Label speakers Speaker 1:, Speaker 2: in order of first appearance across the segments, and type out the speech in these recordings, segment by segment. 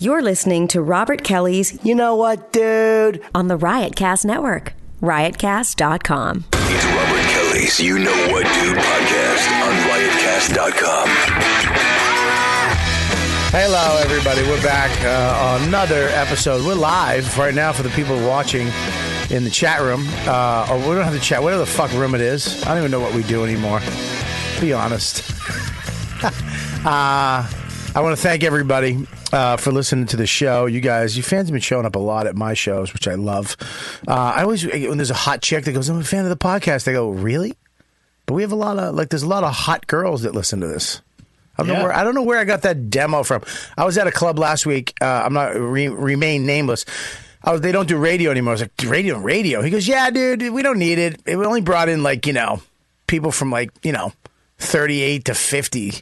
Speaker 1: You're listening to Robert Kelly's
Speaker 2: You know what, dude?
Speaker 1: on the Riotcast Network, riotcast.com.
Speaker 3: It's Robert Kelly's You Know What Dude podcast on riotcast.com.
Speaker 2: Hello, everybody. We're back uh, on another episode. We're live right now for the people watching in the chat room. Uh, or we don't have the chat, whatever the fuck room it is. I don't even know what we do anymore. Be honest. Uh, I want to thank everybody uh, for listening to the show. You guys, you fans have been showing up a lot at my shows, which I love. Uh, I always, when there's a hot chick that goes, I'm a fan of the podcast, they go, Really? But we have a lot of, like, there's a lot of hot girls that listen to this. I don't, know, where, I don't know where I got that demo from. I was at a club last week. Uh, I'm not, re, remain nameless. I was, they don't do radio anymore. I was like, radio, radio. He goes, yeah, dude, we don't need it. It only brought in, like, you know, people from, like, you know, 38 to 50.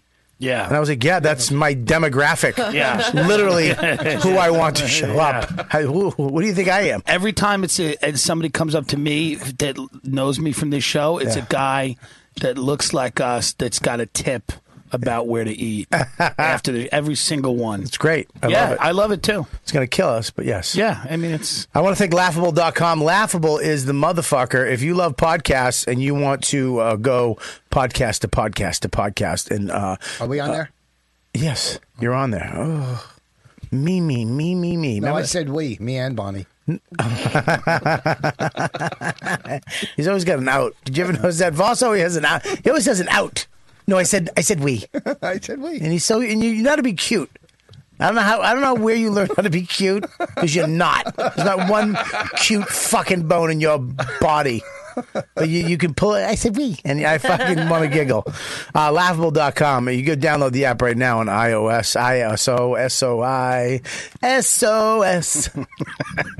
Speaker 4: Yeah.
Speaker 2: And I was like, yeah, that's my demographic.
Speaker 4: Yeah.
Speaker 2: Literally who I want to show up. I- who, who- what do you think I am?
Speaker 4: Every time it's a, and somebody comes up to me that knows me from this show, it's
Speaker 2: Yeah.
Speaker 4: a guy that looks like us that's got a tip about where to eat after the, every single one.
Speaker 2: It's great. I
Speaker 4: yeah,
Speaker 2: love it.
Speaker 4: I love it too.
Speaker 2: it's going to kill us, but yes.
Speaker 4: Yeah, I mean it's
Speaker 2: I want to thank laughable.com. Laughable is the motherfucker. If you love podcasts and you want to uh, go podcast to podcast to podcast, and uh,
Speaker 5: Are we on there?
Speaker 2: yes, you're on there. Oh, me, me, me, me, me.
Speaker 5: No, I
Speaker 2: Remember-
Speaker 5: said we, me and Bonnie.
Speaker 2: He's always got an out. Did you ever notice that? Voss always has an out. He always has an out. No, I said, I said we.
Speaker 5: I said we.
Speaker 2: and he's so and you, you know how to be cute. I don't know how I don't know where you learn how to be cute because you're not. There's not one cute fucking bone in your body. But you, you can pull it. I said we, and I fucking want to giggle. Uh, laughable.com. You go download the app right now on iOS, ISO, SOI, SOS.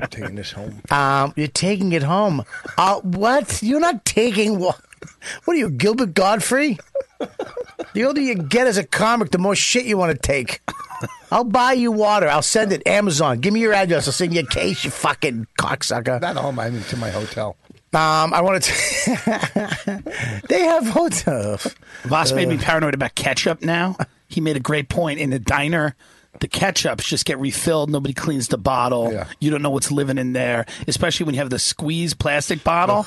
Speaker 5: Taking this home.
Speaker 2: Um, you're taking it home. Uh, what? You're not taking what? What are you, Gilbert Godfrey? The older you get as a comic, the more shit you want to take. I'll buy you water. I'll send it Amazon. Give me your address. I'll send you a case. You fucking cocksucker.
Speaker 5: Not home. I mean to my hotel.
Speaker 2: Um, I want to. they have hotel.
Speaker 4: Voss made me
Speaker 2: Uh.
Speaker 4: paranoid about ketchup now. He made a great point in the diner. The ketchups just get refilled. Nobody cleans the bottle.
Speaker 5: Yeah.
Speaker 4: You don't know what's living in there, especially when you have the squeeze plastic bottle.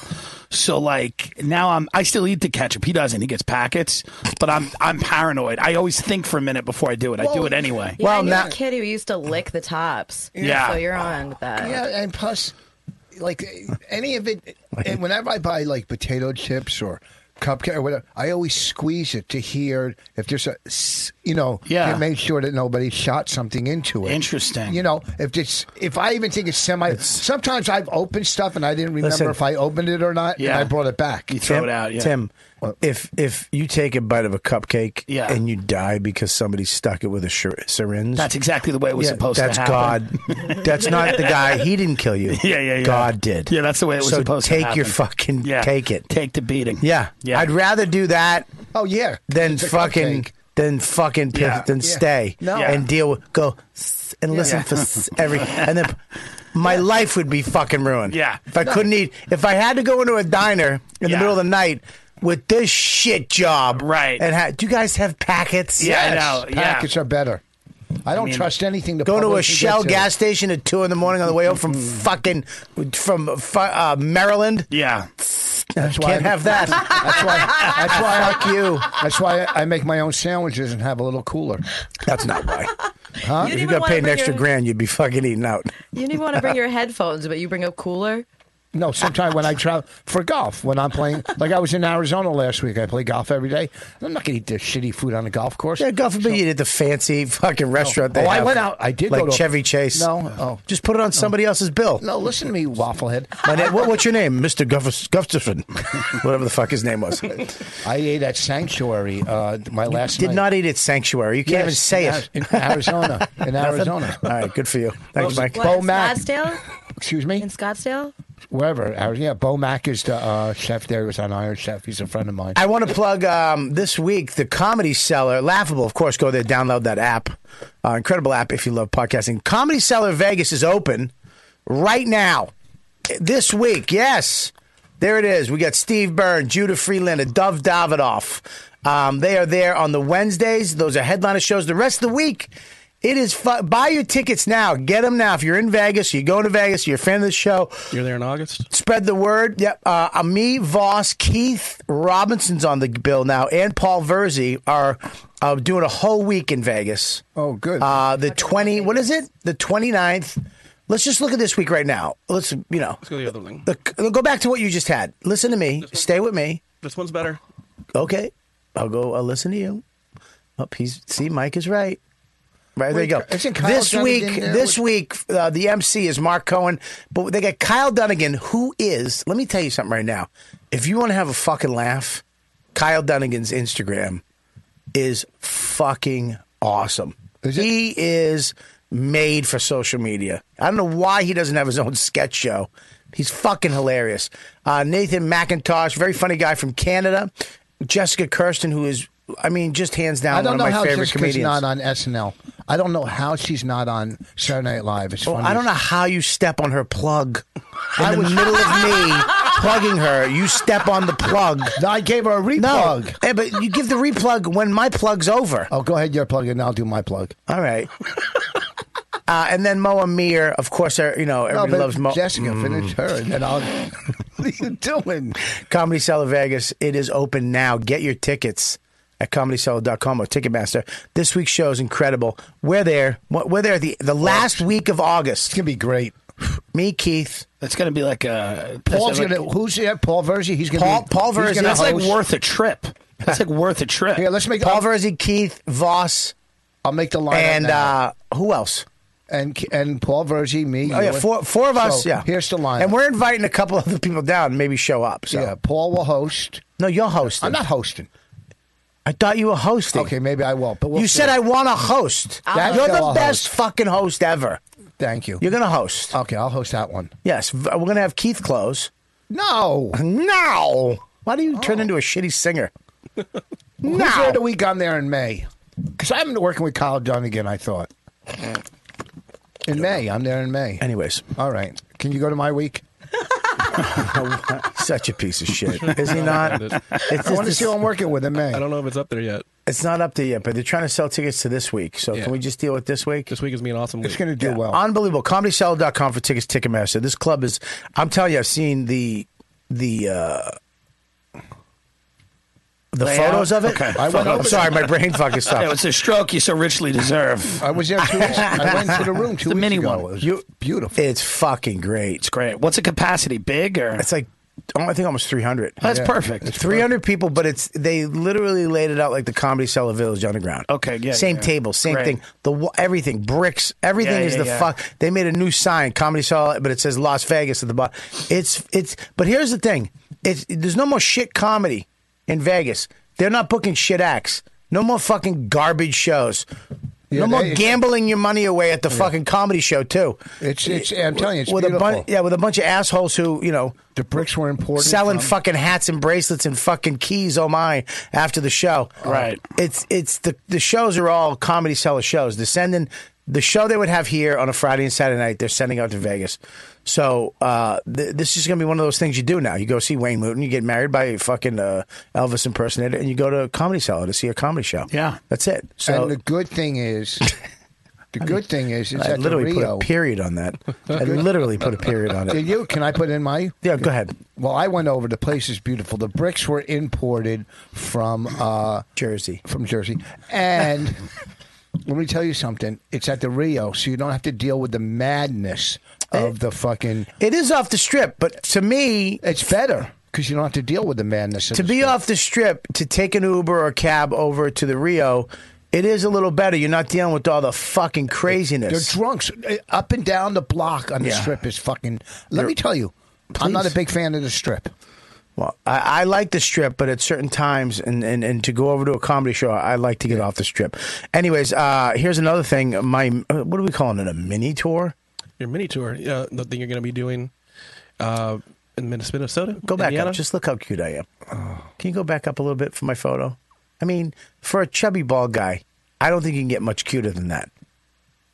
Speaker 4: so like now I'm I still eat the ketchup. He doesn't. He gets packets, but I'm I'm paranoid. I always think for a minute before I do it. I do it anyway.
Speaker 6: Yeah,
Speaker 2: Well,
Speaker 6: I knew
Speaker 2: now-
Speaker 6: a kid who used to lick the tops.
Speaker 4: Yeah.
Speaker 6: So you're on with that.
Speaker 5: Yeah, and plus, like any of it, and whenever I buy like potato chips or cupcake or whatever, I always squeeze it to hear if there's a, s- you know,
Speaker 4: Yeah.
Speaker 5: to make sure that nobody shot something into it.
Speaker 4: Interesting.
Speaker 5: You know, if it's if I even think it's semi. sometimes I've opened stuff and I didn't remember
Speaker 2: Listen.
Speaker 5: if I opened it or not,
Speaker 4: Yeah.
Speaker 5: and I brought it back.
Speaker 4: You throw it out. Yeah.
Speaker 2: Tim, if if you take a bite of a cupcake
Speaker 4: Yeah.
Speaker 2: and you die because somebody stuck it with a shir- syringe,
Speaker 4: That's exactly the way it was
Speaker 2: Yeah,
Speaker 4: supposed
Speaker 2: that's
Speaker 4: to happen.
Speaker 2: God. That's not the guy. He didn't kill you.
Speaker 4: Yeah, yeah, yeah.
Speaker 2: God did.
Speaker 4: Yeah, that's the way it was
Speaker 2: so
Speaker 4: supposed to
Speaker 2: take your
Speaker 4: happen.
Speaker 2: fucking
Speaker 4: Yeah.
Speaker 2: take it.
Speaker 4: Take the beating.
Speaker 2: yeah.
Speaker 4: Yeah.
Speaker 2: I'd rather do that
Speaker 5: oh yeah,
Speaker 2: than
Speaker 5: It's a
Speaker 2: fucking
Speaker 5: cupcake.
Speaker 2: than fucking pick,
Speaker 4: Yeah.
Speaker 2: than
Speaker 5: Yeah.
Speaker 2: stay
Speaker 5: No.
Speaker 4: Yeah.
Speaker 2: and deal with go s- and listen for s- every and then my life would be fucking ruined.
Speaker 4: Yeah.
Speaker 2: If I couldn't eat if I had to go into a diner in the
Speaker 4: Yeah.
Speaker 2: middle of the night with this shit job.
Speaker 4: Right.
Speaker 2: And ha- do you guys have packets?
Speaker 4: Yeah, I know. Yeah.
Speaker 5: Packets are better. I don't trust anything. The
Speaker 2: Going to a
Speaker 5: public can get
Speaker 2: Shell
Speaker 5: to.
Speaker 2: gas station at two in the morning on the way home from fucking from fu- uh, Maryland.
Speaker 4: Yeah.
Speaker 2: Can't
Speaker 5: why I'm-
Speaker 2: have that.
Speaker 5: That's why. That's why.
Speaker 2: Fuck you.
Speaker 5: That's why I make my own sandwiches and have a little cooler.
Speaker 2: That's not why.
Speaker 6: You
Speaker 2: If
Speaker 6: didn't
Speaker 2: you
Speaker 6: even
Speaker 2: got
Speaker 6: wanna
Speaker 2: paid an
Speaker 6: bring
Speaker 2: extra
Speaker 6: your,
Speaker 2: grand, you'd be fucking eating out.
Speaker 6: You didn't even want to bring your headphones, but you bring a cooler.
Speaker 5: No, sometimes when I travel for golf, when I'm playing, like I was in Arizona last week, I play golf every day. I'm not going to eat this shitty food on a golf course.
Speaker 2: Yeah, God forbid you did the fancy fucking restaurant. They
Speaker 5: Oh, I
Speaker 2: have.
Speaker 5: went out. I did
Speaker 2: like
Speaker 5: go to-
Speaker 2: Chevy Chase.
Speaker 5: No, oh.
Speaker 2: just put it on somebody else's bill.
Speaker 5: No, listen to me, wafflehead.
Speaker 2: My name, what, what's your name, Mister Guff- Gustafson? Whatever the fuck his name was.
Speaker 5: I ate at Sanctuary uh, my last.
Speaker 2: Did
Speaker 5: night.
Speaker 2: not eat at Sanctuary. You can't even
Speaker 5: Yes,
Speaker 2: say
Speaker 5: in
Speaker 2: it.
Speaker 5: Ar- in Arizona. In Arizona.
Speaker 2: All right, good for you. Thanks, Mike.
Speaker 6: What,
Speaker 5: Bo
Speaker 6: in
Speaker 5: Mac.
Speaker 6: Scottsdale?
Speaker 5: Excuse me.
Speaker 6: In Scottsdale?
Speaker 5: Wherever. Ari- Uh, Yeah, Bo Mack is the uh, chef there. He was on Iron Chef. He's a friend of mine.
Speaker 2: I want to plug um, this week the Comedy Cellar, laughable, of course. Go there, download that app, uh, incredible app if you love podcasting. Comedy Cellar Vegas is open right now, this week. Yes, there it is. We got Steve Byrne, Judah Freelander, Dove Davidoff. Um, they are there on the Wednesdays. Those are headliner shows. The rest of the week It is fu- buy your tickets now. Get them now. If you're in Vegas, you're going to Vegas, you're a fan of the show,
Speaker 7: You're there in August.
Speaker 2: spread the word. Yep. Uh, uh, me, Voss, Keith Robinson's on the bill now, and Paul Verzi are uh, doing a whole week in Vegas.
Speaker 5: Oh, good.
Speaker 2: Uh, the 20, what is it? The 29th. Let's just look at this week right now. Let's, you know,
Speaker 7: Let's go to the other thing.
Speaker 2: look, go back to what you just had. Listen to me. Stay with me.
Speaker 7: This one's better.
Speaker 2: Okay. I'll go, I'll listen to you. Oh, he's, see, Mike is right. Right there you go.
Speaker 5: Isn't Kyle
Speaker 2: This
Speaker 5: Dunnigan
Speaker 2: week,
Speaker 5: there
Speaker 2: this
Speaker 5: with-
Speaker 2: week, uh, the MC is Mark Cohen, but they got Kyle Dunnigan, who is. Let me tell you something right now. If you want to have a fucking laugh, Kyle Dunnigan's Instagram is fucking awesome.
Speaker 5: Is it?
Speaker 2: He is made for social media. I don't know why he doesn't have his own sketch show. He's fucking hilarious. Uh, Nathan McIntosh, very funny guy from Canada. Jessica Kirsten, who is, I mean, just hands down
Speaker 5: I don't
Speaker 2: one
Speaker 5: know
Speaker 2: of my
Speaker 5: how
Speaker 2: favorite
Speaker 5: Jessica's
Speaker 2: comedians.
Speaker 5: not on SNL. I don't know how she's not on Saturday Night Live. It's
Speaker 2: Oh,
Speaker 5: funny.
Speaker 2: I don't know how you step on her plug. In the middle of me plugging her, you step on the plug.
Speaker 5: I gave her a replug.
Speaker 2: No, Eh, but you give the replug when my plug's over.
Speaker 5: Oh, go ahead, your plug, and I'll do my plug.
Speaker 2: All right. Uh, and then Moa Mir, of course, uh, you know everybody
Speaker 5: but
Speaker 2: loves Mm. Moa.
Speaker 5: Jessica, finish her, and then I'll. what are you doing?
Speaker 2: Comedy Cellar Vegas. It is open now. Get your tickets at comedycellar.com or Ticketmaster. This week's show is incredible. We're there. We're there the the last week of
Speaker 5: It's
Speaker 2: August.
Speaker 5: gonna be great.
Speaker 2: Me, Keith,
Speaker 4: That's going to be like a. that's
Speaker 5: Paul's
Speaker 4: like,
Speaker 5: gonna. Who's that? Paul Verzi. He's gonna.
Speaker 2: Paul-
Speaker 5: be,
Speaker 2: Paul
Speaker 5: he's
Speaker 2: Verzi,
Speaker 5: gonna
Speaker 4: That's like
Speaker 5: host.
Speaker 4: worth a trip. That's like worth a trip.
Speaker 5: Here, let's make.
Speaker 2: Paul
Speaker 5: I'll,
Speaker 2: Verzi, Keith Voss,
Speaker 5: I'll make the line.
Speaker 2: and uh, who else?
Speaker 5: and and Paul Verzi, me.
Speaker 2: Oh
Speaker 5: you
Speaker 2: yeah,
Speaker 5: and-
Speaker 2: four four of us.
Speaker 5: So,
Speaker 2: yeah,
Speaker 5: Here's the line.
Speaker 2: and we're inviting a couple other people down. and Maybe show up. So
Speaker 5: yeah. Paul will host.
Speaker 2: no, you're hosting.
Speaker 5: I'm not hosting.
Speaker 2: I thought you were hosting.
Speaker 5: Okay, maybe I won't. But we'll
Speaker 2: You
Speaker 5: see.
Speaker 2: said I want to host.
Speaker 5: That-
Speaker 2: You're
Speaker 5: Yeah,
Speaker 2: the
Speaker 5: I'll
Speaker 2: best
Speaker 5: host.
Speaker 2: fucking host ever.
Speaker 5: Thank you.
Speaker 2: You're gonna host.
Speaker 5: Okay, I'll host that one.
Speaker 2: Yes, v- we're gonna have Keith close.
Speaker 5: No.
Speaker 2: No. Why do you
Speaker 5: Oh.
Speaker 2: turn into a shitty singer?
Speaker 5: Who's there
Speaker 2: no.
Speaker 5: the week I'm there in May? Because I'm working with Kyle Dunnigan, I thought. In May. I'm there in May.
Speaker 2: Anyways,
Speaker 5: All right. Can you go to my week?
Speaker 2: such a piece of shit. Is he not?
Speaker 7: I
Speaker 2: It's,
Speaker 5: I want to
Speaker 2: it's,
Speaker 5: see who I'm working with in May.
Speaker 7: don't know if it's up there yet.
Speaker 2: it's not up to you, but they're trying to sell tickets to this week. So
Speaker 7: Yeah.
Speaker 2: can we just deal with this week?
Speaker 7: This week is me an awesome week.
Speaker 5: It's going to do well.
Speaker 2: Unbelievable. ComedySell.com for tickets, Ticketmaster. This club is, I'm telling you, I've seen the, the, uh, the
Speaker 4: Layout?
Speaker 2: photos of it.
Speaker 4: Okay.
Speaker 2: I went I'm sorry, my brain fucking
Speaker 4: Yeah,
Speaker 2: stopped.
Speaker 4: it's a stroke you so richly deserve. Uh,
Speaker 5: I was there two weeks. I went to the room two
Speaker 4: a
Speaker 5: weeks
Speaker 4: mini
Speaker 5: ago.
Speaker 4: one.
Speaker 5: It was
Speaker 2: You-
Speaker 5: beautiful.
Speaker 2: It's fucking great.
Speaker 4: It's great. What's the capacity? Big or?
Speaker 2: It's like, oh, I think almost 300.
Speaker 4: That's perfect.
Speaker 2: 300 people, but it's they literally laid it out like the Comedy Cellar Village Underground.
Speaker 4: Okay, yeah,
Speaker 2: Same
Speaker 4: yeah.
Speaker 2: table, same
Speaker 4: Great.
Speaker 2: thing. The wa- everything, bricks, everything
Speaker 4: Yeah,
Speaker 2: is
Speaker 4: yeah,
Speaker 2: the
Speaker 4: yeah.
Speaker 2: fuck. They made a new sign, Comedy Cellar, but it says Las Vegas at the bottom. It's it's. But here's the thing: it's there's no more shit comedy in Vegas. They're not booking shit acts. No more fucking garbage shows. no more
Speaker 5: they-
Speaker 2: gambling your money away at the fucking comedy show too.
Speaker 5: It's, it's, I'm telling you, it's
Speaker 2: with a
Speaker 5: beautiful.
Speaker 2: bunch, yeah, with a bunch of assholes who you know
Speaker 5: The bricks were important.
Speaker 2: selling
Speaker 5: from-
Speaker 2: fucking hats and bracelets and fucking keys. Oh my! After the show,
Speaker 4: Right.
Speaker 2: It's it's the the shows are all comedy seller shows. They're sending the show they would have here on a Friday and Saturday night. They're sending out to Vegas. So uh, th- this is going to be one of those things you do now. You go see Wayne Newton. You get married by a fucking uh, Elvis impersonator, and you go to a comedy seller to see a comedy show.
Speaker 4: Yeah.
Speaker 2: that's it. So
Speaker 5: and the good thing is, the good thing is, is
Speaker 2: I
Speaker 5: that the
Speaker 2: literally put a
Speaker 5: Rio.
Speaker 2: period on that. I literally put a period on
Speaker 5: Did
Speaker 2: it.
Speaker 5: you? Can I put in my?
Speaker 2: Yeah, go ahead.
Speaker 5: Well, I went over. The place is beautiful. The bricks were imported from uh,
Speaker 2: Jersey.
Speaker 5: from Jersey, and let me tell you something. It's at the Rio, so you don't have to deal with the madness
Speaker 8: Eh.
Speaker 5: of the fucking.
Speaker 2: It is off the strip, but to me,
Speaker 5: It's better because you don't have to deal with the madness. Of
Speaker 2: to
Speaker 5: the
Speaker 2: be
Speaker 5: stuff.
Speaker 2: off the strip to take an Uber or cab over to the Rio, it is a little better. You're not dealing with all the fucking
Speaker 5: they're
Speaker 2: craziness.
Speaker 5: drunks Uh, up and down the block on the
Speaker 2: Yeah.
Speaker 5: strip is fucking. Let me tell you, I'm not a big fan of the strip.
Speaker 2: Well, I, I like the strip, but at certain times and, and, and to go over to a comedy show, I like to get off the strip. Anyways, uh, here's another thing. My uh, what are we calling it? A mini tour?
Speaker 7: Your mini tour, uh, the thing you're going to be doing uh, in Minnes- Minnesota.
Speaker 2: Go back
Speaker 7: Indiana.
Speaker 2: up. Just look how cute I am. Can you go back up a little bit for my photo? I mean, for a chubby bald guy, I don't think you can get much cuter than that.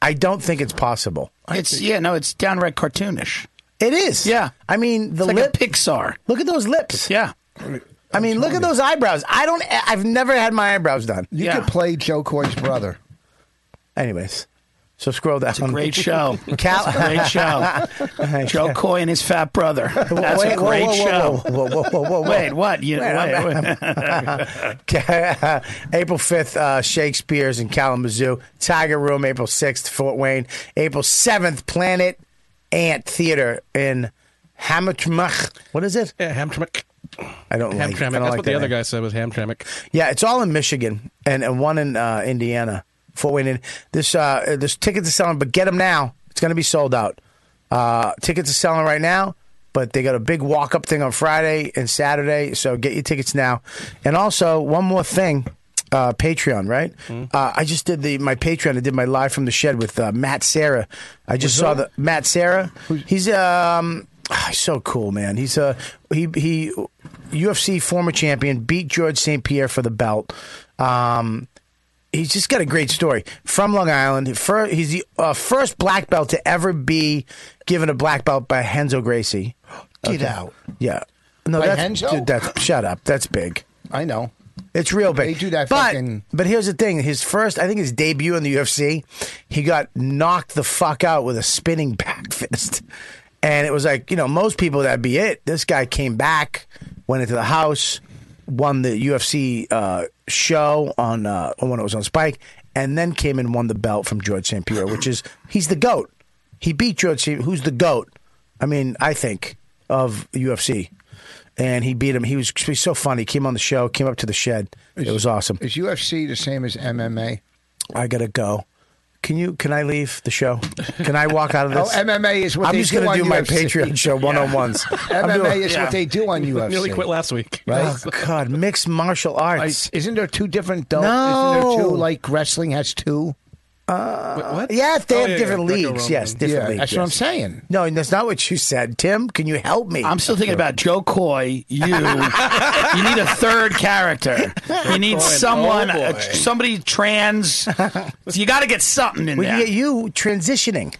Speaker 2: I don't think it's possible.
Speaker 4: It's yeah, no, it's downright cartoonish.
Speaker 2: It is.
Speaker 4: Yeah.
Speaker 2: I mean, the
Speaker 4: It's like
Speaker 2: lip.
Speaker 4: a Pixar.
Speaker 2: Look at those lips.
Speaker 4: Yeah.
Speaker 2: I mean, look at those eyebrows. I don't. I've never had my eyebrows done.
Speaker 5: You
Speaker 4: Yeah.
Speaker 5: could play Joe Coy's brother.
Speaker 2: Anyways,
Speaker 8: So scroll down.
Speaker 4: It's a great show.
Speaker 8: Cal-
Speaker 4: It's a great show. Joe Coy and his fat brother. That's
Speaker 8: Wait,
Speaker 4: a
Speaker 8: whoa,
Speaker 4: great
Speaker 8: whoa,
Speaker 4: show.
Speaker 8: whoa, Whoa, whoa, whoa, whoa, whoa.
Speaker 4: Wait, what? You,
Speaker 8: Wait,
Speaker 4: wait,
Speaker 8: I'm-
Speaker 4: wait.
Speaker 8: April 5th, uh, Shakespeare's in Kalamazoo. Tiger Room, April 6th, Fort Wayne. April 7th, Planet Ant Theater in Hamtramck. What is it?
Speaker 7: Yeah, Hamtramck.
Speaker 8: I don't like,
Speaker 7: Hamtramck.
Speaker 8: I don't
Speaker 7: That's
Speaker 8: like
Speaker 7: what
Speaker 8: that
Speaker 7: the
Speaker 4: eh?
Speaker 7: other
Speaker 8: name.
Speaker 7: guy said was Hamtramck.
Speaker 8: Yeah, it's all in Michigan and, and one in uh, Indiana. Fort Wayne. In, this uh, this tickets are selling, but get them now. It's going to be sold out. Uh, tickets are selling right now, but they got a big walk up thing on Friday and Saturday, so get your tickets now. And also one more thing. Uh, Patreon, right?
Speaker 5: Hmm.
Speaker 8: Uh, I just did the my Patreon. I did my live from the shed with uh, Matt Sarah. I just saw the Matt Sarah. He's um he's so cool, man. He's a he he UFC former champion beat George St Pierre for the belt. Um, he's just got a great story from Long Island. Fir he's the uh, first black belt to ever be given a black belt by Henzo Gracie.
Speaker 5: Get out.
Speaker 8: Yeah, no,
Speaker 5: By
Speaker 8: that's
Speaker 5: Renzo?
Speaker 8: dude, that's shut up. That's big.
Speaker 5: I know.
Speaker 8: It's real big.
Speaker 5: They do that
Speaker 8: but,
Speaker 5: fucking-
Speaker 8: But here's the thing: his first, I think, his debut in the UFC, he got knocked the fuck out with a spinning back fist, and it was like you know most people that'd be it. This guy came back, went into the house, won the UFC uh, show on uh, when it was on Spike, and then came and won the belt from George St Pierre, which is he's the goat. He beat George. St. Who's the goat? I mean, I think of UFC. And he beat him. He was, he was so funny. He came on the show, came up to the shed. It was awesome.
Speaker 5: Is UFC the same as MMA?
Speaker 8: I gotta go. Can you? Can I leave the show? Can I walk out of
Speaker 5: Oh,
Speaker 8: this?
Speaker 5: MMA is what
Speaker 8: I'm
Speaker 5: they
Speaker 8: just
Speaker 5: do
Speaker 8: gonna
Speaker 5: on
Speaker 8: do my
Speaker 5: UFC.
Speaker 8: Patreon show one on ones.
Speaker 5: MMA is
Speaker 4: yeah.
Speaker 5: what they do on UFC.
Speaker 7: Nearly quit last week.
Speaker 8: Oh God, mixed martial arts.
Speaker 5: Isn't there two different? Though?
Speaker 8: No.
Speaker 5: Isn't there two? Like wrestling has two.
Speaker 7: Wait, what?
Speaker 8: yeah, if they
Speaker 7: Oh,
Speaker 8: have
Speaker 7: yeah,
Speaker 8: different
Speaker 7: yeah,
Speaker 8: leagues.
Speaker 7: Greco-Roman.
Speaker 8: Yes, different leagues.
Speaker 5: that's what I'm saying.
Speaker 8: No, and that's not what you said, Tim. Can you help me?
Speaker 4: I'm still thinking about Joe Coy. You, you need a third character. You need
Speaker 7: Coy,
Speaker 4: someone,
Speaker 7: oh boy.
Speaker 4: uh, somebody trans. You got to get something in
Speaker 8: we can
Speaker 4: there.
Speaker 8: get you transitioning,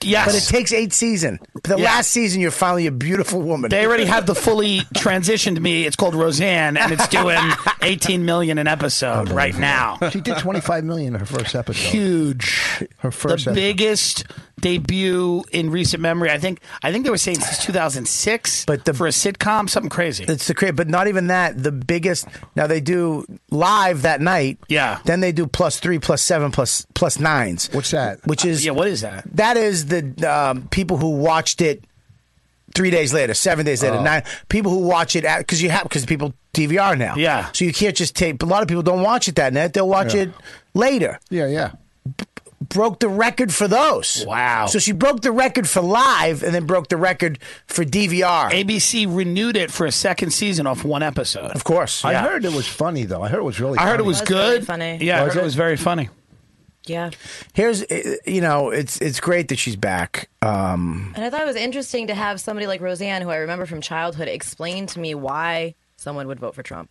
Speaker 4: yes,
Speaker 8: but it takes eight season. The
Speaker 4: Yeah.
Speaker 8: last season, you're finally a beautiful woman.
Speaker 4: They already have the fully transitioned me. It's called Roseanne, and it's doing 18 million an episode right now.
Speaker 5: She did 25 million in her first episode.
Speaker 4: Huge.
Speaker 5: Her first
Speaker 4: the
Speaker 5: episode.
Speaker 4: biggest debut in recent memory. I think. I think they were saying since 2006.
Speaker 8: But the-
Speaker 4: for a sitcom, something crazy.
Speaker 8: It's the crate, but not even that. The biggest. Now they do live that night.
Speaker 4: Yeah.
Speaker 8: Then they do plus three, plus seven, plus plus nines.
Speaker 5: What's that?
Speaker 8: Which is
Speaker 4: yeah, what is that?
Speaker 8: That is the um, people who watched it three days later, seven days later, nine people who watch it because you have because people DVR now.
Speaker 4: Yeah.
Speaker 8: So you can't just tape. A lot of people don't watch it that night; they'll watch
Speaker 5: Yeah.
Speaker 8: it later.
Speaker 5: Yeah, yeah.
Speaker 8: Broke the record for those.
Speaker 4: Wow.
Speaker 8: So she broke the record for live, and then broke the record for DVR.
Speaker 4: ABC renewed it for a second season off one episode.
Speaker 8: of course.
Speaker 5: I
Speaker 4: Yeah.
Speaker 5: heard it was funny though. I heard it was really.
Speaker 4: I heard it
Speaker 5: funny.
Speaker 4: was
Speaker 6: That was really
Speaker 4: good.
Speaker 6: funny.
Speaker 4: Yeah, I
Speaker 5: Was
Speaker 4: heard
Speaker 5: it?
Speaker 4: it was very funny.
Speaker 6: Yeah.
Speaker 8: Here's uh, you know it's it's great that she's back. Um,
Speaker 6: And I thought it was interesting to have somebody like Roseanne, who I remember from childhood, explain to me why someone would vote for Trump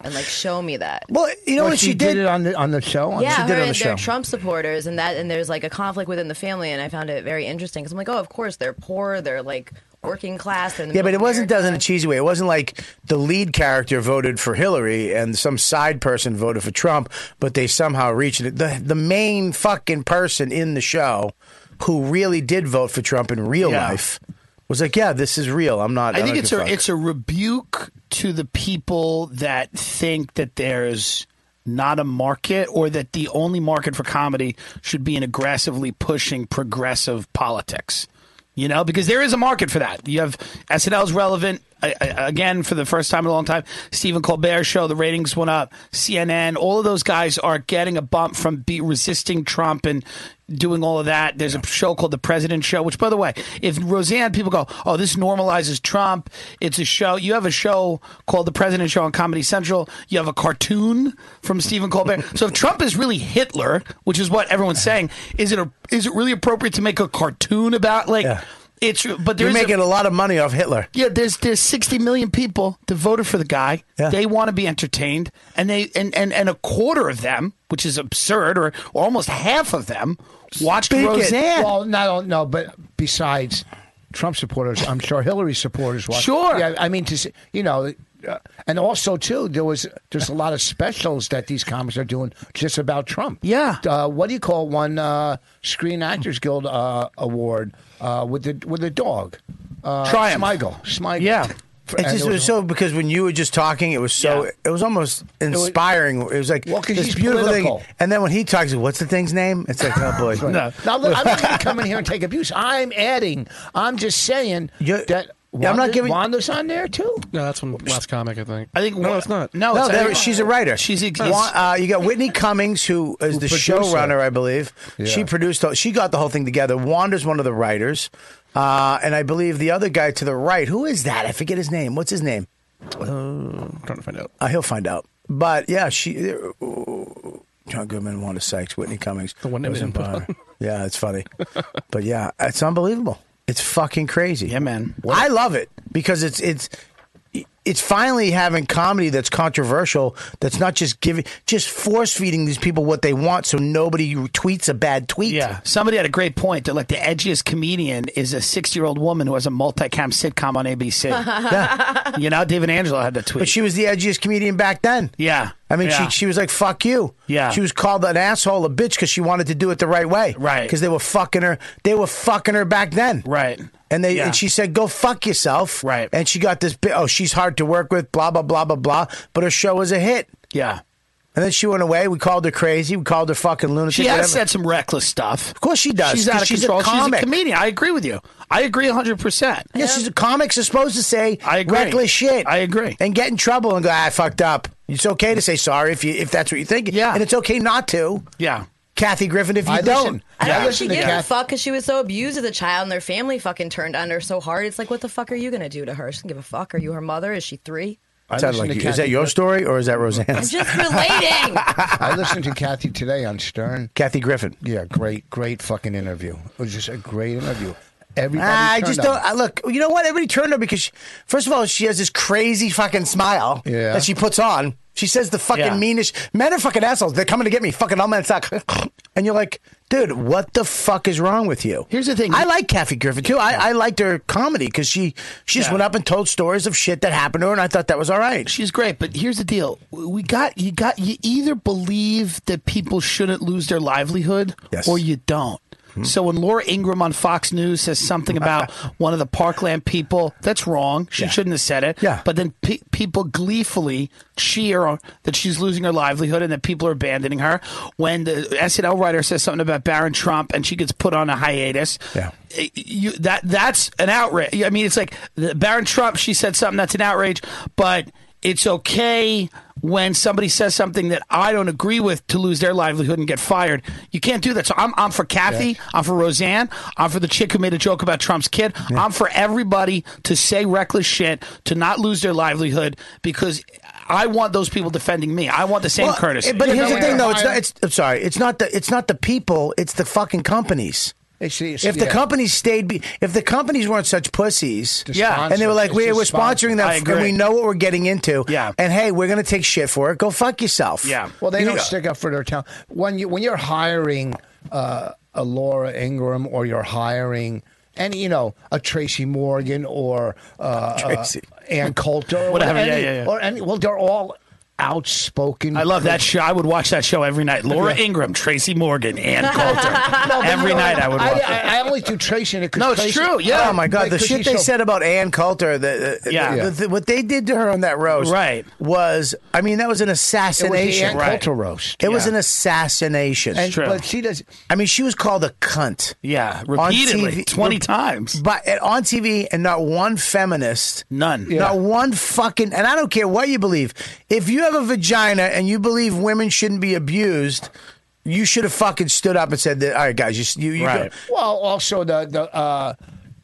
Speaker 6: and like show me that.
Speaker 8: well, you know
Speaker 5: Well,
Speaker 8: what she, did.
Speaker 5: it on the on the show. On
Speaker 6: yeah,
Speaker 8: did
Speaker 6: her
Speaker 8: on
Speaker 6: and
Speaker 8: the show.
Speaker 6: they're Trump supporters, and that, and there's like a conflict within the family, and I found it very interesting because I'm like, oh, of course they're poor, they're like working class, they're in the
Speaker 8: yeah, but it
Speaker 6: middle of
Speaker 8: wasn't done in a
Speaker 6: America.
Speaker 8: cheesy way. It wasn't like the lead character voted for Hillary and some side person voted for Trump, but they somehow reached it. The the main fucking person in the show who really did vote for Trump in real
Speaker 4: Yeah.
Speaker 8: life was like, yeah, this is real. I'm not.
Speaker 4: I think
Speaker 8: don't
Speaker 4: it's
Speaker 8: give
Speaker 4: a
Speaker 8: fuck."
Speaker 4: it's a rebuke to the people that think that there's not a market or that the only market for comedy should be in aggressively pushing progressive politics. You know, because there is a market for that. You have SNL's relevant I, I, again for the first time in a long time. Stephen Colbert show the ratings went up. CNN, all of those guys are getting a bump from be resisting Trump and doing all of that. There's a show called The President Show, which, by the way, if Roseanne, people go, oh, this normalizes Trump. It's a show. You have a show called The President Show on Comedy Central. You have a cartoon from Stephen Colbert. so if Trump is really Hitler, which is what everyone's saying, is it a, is it really appropriate to make a cartoon about like?
Speaker 8: Yeah.
Speaker 4: It's but
Speaker 8: You're
Speaker 4: there's a,
Speaker 8: making a lot of money off Hitler.
Speaker 4: yeah, there's there's 60 million people that voted for the guy.
Speaker 8: Yeah.
Speaker 4: They want to be entertained, and they and, and and a quarter of them, which is absurd, or, or almost half of them, watched
Speaker 8: Speak it.
Speaker 4: Roseanne.
Speaker 5: Well, not no, but besides Trump supporters, I'm sure Hillary supporters watch.
Speaker 4: Sure.
Speaker 5: Yeah, I mean to s- you know uh, and also too, there was there's a lot of specials that these comics are doing just about Trump.
Speaker 4: Yeah.
Speaker 5: Uh, what do you call one uh, Screen Actors Guild uh, award uh, with the with the dog? Uh,
Speaker 4: Triumph.
Speaker 5: Smigel. Smigel.
Speaker 4: Yeah.
Speaker 8: It's
Speaker 5: For- and
Speaker 8: just,
Speaker 5: there
Speaker 8: it was so because when you were just talking, it was so
Speaker 4: Yeah.
Speaker 8: it was almost inspiring. It was, like
Speaker 5: Well, 'cause
Speaker 8: this
Speaker 5: he's
Speaker 8: beautiful
Speaker 5: political.
Speaker 8: thing. And then when he talks, what's the thing's name? It's like oh boy,
Speaker 4: No.
Speaker 5: Now, look, I'm not going to come in here and take abuse. I'm adding. I'm just saying
Speaker 8: You-
Speaker 5: that.
Speaker 8: Yeah, I'm not giving-
Speaker 5: Wanda's on there too.
Speaker 7: No, that's one last comic, I think.
Speaker 4: I think
Speaker 7: no,
Speaker 4: what-
Speaker 7: it's not.
Speaker 4: No,
Speaker 8: No,
Speaker 4: it's-
Speaker 8: there- she's a writer.
Speaker 4: She's ex-
Speaker 8: Wa- uh, you got Whitney Cummings, who is the
Speaker 5: produced her.
Speaker 8: showrunner, I believe. She produced. all- She got the whole thing together. Wanda's one of the writers, uh, and I believe the other guy to the right. Who is that? I forget his name. What's his name?
Speaker 7: I'm trying to find out.
Speaker 8: Uh, he'll find out. But yeah, she. ooh, John Goodman, Wanda Sykes, Whitney Cummings. The
Speaker 7: one that we didn't put on.
Speaker 8: Yeah, it's funny, but yeah, it's unbelievable. It's fucking crazy.
Speaker 4: Yeah, man.
Speaker 8: I love it because it's it's it's finally having comedy that's controversial. That's not just giving, just force feeding these people what they want, so nobody tweets a bad tweet.
Speaker 4: Yeah, somebody had a great point that like the edgiest comedian is a sixty-year-old woman who has a multicam sitcom on ABC. you know, David Angelo had the tweet.
Speaker 8: but she was the edgiest comedian back then.
Speaker 4: yeah,
Speaker 8: I mean,
Speaker 4: yeah.
Speaker 8: she she was like "fuck you."
Speaker 4: Yeah.
Speaker 8: she was called an asshole, a bitch, because she wanted to do it the right way.
Speaker 4: Right.
Speaker 8: because they were fucking her. They were fucking her back then.
Speaker 4: right,
Speaker 8: And they
Speaker 4: Yeah.
Speaker 8: and she said, "Go fuck yourself."
Speaker 4: Right.
Speaker 8: And she got this. bi- Oh, she's hard to work with. Blah blah blah blah blah. But her show was a hit.
Speaker 4: yeah,
Speaker 8: And then she went away. We called her crazy. We called her fucking lunatic.
Speaker 4: she
Speaker 8: whatever.
Speaker 4: has said some reckless stuff.
Speaker 8: of course she does.
Speaker 4: She's out
Speaker 8: 'cause
Speaker 4: of
Speaker 8: she's
Speaker 4: control.
Speaker 8: A comic.
Speaker 4: She's a comedian. I agree with you. I agree hundred percent.
Speaker 8: Yeah, she's a comic. She's supposed to say
Speaker 4: I agree.
Speaker 8: reckless shit.
Speaker 4: I agree.
Speaker 8: And get in trouble and go, "Ah, I fucked up. It's okay to say sorry if you if that's what you think.
Speaker 4: Yeah.
Speaker 8: And it's okay not to.
Speaker 4: Yeah,
Speaker 8: Kathy Griffin, if you
Speaker 5: I
Speaker 8: don't.
Speaker 5: listen.
Speaker 6: I
Speaker 4: Yeah.
Speaker 6: don't think
Speaker 5: Listen
Speaker 6: she
Speaker 5: to
Speaker 6: gives a
Speaker 5: Kath-
Speaker 6: fuck because she was so abused as a child and their family fucking turned on her so hard. It's like, what the fuck are you going to do to her? She doesn't give a fuck. Are you her mother? Is she three?
Speaker 5: I
Speaker 8: Sounded
Speaker 5: listened
Speaker 8: like
Speaker 5: to
Speaker 8: you- Is that
Speaker 5: Kathy-
Speaker 8: your story or is that Roseanne's?
Speaker 6: Just relating.
Speaker 5: I listened to Kathy today on Stern.
Speaker 8: Kathy Griffin.
Speaker 5: Yeah, great, great fucking interview. It was just a great interview. Everybody.
Speaker 8: I
Speaker 5: turned
Speaker 8: just
Speaker 5: on
Speaker 8: don't.
Speaker 5: her.
Speaker 8: I, look, you know what? Everybody turned her because, she, first of all, she has this crazy fucking smile
Speaker 5: Yeah.
Speaker 8: that she puts on. She says the fucking
Speaker 4: Yeah.
Speaker 8: meanest men are fucking assholes. They're coming to get me. Fucking all men suck. And you're like, dude, what the fuck is wrong with you?
Speaker 4: Here's the thing.
Speaker 8: I like Kathy Griffin too. I, I liked her comedy because she she just
Speaker 4: Yeah.
Speaker 8: went up and told stories of shit that happened to her, and I thought that was all right.
Speaker 4: she's great. But here's the deal: we got you got you either believe that people shouldn't lose their livelihood,
Speaker 8: Yes. Hmm.
Speaker 4: or you don't. So when Laura Ingram on Fox News says something about one of the Parkland people, that's wrong. She
Speaker 8: Yeah.
Speaker 4: shouldn't have said it.
Speaker 8: Yeah.
Speaker 4: But then pe- people gleefully cheer that she's losing her livelihood and that people are abandoning her. When the SNL writer says something about Barron Trump and she gets put on a hiatus, eh,
Speaker 8: Yeah.
Speaker 4: you that that's an outrage. I mean, it's like the- Barron Trump. She said something that's an outrage, but it's okay when somebody says something that I don't agree with to lose their livelihood and get fired. You can't do that. So I'm I'm for Kathy. I'm for Roseanne. I'm for the chick who made a joke about Trump's kid. I'm for everybody to say reckless shit to not lose their livelihood because. I want those people defending me. I want the same
Speaker 8: Well,
Speaker 5: eh,
Speaker 8: eh,
Speaker 4: courtesy.
Speaker 8: But here's the
Speaker 5: know,
Speaker 8: thing, though. It's
Speaker 5: I-
Speaker 8: not. It's I'm sorry. It's not the. It's not the people. It's the fucking companies.
Speaker 5: It's- it's-
Speaker 8: If the
Speaker 5: yeah.
Speaker 8: companies stayed, be, if the companies weren't such pussies,
Speaker 5: The
Speaker 4: Yeah.
Speaker 5: sponsor.
Speaker 8: and they were like,
Speaker 5: It's
Speaker 8: we,
Speaker 5: the
Speaker 8: we're
Speaker 5: sponsor.
Speaker 8: sponsoring
Speaker 4: I
Speaker 8: that,
Speaker 4: agree.
Speaker 8: and we know what we're getting into.
Speaker 4: Yeah.
Speaker 8: And hey, we're going to take shit for it. Go fuck yourself.
Speaker 4: Yeah.
Speaker 5: Well, they
Speaker 8: You-
Speaker 5: don't stick up for their town. When you when you're hiring uh, a Laura Ingram or you're hiring any you know a Tracy Morgan or uh,
Speaker 8: Tracy.
Speaker 5: uh, Ann Coulter or
Speaker 4: Whatever,
Speaker 5: any,
Speaker 4: yeah, yeah, yeah.
Speaker 5: or any well they're all outspoken.
Speaker 4: I love that show. I would watch that show every night. Laura Ingram, Tracy Morgan, Ann Coulter.
Speaker 5: No, but you
Speaker 4: every
Speaker 5: know
Speaker 4: night
Speaker 5: what?
Speaker 4: I would watch.
Speaker 5: I, I only do Tracy in it 'cause
Speaker 4: No, it's
Speaker 5: Tracy-
Speaker 4: true, yeah.
Speaker 8: Oh my God!
Speaker 5: Like,
Speaker 8: the
Speaker 5: 'cause
Speaker 8: shit
Speaker 5: she's
Speaker 8: they
Speaker 5: so-
Speaker 8: said about Ann Coulter, the, uh,
Speaker 4: Yeah.
Speaker 8: the- the- what they did to her on that roast,
Speaker 4: Right.
Speaker 8: Was I mean that was an
Speaker 5: It was the
Speaker 8: assassination.
Speaker 5: Ann
Speaker 4: Right.
Speaker 5: Coulter roast.
Speaker 8: It was
Speaker 4: Yeah.
Speaker 8: an assassination.
Speaker 5: And,
Speaker 4: true.
Speaker 5: But she does.
Speaker 8: I mean, she was called a cunt.
Speaker 4: Yeah,
Speaker 8: on
Speaker 4: repeatedly,
Speaker 8: TV
Speaker 4: 20 times.
Speaker 8: but and on TV, and not one feminist.
Speaker 4: None.
Speaker 8: Not one fucking, and I don't care what you believe. If you have a vagina and you believe women shouldn't be abused, you should have fucking stood up and said that. All right, guys, you, you, you
Speaker 4: Right.
Speaker 8: go.
Speaker 5: Well, also the the. Uh,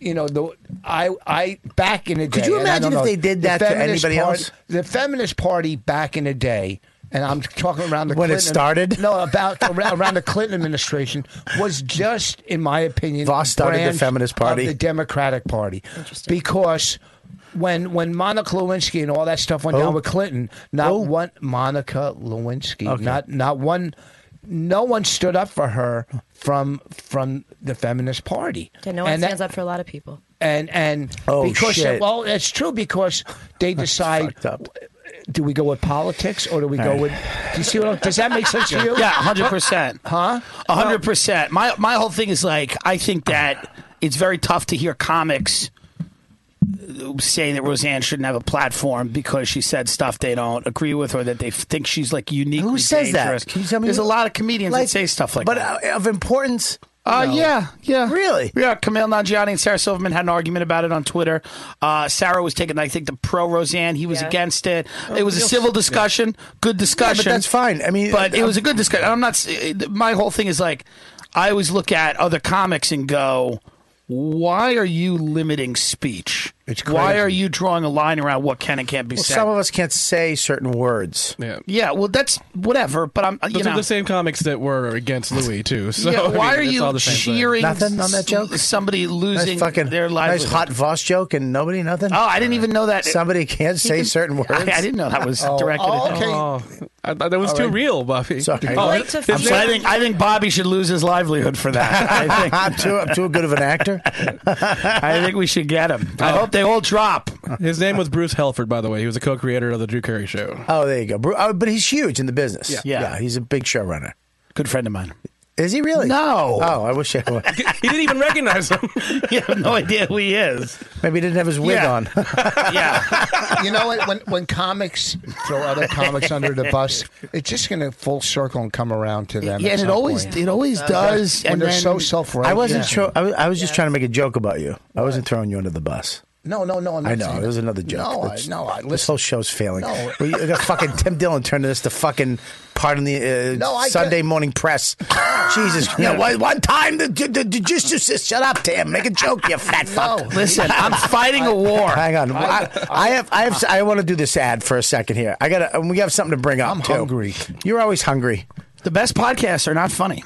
Speaker 5: you know the I I back in the day.
Speaker 8: Could you
Speaker 5: and I
Speaker 8: imagine
Speaker 5: don't
Speaker 8: if
Speaker 5: know,
Speaker 8: they did
Speaker 5: the
Speaker 8: that to
Speaker 5: Feminist
Speaker 8: anybody
Speaker 5: Party-
Speaker 8: else?
Speaker 5: The feminist party back in the day, and I'm talking around the
Speaker 8: When it
Speaker 5: Clinton-
Speaker 8: started?
Speaker 5: No, about around, around the Clinton administration was just, in my opinion,
Speaker 8: Voss started the
Speaker 5: branch
Speaker 8: feminist
Speaker 5: of
Speaker 8: party.
Speaker 5: the Democratic Party, because. When when Monica Lewinsky and all that stuff went
Speaker 8: Who?
Speaker 5: down with Clinton, not one Monica Lewinsky, not not one no one stood up for her from from the feminist party.
Speaker 6: Yeah, no one
Speaker 5: and
Speaker 6: stands
Speaker 5: that-
Speaker 6: up for a lot of people.
Speaker 5: And and
Speaker 8: Oh,
Speaker 5: because
Speaker 8: shit.
Speaker 5: well, it's true because they decide.
Speaker 8: fucked up.
Speaker 5: Do we go with politics or do we go with? Do you see what? I'm- Does that make sense to you?
Speaker 4: Yeah, hundred percent.
Speaker 5: Huh?
Speaker 4: hundred percent. My my whole thing is like I think that it's very tough to hear comics say that Roseanne shouldn't have a platform because she said stuff they don't agree with or that they think she's like unique.
Speaker 8: Who says that? Can you tell me
Speaker 4: There's
Speaker 8: who-
Speaker 4: a lot of comedians that say stuff like
Speaker 8: but
Speaker 4: that.
Speaker 8: uh, of importance.
Speaker 4: Uh, yeah, yeah.
Speaker 8: Really?
Speaker 4: Yeah. Camille Nangiani and Sarah Silverman had an argument about it on Twitter. Uh, Sarah was taking, I think, the pro Roseanne. He was
Speaker 6: Yeah.
Speaker 4: against it.
Speaker 8: Oh,
Speaker 4: It was a civil discussion, good discussion.
Speaker 8: that's fine. I mean,
Speaker 4: but it
Speaker 8: I'm-
Speaker 4: was a good discussion. I'm not. s- it- My whole thing is like, I always look at other comics and go, "Why are you limiting speech?
Speaker 5: It's
Speaker 4: Why
Speaker 5: crazy.
Speaker 4: are you drawing a line around what can and can't be
Speaker 8: Well,
Speaker 4: said?"
Speaker 8: some of us can't say certain words.
Speaker 7: Yeah.
Speaker 4: yeah, well, that's whatever. But I'm, you
Speaker 7: Those are
Speaker 4: know,
Speaker 7: the same comics that were against Louis too. So
Speaker 4: yeah,
Speaker 7: I mean,
Speaker 4: why are
Speaker 7: it's all
Speaker 4: you
Speaker 7: the same thing.
Speaker 4: cheering
Speaker 8: Nothing on that
Speaker 4: s-
Speaker 8: joke?
Speaker 4: Somebody
Speaker 8: Nice
Speaker 4: losing
Speaker 8: fucking
Speaker 4: their lives.
Speaker 8: nice hot Voss joke and nobody nothing.
Speaker 4: Oh, I didn't even know that.
Speaker 8: Somebody can't say certain words.
Speaker 4: I, I didn't know that was directed.
Speaker 5: oh,
Speaker 4: at
Speaker 5: okay.
Speaker 7: Oh, I, I- that was too real, Buffy.
Speaker 8: Sorry.
Speaker 7: Oh,
Speaker 6: Like to
Speaker 7: his name-
Speaker 4: So I think I think Bobby should lose his livelihood for that. I think
Speaker 8: I'm too, I'm too good of an actor.
Speaker 4: I think we should get him. I hope they all drop.
Speaker 7: His name was Bruce Helford, by the way. He was a co-creator of the Drew Carey Show.
Speaker 8: Oh, there you go. Bru- Oh, but he's huge in the business. Yeah.
Speaker 4: Yeah.
Speaker 8: he's a big showrunner.
Speaker 4: Good friend of mine.
Speaker 8: Is he really?
Speaker 4: No.
Speaker 8: Oh, I wish I would.
Speaker 7: he didn't even recognize him.
Speaker 4: You have no idea who he is.
Speaker 8: Maybe he didn't have his wig
Speaker 4: Yeah.
Speaker 8: on.
Speaker 4: Yeah.
Speaker 5: you know what? When when comics throw other comics under the bus, it's just going to full circle and come around to them.
Speaker 4: yeah,
Speaker 5: at
Speaker 4: and it
Speaker 5: some
Speaker 4: always
Speaker 5: point.
Speaker 4: it always does.
Speaker 5: when
Speaker 4: and
Speaker 5: they're
Speaker 4: then-
Speaker 5: so self righteous.
Speaker 8: Oh, I wasn't sure. I was, I was just trying to make a joke about you. I wasn't throwing you under the bus.
Speaker 5: No, no, no. I'm not
Speaker 8: I know
Speaker 5: saying
Speaker 8: it
Speaker 5: that.
Speaker 8: was another joke.
Speaker 5: No, I,
Speaker 8: That's-
Speaker 5: no. I,
Speaker 8: this
Speaker 5: listen,
Speaker 8: whole show's failing.
Speaker 5: No.
Speaker 8: We got fucking Tim Dillon turning this to fucking part of the uh,
Speaker 5: No, I
Speaker 8: Sunday
Speaker 5: get-
Speaker 8: morning press. Jesus, you know, one, one time the, the, the, just, just just shut up, Tim. Make a joke, you fat fuck.
Speaker 5: No.
Speaker 4: Listen, I'm fighting a war.
Speaker 8: Hang on, I, I have, I have, I want to do this ad for a second here. I got, to we have something to bring up.
Speaker 5: I'm
Speaker 8: too.
Speaker 5: hungry.
Speaker 8: You're always hungry.
Speaker 4: The best podcasts are not funny.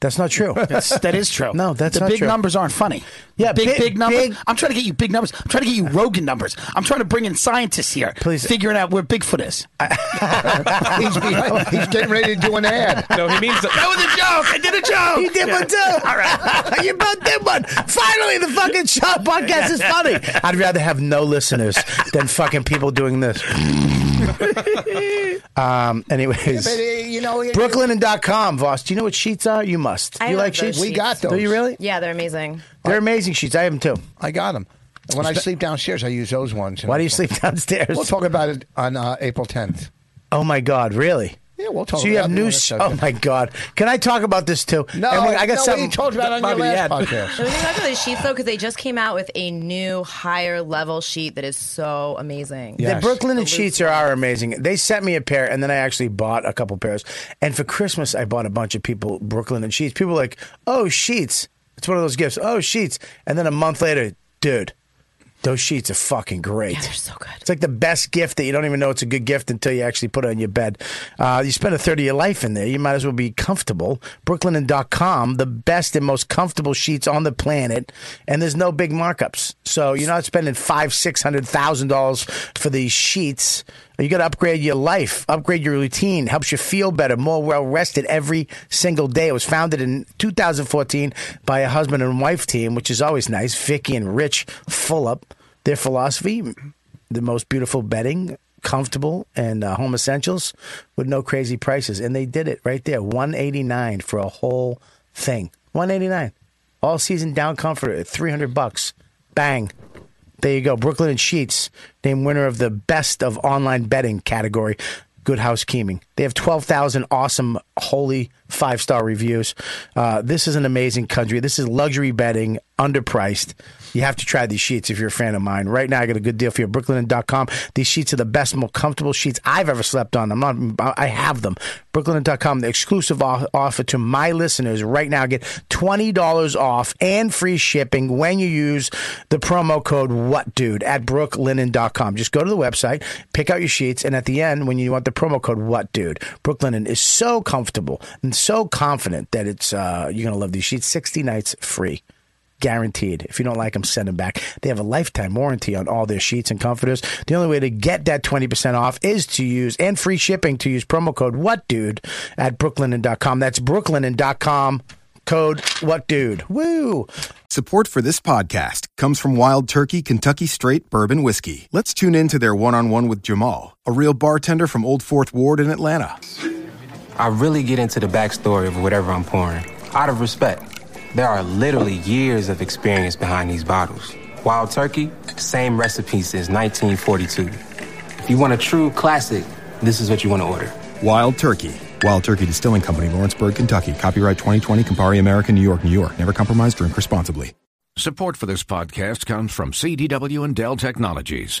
Speaker 8: That's not true.
Speaker 4: That's, that is true.
Speaker 8: No, that's
Speaker 4: the
Speaker 8: not
Speaker 4: big
Speaker 8: true.
Speaker 4: numbers aren't funny.
Speaker 8: Yeah,
Speaker 4: big
Speaker 8: big-
Speaker 4: big, numbers.
Speaker 8: big-
Speaker 4: I'm trying to get you big numbers. I'm trying to get you Rogan numbers. I'm trying to bring in scientists here,
Speaker 8: Please.
Speaker 4: figuring out where Bigfoot is.
Speaker 5: he's, behind- he's getting ready to do an ad.
Speaker 7: no, he means
Speaker 4: that
Speaker 7: that.
Speaker 4: was a joke. I did a joke.
Speaker 8: You did one too. All right. you both did one. Finally, the fucking show podcast is funny. I'd rather have no listeners than fucking people doing this. um. Anyways,
Speaker 5: But uh, you know, it-
Speaker 8: Brooklyn and dot com, Voss. Do you know what sheets are? You must.
Speaker 6: I
Speaker 8: you
Speaker 6: love
Speaker 8: like
Speaker 6: those
Speaker 8: sheets?
Speaker 5: We got those.
Speaker 8: Do you really?
Speaker 6: Yeah, they're amazing.
Speaker 8: They're amazing sheets. I have them too.
Speaker 5: I got them. When I sleep downstairs, I use those ones.
Speaker 8: Why do you sleep downstairs?
Speaker 5: We'll talk about it on uh, April 10th.
Speaker 8: Oh my God! Really?
Speaker 5: Yeah, we'll talk
Speaker 8: So you have
Speaker 5: about it on
Speaker 8: new?
Speaker 5: this
Speaker 8: sh-
Speaker 5: subject.
Speaker 8: Oh my God! Can I talk about this too?
Speaker 5: No,
Speaker 8: And we- I got
Speaker 5: no,
Speaker 8: something.
Speaker 5: We talked about it on
Speaker 7: Bobby,
Speaker 5: your last
Speaker 7: the
Speaker 5: podcast.
Speaker 6: The thing about those sheets though, because they just came out with a new higher level sheet that is so amazing.
Speaker 5: Yeah.
Speaker 8: The
Speaker 5: Yes.
Speaker 8: Brooklyn and sheets are, are amazing. They sent me a pair, and then I actually bought a couple pairs. And for Christmas, I bought a bunch of people Brooklyn and sheets. People were like, oh sheets, it's one of those gifts. Oh sheets, and then a month later, dude, those sheets are fucking great.
Speaker 6: Yeah, they're so good.
Speaker 8: It's like the best gift that you don't even know it's a good gift until you actually put it on your bed. Uh, you spend a third of your life in there. You might as well be comfortable. Brooklinen.com, the best and most comfortable sheets on the planet, and there's no big markups. So you're not spending five, six hundred thousand dollars for these sheets. You got to upgrade your life, upgrade your routine. Helps you feel better, more well rested every single day. It was founded in 2014 by a husband and wife team, which is always nice. Vicky and Rich Fullup. Their philosophy the most beautiful bedding, comfortable, and uh, home essentials with no crazy prices. And they did it right there, one eighty nine for a whole thing, one eighty nine, all season down comforter at three hundred bucks. Bang, there you go. Brooklyn and Sheets named winner of the best of online bedding category. Good housekeeping. They have 12,000 awesome, holy five star reviews. Uh, this is an amazing country. This is luxury bedding, underpriced. You have to try these sheets if you're a fan of mine. Right now, I got a good deal for you. Brooklinen.com. These sheets are the best, most comfortable sheets I've ever slept on. I'm not, I have them. Brooklinen.com, the exclusive off- offer to my listeners right now. Get $20 off and free shipping when you use the promo code WhatDude at brooklinen.com. Just go to the website, pick out your sheets, and at the end, when you want the promo code WhatDude, Brooklinen is so comfortable and so confident that it's uh, you're going to love these sheets. 60 nights free. guaranteed. If you don't like them, send them back. They have a lifetime warranty on all their sheets and comforters. The only way to get that 20% off is to use and free shipping to use promo code what dude at brooklinen.com. That's brooklinen.com code what dude. Woo!
Speaker 9: Support for this podcast comes from Wild Turkey Kentucky Straight Bourbon Whiskey. Let's tune in to their one on one with Jamal, a real bartender from Old Fourth Ward in Atlanta.
Speaker 3: I really get into the backstory of whatever I'm pouring. Out of respect, there are literally years of experience behind these bottles. Wild Turkey, same recipe since 1942. If you want a true classic, this is what you want to order.
Speaker 9: Wild Turkey. Wild Turkey Distilling Company, Lawrenceburg, Kentucky. Copyright 2020, Campari American, New York, New York. Never compromise, drink responsibly.
Speaker 2: Support for this podcast comes from CDW and Dell Technologies.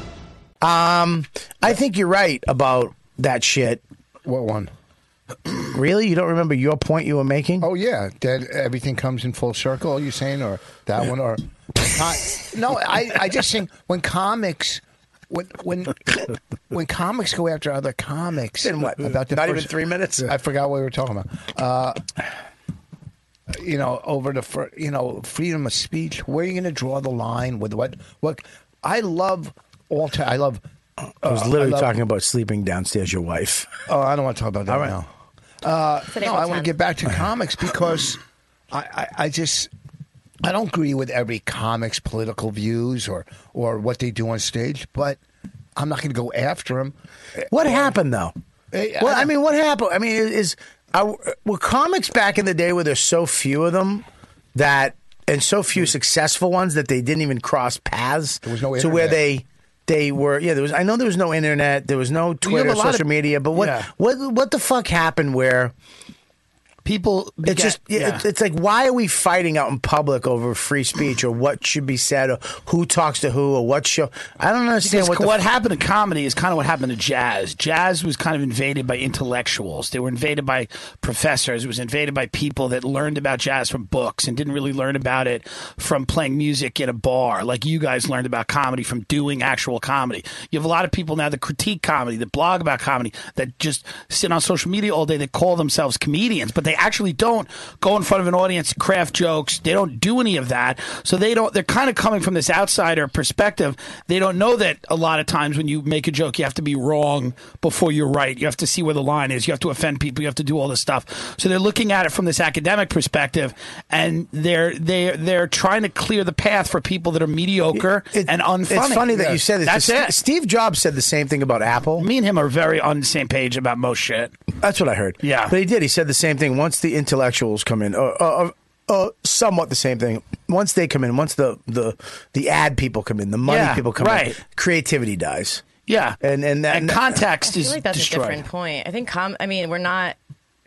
Speaker 8: Um, I think you're right about that shit.
Speaker 5: What one?
Speaker 8: Really? You don't remember your point you were making?
Speaker 5: Oh yeah, that everything comes in full circle. Are you saying or that one or? no, I I just think when comics. When when when comics go after other comics,
Speaker 8: Then what?
Speaker 5: About the
Speaker 8: Not
Speaker 5: first-
Speaker 8: even three minutes?
Speaker 5: I forgot what we were talking about. Uh, you know, over the fir- you know freedom of speech. Where are you going to draw the line with what? What I love all time. I love.
Speaker 8: I was literally
Speaker 5: I love-
Speaker 8: talking about sleeping downstairs your wife.
Speaker 5: Oh, I don't want to talk about that
Speaker 8: right.
Speaker 5: now.
Speaker 6: It's at
Speaker 5: No,
Speaker 6: April
Speaker 5: I want to
Speaker 6: 10.
Speaker 5: get back to comics because I, I, I just I don't agree with every comic's political views or or what they do on stage, but I'm not going to go after them.
Speaker 8: What happened though?
Speaker 5: Eh,
Speaker 8: well,
Speaker 5: I-
Speaker 8: I mean, what happened? I mean, is are, were comics back in the day where there's so few of them that and so
Speaker 4: Hmm.
Speaker 8: few successful ones that they didn't even cross paths there
Speaker 5: was no
Speaker 8: to where
Speaker 5: internet.
Speaker 8: they they were yeah there was I know there was no internet there was no
Speaker 4: have
Speaker 8: Twitter
Speaker 4: a lot of-
Speaker 8: social media but what
Speaker 4: Yeah.
Speaker 8: what what the fuck happened where
Speaker 4: People, beget-
Speaker 8: it's just yeah, It's, it's like why are we fighting out in public over free speech or what should be said or who talks to who or what show I don't understand
Speaker 4: Because
Speaker 8: what
Speaker 4: what,
Speaker 8: the f-
Speaker 4: happened to comedy is kind of what happened to jazz. Jazz was kind of invaded by intellectuals. They were invaded by professors. It was invaded by people that learned about jazz from books and didn't really learn about it from playing music at a bar. Like you guys learned about comedy from doing actual comedy. You have a lot of people now that critique comedy, that blog about comedy, that just sit on social media all day. They call themselves comedians, but they actually don't go in front of an audience, craft jokes. They don't do any of that. So they don't. They're kind of coming from this outsider perspective. They don't know that a lot of times when you make a joke, you have to be wrong before you're right. You have to see where the line is. You have to offend people. You have to do all this stuff. So they're looking at it from this academic perspective, and they're they they're are trying to clear the path for people that are mediocre
Speaker 8: It-
Speaker 4: and unfunny.
Speaker 8: It's funny that you said this.
Speaker 4: That's
Speaker 8: Ste-
Speaker 4: it.
Speaker 8: Steve Jobs said the same thing about Apple.
Speaker 4: Me and him are very on the same page about most shit.
Speaker 8: That's what I heard.
Speaker 4: Yeah.
Speaker 8: but he did. He said the same thing. Once the intellectuals come in, Uh, or, or, or uh, somewhat the same thing. Once they come in, once the the the ad people come in, the money
Speaker 4: Yeah,
Speaker 8: people come in,
Speaker 4: right.
Speaker 8: creativity dies.
Speaker 4: Yeah,
Speaker 8: And- and that-
Speaker 4: and context
Speaker 6: I
Speaker 4: is
Speaker 6: feel like that's
Speaker 4: destroyed.
Speaker 6: a different point. I think com. I mean, we're not.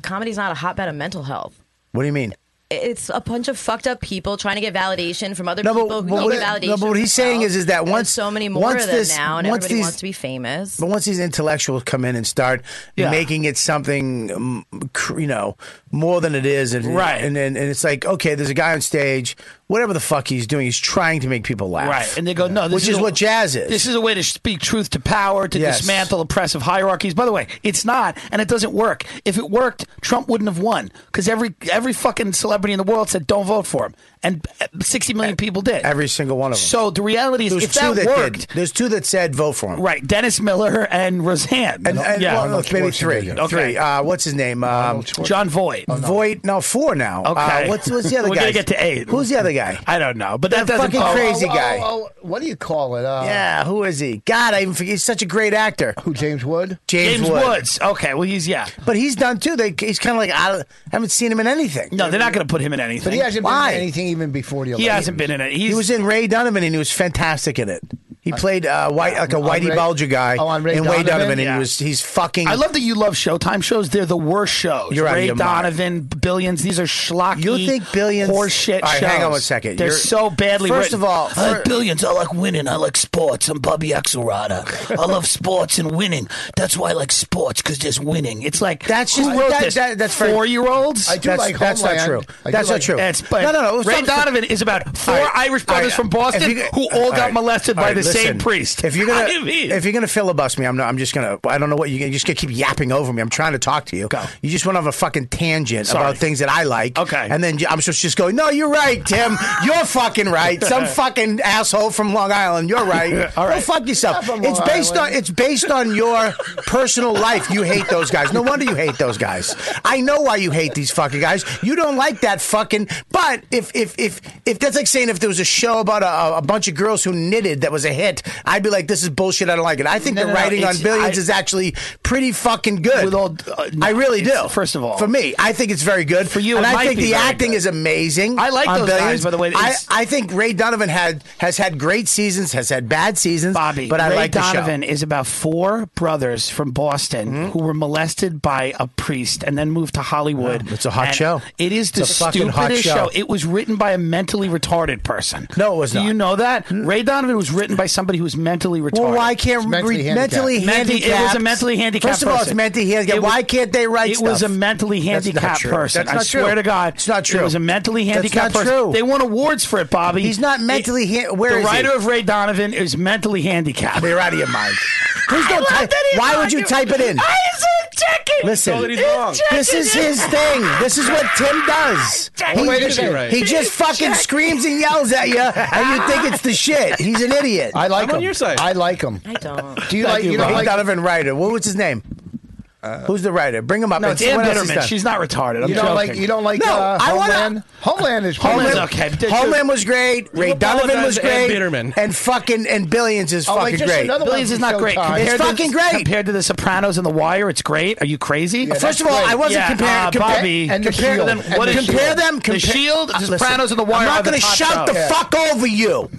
Speaker 6: Comedy's not a hotbed of mental health.
Speaker 8: What do you mean?
Speaker 6: It's a bunch of fucked up people trying to get validation from other
Speaker 8: No, but-
Speaker 6: people who
Speaker 8: but
Speaker 6: can
Speaker 8: what-
Speaker 6: get validation.
Speaker 8: no, but what he's
Speaker 6: from
Speaker 8: saying is- is that
Speaker 6: themselves.
Speaker 8: once-
Speaker 6: There's so many more
Speaker 8: once
Speaker 6: of them
Speaker 8: this-
Speaker 6: now, and
Speaker 8: once
Speaker 6: everybody
Speaker 8: these-
Speaker 6: wants to be famous.
Speaker 8: But once these intellectuals come in and start
Speaker 4: Yeah.
Speaker 8: making it something, um, cr- you know, more than it is, and
Speaker 4: Right.
Speaker 8: and, and and it's like, okay, there's a guy on stage, whatever the fuck he's doing, he's trying to make people laugh,
Speaker 4: Right. And they go, no, this
Speaker 8: which is
Speaker 4: a-
Speaker 8: what jazz is.
Speaker 4: This is a way to speak truth to power, to
Speaker 8: Yes.
Speaker 4: dismantle oppressive hierarchies. By the way, it's not, and it doesn't work. If it worked, Trump wouldn't have won because every every fucking celebrity in the world said, don't vote for him. And uh, 60 million people did.
Speaker 8: E, every single one of them.
Speaker 4: So the reality is,
Speaker 8: There's
Speaker 4: if
Speaker 8: two
Speaker 4: that,
Speaker 8: that,
Speaker 4: worked,
Speaker 8: did. There's two that said vote for him.
Speaker 4: right, Dennis Miller and Roseanne.
Speaker 8: And, and
Speaker 4: yeah.
Speaker 8: well, no, maybe three.
Speaker 5: Schwarzenegger.
Speaker 8: Three. Uh, what's his name? Um,
Speaker 4: John Voigt.
Speaker 8: Voight. No, four now.
Speaker 4: Oh, Okay.
Speaker 8: Uh, what's, what's the other
Speaker 4: We're
Speaker 8: guy?
Speaker 4: gonna get to eight. Uh,
Speaker 8: Who's the other guy?
Speaker 4: I don't know, but that
Speaker 8: That
Speaker 4: doesn't
Speaker 8: fucking
Speaker 4: oh,
Speaker 8: crazy guy.
Speaker 5: Oh, oh, what do you call it? Uh,
Speaker 8: yeah, who is he? God, I even forget. He's such a great actor.
Speaker 5: Who James Wood?
Speaker 8: James,
Speaker 4: James
Speaker 8: Wood.
Speaker 4: Woods. Okay, well he's yeah.
Speaker 8: But he's done too. They, he's kind of like out of, I haven't seen him in anything.
Speaker 4: No, they're not going to put him in anything.
Speaker 5: But he hasn't
Speaker 8: Why?
Speaker 5: been in anything even before the.
Speaker 4: He
Speaker 5: Olympics.
Speaker 4: hasn't been in it. He's,
Speaker 8: He was in Ray Donovan and he was fantastic in it. He played uh, white like a
Speaker 4: on
Speaker 8: Whitey
Speaker 4: Ray-
Speaker 8: Bulger guy
Speaker 4: oh, on Ray
Speaker 8: and Way
Speaker 4: Donovan?
Speaker 8: Donovan, and
Speaker 4: Yeah.
Speaker 8: he was he's fucking.
Speaker 4: I love that you love Showtime shows. They're the worst shows.
Speaker 8: You're out of
Speaker 4: Ray
Speaker 8: your mind.
Speaker 4: Donovan, Billions. These are schlocky.
Speaker 8: You think Billions-
Speaker 4: horseshit
Speaker 8: All right,
Speaker 4: shows?
Speaker 8: hang on one second.
Speaker 4: They're
Speaker 8: You're-
Speaker 4: so badly.
Speaker 8: First of
Speaker 4: written.
Speaker 8: all,
Speaker 4: I like
Speaker 8: fir-
Speaker 4: Billions. I like winning. I like sports. I'm Bobby Axelrod. I love sports and winning. That's why I like sports because there's winning. It's like that's
Speaker 8: just-
Speaker 4: who wrote
Speaker 8: that-
Speaker 4: this?
Speaker 8: that- that's very-
Speaker 4: four year olds.
Speaker 8: I do That's- like that's not Homeland. true. I do That's not like- true.
Speaker 4: It's, but
Speaker 8: No, no, no.
Speaker 4: Ray
Speaker 8: Some-
Speaker 4: Donovan is about four
Speaker 8: All right,
Speaker 4: Irish
Speaker 8: all
Speaker 4: brothers
Speaker 8: right,
Speaker 4: from Boston
Speaker 8: if you-
Speaker 4: who all got
Speaker 8: right,
Speaker 4: molested
Speaker 8: all
Speaker 4: by
Speaker 8: right,
Speaker 4: the
Speaker 8: listen,
Speaker 4: same priest.
Speaker 8: If you're gonna
Speaker 4: I mean-
Speaker 8: if you're gonna filibust me, I'm not, I'm just gonna. I don't know what you you're just gonna keep yapping over me. I'm trying to talk to you. You just went off a fucking tangent
Speaker 4: Sorry.
Speaker 8: about things that I like. Okay. And then I'm supposed to just go. No, you're right, Tim. you're fucking right. Some fucking asshole from Long Island. You're right.
Speaker 4: All
Speaker 8: Go
Speaker 4: right.
Speaker 8: fuck yourself.
Speaker 4: Not from
Speaker 8: It's
Speaker 4: Long
Speaker 8: based
Speaker 4: Island.
Speaker 8: on it's based on your personal life. You hate those guys. No wonder you hate those guys. I know why you hate these fucking guys. You don't like that fucking. But if if if if that's like saying if there was a show about a, a bunch of girls who knitted that was a hit, I'd be like, this is bullshit. I don't like it. I think
Speaker 4: No,
Speaker 8: the
Speaker 4: no, no,
Speaker 8: writing on
Speaker 4: it's-
Speaker 8: billions
Speaker 4: I-
Speaker 8: is actually pretty fucking good.
Speaker 4: With all- uh, no,
Speaker 8: I really do.
Speaker 4: it's- first of all-
Speaker 8: for me, I think it's very good for
Speaker 4: you,
Speaker 8: and
Speaker 4: it
Speaker 8: I
Speaker 4: might
Speaker 8: think
Speaker 4: be
Speaker 8: the
Speaker 4: very
Speaker 8: acting
Speaker 4: good.
Speaker 8: is amazing.
Speaker 4: I like
Speaker 8: on
Speaker 4: those guys,
Speaker 8: billions.
Speaker 4: by the way.
Speaker 8: I,
Speaker 4: It's-
Speaker 8: I think Ray Donovan had has had great seasons, has had bad seasons. Bobby, but I
Speaker 4: Ray
Speaker 8: like
Speaker 4: Donovan
Speaker 8: The show. Mm-hmm.
Speaker 4: is about four brothers from Boston who were molested by a priest and then moved to Hollywood.
Speaker 8: It's a hot
Speaker 4: And
Speaker 8: show.
Speaker 4: It is the
Speaker 8: It's a fucking
Speaker 4: stupidest
Speaker 8: hot show.
Speaker 4: show. It was written by a mentally retarded person. No, it was Do
Speaker 8: not. Mm.
Speaker 4: you know that? Ray Donovan was written by somebody who was mentally retarded.
Speaker 8: Well, why can't mentally, re- mentally handicapped?
Speaker 4: It was a mentally handicapped.
Speaker 8: First of all, it's
Speaker 4: person.
Speaker 8: mentally handicapped.
Speaker 4: It was-
Speaker 8: Why can't they write?
Speaker 4: It was a
Speaker 8: stuff?
Speaker 4: mentally
Speaker 8: That's not
Speaker 4: handicapped
Speaker 8: true.
Speaker 4: person.
Speaker 8: That's
Speaker 4: I
Speaker 8: not true.
Speaker 4: swear to God,
Speaker 8: it's not true.
Speaker 4: It was a mentally
Speaker 8: That's
Speaker 4: handicapped
Speaker 8: not
Speaker 4: person.
Speaker 8: True.
Speaker 4: They won awards for it, Bobby.
Speaker 8: He's not mentally.
Speaker 4: It-
Speaker 8: han- where
Speaker 4: the
Speaker 8: is he?
Speaker 4: writer of Ray Donovan is mentally handicapped.
Speaker 8: You're out of your mind. Please
Speaker 4: I
Speaker 8: don't
Speaker 4: love
Speaker 8: type.
Speaker 4: that he's
Speaker 8: Why would you
Speaker 4: arguing.
Speaker 8: type it in?
Speaker 4: I said check it.
Speaker 8: Listen,
Speaker 4: Totally wrong.
Speaker 8: this is his thing. This is what Tim does.
Speaker 4: Jack-
Speaker 8: He,
Speaker 4: Wait a
Speaker 8: just-
Speaker 4: minute.
Speaker 8: he just fucking screams and yells at you, and you think it's the shit. He's an idiot.
Speaker 5: I like him. I like him.
Speaker 6: I don't.
Speaker 5: Do you like? You don't
Speaker 8: Ray
Speaker 5: like?
Speaker 8: Donovan Ryder? What was his name? Who's the writer? Bring him up.
Speaker 4: No,
Speaker 8: It's-
Speaker 4: Dan
Speaker 8: what else he's
Speaker 4: Bitterman.
Speaker 8: done?
Speaker 4: She's not retarded. I'm
Speaker 5: you don't like?
Speaker 4: joking.
Speaker 5: You don't like?
Speaker 8: No,
Speaker 5: uh,
Speaker 8: I wanna-
Speaker 5: Homeland. Homeland is pretty
Speaker 8: Homeland,
Speaker 5: good.
Speaker 4: okay.
Speaker 8: Homeland was great. Ray
Speaker 4: You
Speaker 8: Donovan was
Speaker 7: apologize,
Speaker 8: great.
Speaker 7: Ed Bitterman.
Speaker 8: And fucking and Billions is
Speaker 5: Oh, wait,
Speaker 8: fucking
Speaker 5: just
Speaker 8: great.
Speaker 5: another
Speaker 4: Billions is not great.
Speaker 5: Showtime.
Speaker 4: Compared
Speaker 8: It's
Speaker 4: to-
Speaker 8: fucking great.
Speaker 4: Compared to The Sopranos and The Wire, it's great. Are you crazy?
Speaker 8: First of all, I wasn't
Speaker 4: Yeah,
Speaker 8: comparing
Speaker 4: uh,
Speaker 8: compare-
Speaker 4: Bobby.
Speaker 5: and The
Speaker 4: compare
Speaker 5: Shield.
Speaker 4: them.
Speaker 5: And
Speaker 4: What
Speaker 5: The
Speaker 4: is-
Speaker 8: compare
Speaker 5: Shield.
Speaker 8: them.
Speaker 4: The
Speaker 8: Compare,
Speaker 4: Shield,
Speaker 8: Uh,
Speaker 4: The
Speaker 8: listen,
Speaker 4: Sopranos, and The Wire.
Speaker 8: I'm not
Speaker 4: are the
Speaker 8: gonna
Speaker 4: top
Speaker 8: shout the
Speaker 4: shows.
Speaker 8: fuck over you.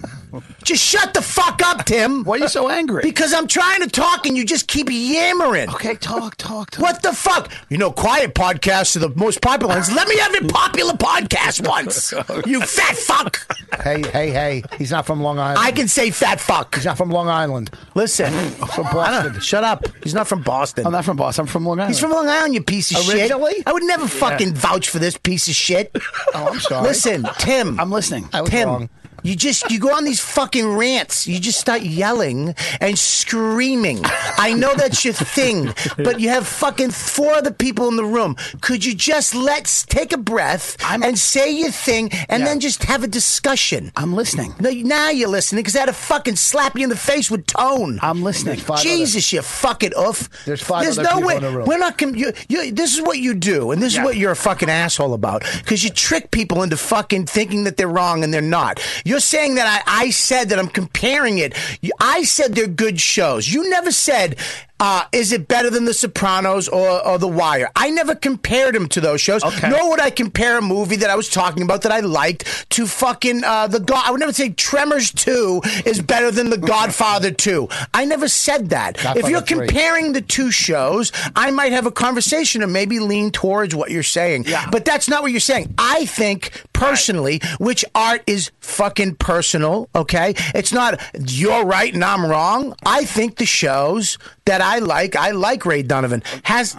Speaker 8: Just shut the fuck up, Tim.
Speaker 4: Why are you so angry?
Speaker 8: Because I'm trying to talk and you just keep yammering.
Speaker 4: okay, talk, talk, talk.
Speaker 8: What the fuck? You know, quiet podcasts are the most popular ones. Let me have your popular podcast once. You fat fuck.
Speaker 5: Hey, hey, hey! He's not from Long Island.
Speaker 8: I can say fat fuck.
Speaker 5: He's not from Long Island.
Speaker 8: Listen, from Boston. Shut up. He's not from Boston.
Speaker 4: I'm not from Boston. I'm from Long Island.
Speaker 8: He's from Long Island, you piece of
Speaker 5: Originally?
Speaker 8: shit. I would never fucking vouch for this piece of shit.
Speaker 5: Oh, I'm sorry.
Speaker 8: Listen, Tim.
Speaker 4: I'm listening.
Speaker 5: I was
Speaker 8: Tim,
Speaker 5: wrong.
Speaker 8: you just you go on these fucking rants. You just start yelling and screaming. I know that's your thing, but you have fucking four other people in the room. Could you just let's take a breath and say your thing, and
Speaker 4: Yeah.
Speaker 8: then just have a discussion?
Speaker 4: I'm listening.
Speaker 8: No, now you're listening because I had to fucking slap you in the face with tone.
Speaker 4: I'm listening.
Speaker 5: Five other-
Speaker 8: Jesus, you fucking oof.
Speaker 5: There's five
Speaker 8: There's
Speaker 5: other
Speaker 8: no
Speaker 5: people
Speaker 8: way.
Speaker 5: in the room.
Speaker 8: We're not. Com- you, you, this is what you do, and this
Speaker 4: Yeah.
Speaker 8: is what you're a fucking asshole about because you trick people into fucking thinking that they're wrong and they're not. You're saying that I, I said that I'm comparing it. You- I said they're good shows. You never said. Uh, is it better than The Sopranos or, or The Wire? I never compared them to those shows.
Speaker 4: Okay.
Speaker 8: Nor would I compare a movie that I was talking about that I liked to fucking uh, the God. I would never say Tremors Two is better than The Godfather Two. I never said that. if
Speaker 5: Godfather
Speaker 8: you're
Speaker 5: three.
Speaker 8: comparing the two shows, I might have a conversation and maybe lean towards what you're saying.
Speaker 4: Yeah.
Speaker 8: But that's not what you're saying. I think personally, which art is fucking personal, okay? It's not you're right and I'm wrong. I think the shows that I like, I like Ray Donovan. Has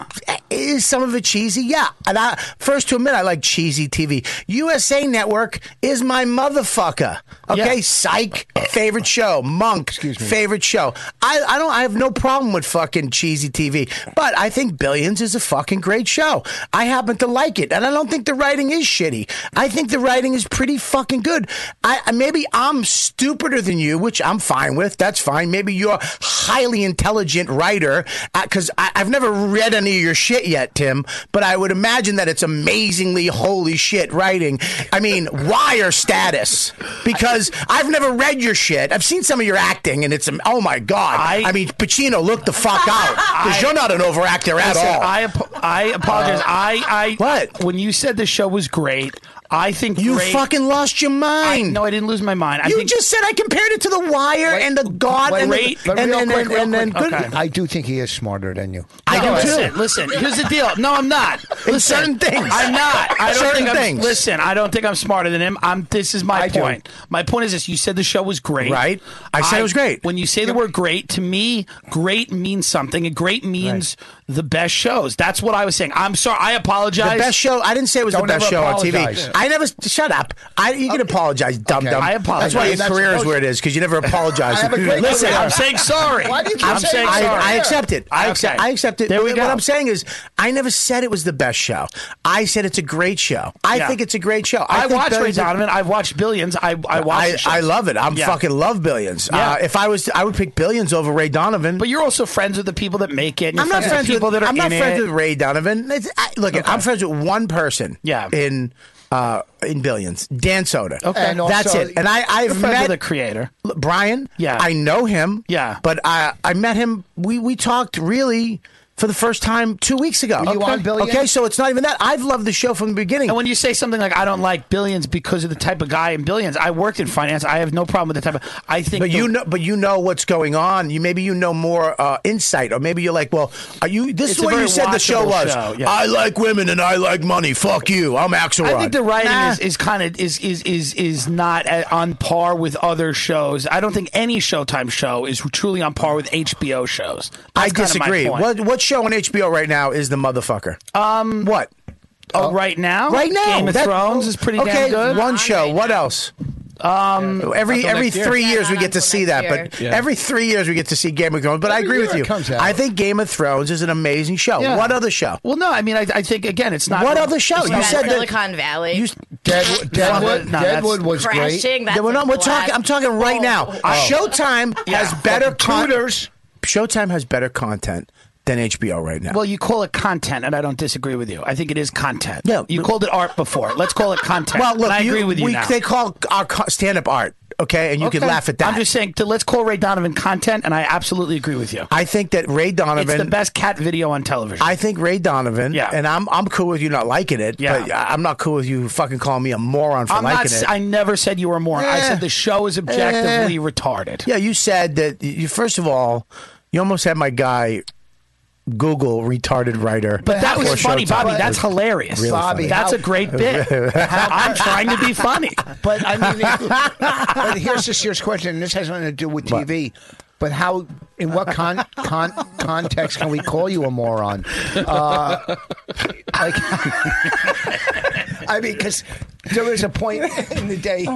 Speaker 8: is some of it cheesy? Yeah. And I first to admit I like cheesy TV. USA Network is my motherfucker. Okay?
Speaker 4: Yeah.
Speaker 8: Psych favorite show. Monk favorite show. I, I don't I have no problem with fucking cheesy TV, but I think Billions is a fucking great show. I happen to like it, and I don't think the writing is shitty. I think the writing is pretty fucking good. I I- maybe I'm stupider than you, which I'm fine with. That's fine. Maybe you're a highly intelligent writer because I I've never read any of your shit yet, Tim. But I would imagine that it's amazingly holy shit writing. I mean, wire status because I've never read your shit. I've seen some of your acting, and it's um, oh my god.
Speaker 4: I-
Speaker 8: I mean, Pacino, look the fuck out because you're not an overactor at
Speaker 4: Listen,
Speaker 8: all.
Speaker 4: I apo- I apologize.
Speaker 8: Uh,
Speaker 4: I, I what? When you said the show was great, I think
Speaker 8: You
Speaker 4: great-
Speaker 8: fucking lost your mind.
Speaker 4: I, no, I didn't lose my mind. I
Speaker 8: you
Speaker 4: think
Speaker 8: just said I compared it to The Wire and The God and the- and then and, then- and then good.
Speaker 5: I do think he is smarter than you.
Speaker 4: I
Speaker 5: No,
Speaker 4: do
Speaker 5: it's-
Speaker 4: listen, listen. Here's the deal. No, I'm not.
Speaker 5: In
Speaker 4: Listen,
Speaker 5: certain things.
Speaker 4: I'm not. I don't
Speaker 5: Certain
Speaker 4: think I'm,
Speaker 5: things.
Speaker 4: Listen, I don't think I'm smarter than him. I'm. This is my
Speaker 5: do.
Speaker 4: point. My point is this: you said the show was great, right?
Speaker 8: I said it was great.
Speaker 4: When you say the word "great," to me, great means something, and great means the best shows. That's what I was saying. I'm sorry. I apologize.
Speaker 8: The best show. I didn't say it was
Speaker 4: Don't
Speaker 8: the best
Speaker 4: ever
Speaker 8: show on
Speaker 4: apologize.
Speaker 8: TV. I never. Shut up. I, you can apologize, dumb dumb.
Speaker 4: I
Speaker 8: That's
Speaker 4: apologize.
Speaker 8: why your
Speaker 4: That's-
Speaker 8: career is where it is because you never apologize.
Speaker 4: I have a great
Speaker 8: Listen,
Speaker 4: career. I'm saying sorry. Why do you keep
Speaker 8: I'm
Speaker 4: saying
Speaker 8: saying
Speaker 4: sorry?
Speaker 8: I, I accept it. I
Speaker 4: Okay.
Speaker 8: accept. I accept it.
Speaker 4: There we
Speaker 8: What
Speaker 4: go.
Speaker 8: I'm saying is, I never said it was the best show. I said it's a great show. I
Speaker 4: Yeah.
Speaker 8: think it's a great show.
Speaker 4: I,
Speaker 8: think
Speaker 4: watch
Speaker 8: that
Speaker 4: Ray
Speaker 8: is a-
Speaker 4: Donovan. I've watched Billions. I I watch. the shows.
Speaker 8: I, love it. I'm
Speaker 4: Yeah.
Speaker 8: fucking love Billions.
Speaker 4: Yeah.
Speaker 8: Uh, if I was, I would pick Billions over Ray Donovan.
Speaker 4: But you're also friends with the people that make it. And you're
Speaker 8: I'm not friends with
Speaker 4: people that are
Speaker 8: I'm not
Speaker 4: in
Speaker 8: friends
Speaker 4: it.
Speaker 8: with Ray Donovan. It's, I, look, I'm friends with one person.
Speaker 4: Yeah.
Speaker 8: In uh, in Billions, Dan Soda.
Speaker 4: Okay. And
Speaker 8: that's
Speaker 4: also-
Speaker 8: it. And I
Speaker 4: You're
Speaker 8: I've
Speaker 4: friends
Speaker 8: met
Speaker 4: with the creator.
Speaker 8: L- Brian.
Speaker 4: Yeah.
Speaker 8: I know him.
Speaker 4: Yeah.
Speaker 8: But I I met him. We we talked really. For the first time two weeks ago.
Speaker 4: Were you on Billions?
Speaker 8: Okay, so it's not even that. I've loved the show from the beginning.
Speaker 4: And when you say something like "I don't like billions because of the type of guy in billions," I worked in finance. I have no problem with the type of. I think.
Speaker 8: But
Speaker 4: the-
Speaker 8: you know, but you know what's going on. You maybe you know more uh, insight, or maybe you're like, well, are you? This is
Speaker 4: It's a
Speaker 8: what
Speaker 4: very
Speaker 8: you said the show
Speaker 4: watchable
Speaker 8: was.
Speaker 4: show, yeah.
Speaker 8: I like women and I like money. Fuck you. I'm Axelrod.
Speaker 4: I think the writing
Speaker 8: Nah.
Speaker 4: is, is kind of is is is is not at, on par with other shows. I don't think any Showtime show is truly on par with HBO shows.
Speaker 8: I
Speaker 4: That's kinda my
Speaker 8: disagree.
Speaker 4: point.
Speaker 8: What what show on HBO right now is the motherfucker? Um, what? uh,
Speaker 4: Oh, right now,
Speaker 8: Right now,
Speaker 4: Game of
Speaker 8: That-
Speaker 4: Thrones is pretty
Speaker 8: okay,
Speaker 4: damn good.
Speaker 8: One show. What else?
Speaker 4: Um,
Speaker 8: Every
Speaker 4: until
Speaker 8: every
Speaker 4: next year.
Speaker 8: three years we get to see that, but
Speaker 4: year. Yeah.
Speaker 8: every three years we get to see Game of Thrones. But I
Speaker 4: Every
Speaker 8: agree
Speaker 4: year
Speaker 8: with
Speaker 4: it
Speaker 8: you.
Speaker 4: comes out.
Speaker 8: I think Game of Thrones is an amazing show.
Speaker 4: Yeah.
Speaker 8: What other show?
Speaker 4: Well, no, I mean, I, I think again, it's not.
Speaker 8: What other show?
Speaker 4: it's not-
Speaker 8: You said that
Speaker 6: Silicon Valley.
Speaker 8: Deadwood,
Speaker 4: Deadwood- No, that's- Deadwood was
Speaker 6: Crashing, great. that's
Speaker 8: Yeah, we're not, we're
Speaker 6: the
Speaker 8: talking.
Speaker 6: last-
Speaker 8: I'm talking right now. Showtime
Speaker 4: Yeah.
Speaker 8: has better con-
Speaker 4: Tutors.
Speaker 8: Showtime has better content than HBO right now.
Speaker 4: Well, you call it content, and I don't disagree with you. I think it is content.
Speaker 8: Yeah.
Speaker 4: you called it art before. Let's call it content.
Speaker 8: Well, look,
Speaker 4: And I agree with you
Speaker 8: we-
Speaker 4: now.
Speaker 8: They call our co- stand-up art, okay, and you can
Speaker 4: Okay.
Speaker 8: laugh at that.
Speaker 4: I'm just saying, to, let's call Ray Donovan content, and I absolutely agree with you.
Speaker 8: I think that Ray Donovan.
Speaker 4: it's the best cat video on television.
Speaker 8: I think Ray Donovan,
Speaker 4: Yeah.
Speaker 8: and I'm I'm cool with you not liking it,
Speaker 4: Yeah.
Speaker 8: but I- I'm not cool with you fucking calling me a moron for
Speaker 4: I'm not.
Speaker 8: liking
Speaker 4: s-
Speaker 8: it.
Speaker 4: I never said you were a moron. I
Speaker 8: Eh.
Speaker 4: said the show is objectively retarded.
Speaker 8: Yeah, you said that. You first of all, you almost had my guy Google retarded writer,
Speaker 4: But that was
Speaker 8: for
Speaker 4: funny,
Speaker 8: Showtime.
Speaker 4: Bobby.
Speaker 8: It
Speaker 4: That's
Speaker 8: was
Speaker 4: hilarious.
Speaker 8: really funny.
Speaker 4: that's a great bit. I'm trying to be funny.
Speaker 5: But I mean, but here's the serious question, and this has nothing to do with TV. But how, in what con, con, context can we call you a moron? Uh, like, I mean, because there is a point in the day.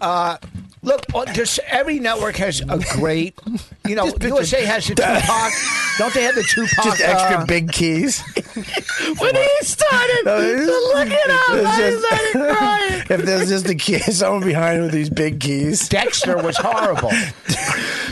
Speaker 5: Uh, look, oh, just every network has a great, you know, USA has the Tupac. Don't they have the Tupac?
Speaker 8: just extra
Speaker 5: uh,
Speaker 8: big keys.
Speaker 4: when he started to look it up,
Speaker 8: It's
Speaker 4: I
Speaker 8: just-
Speaker 4: started crying.
Speaker 8: if there's just a key, someone behind him with these big keys,
Speaker 5: Dexter was horrible.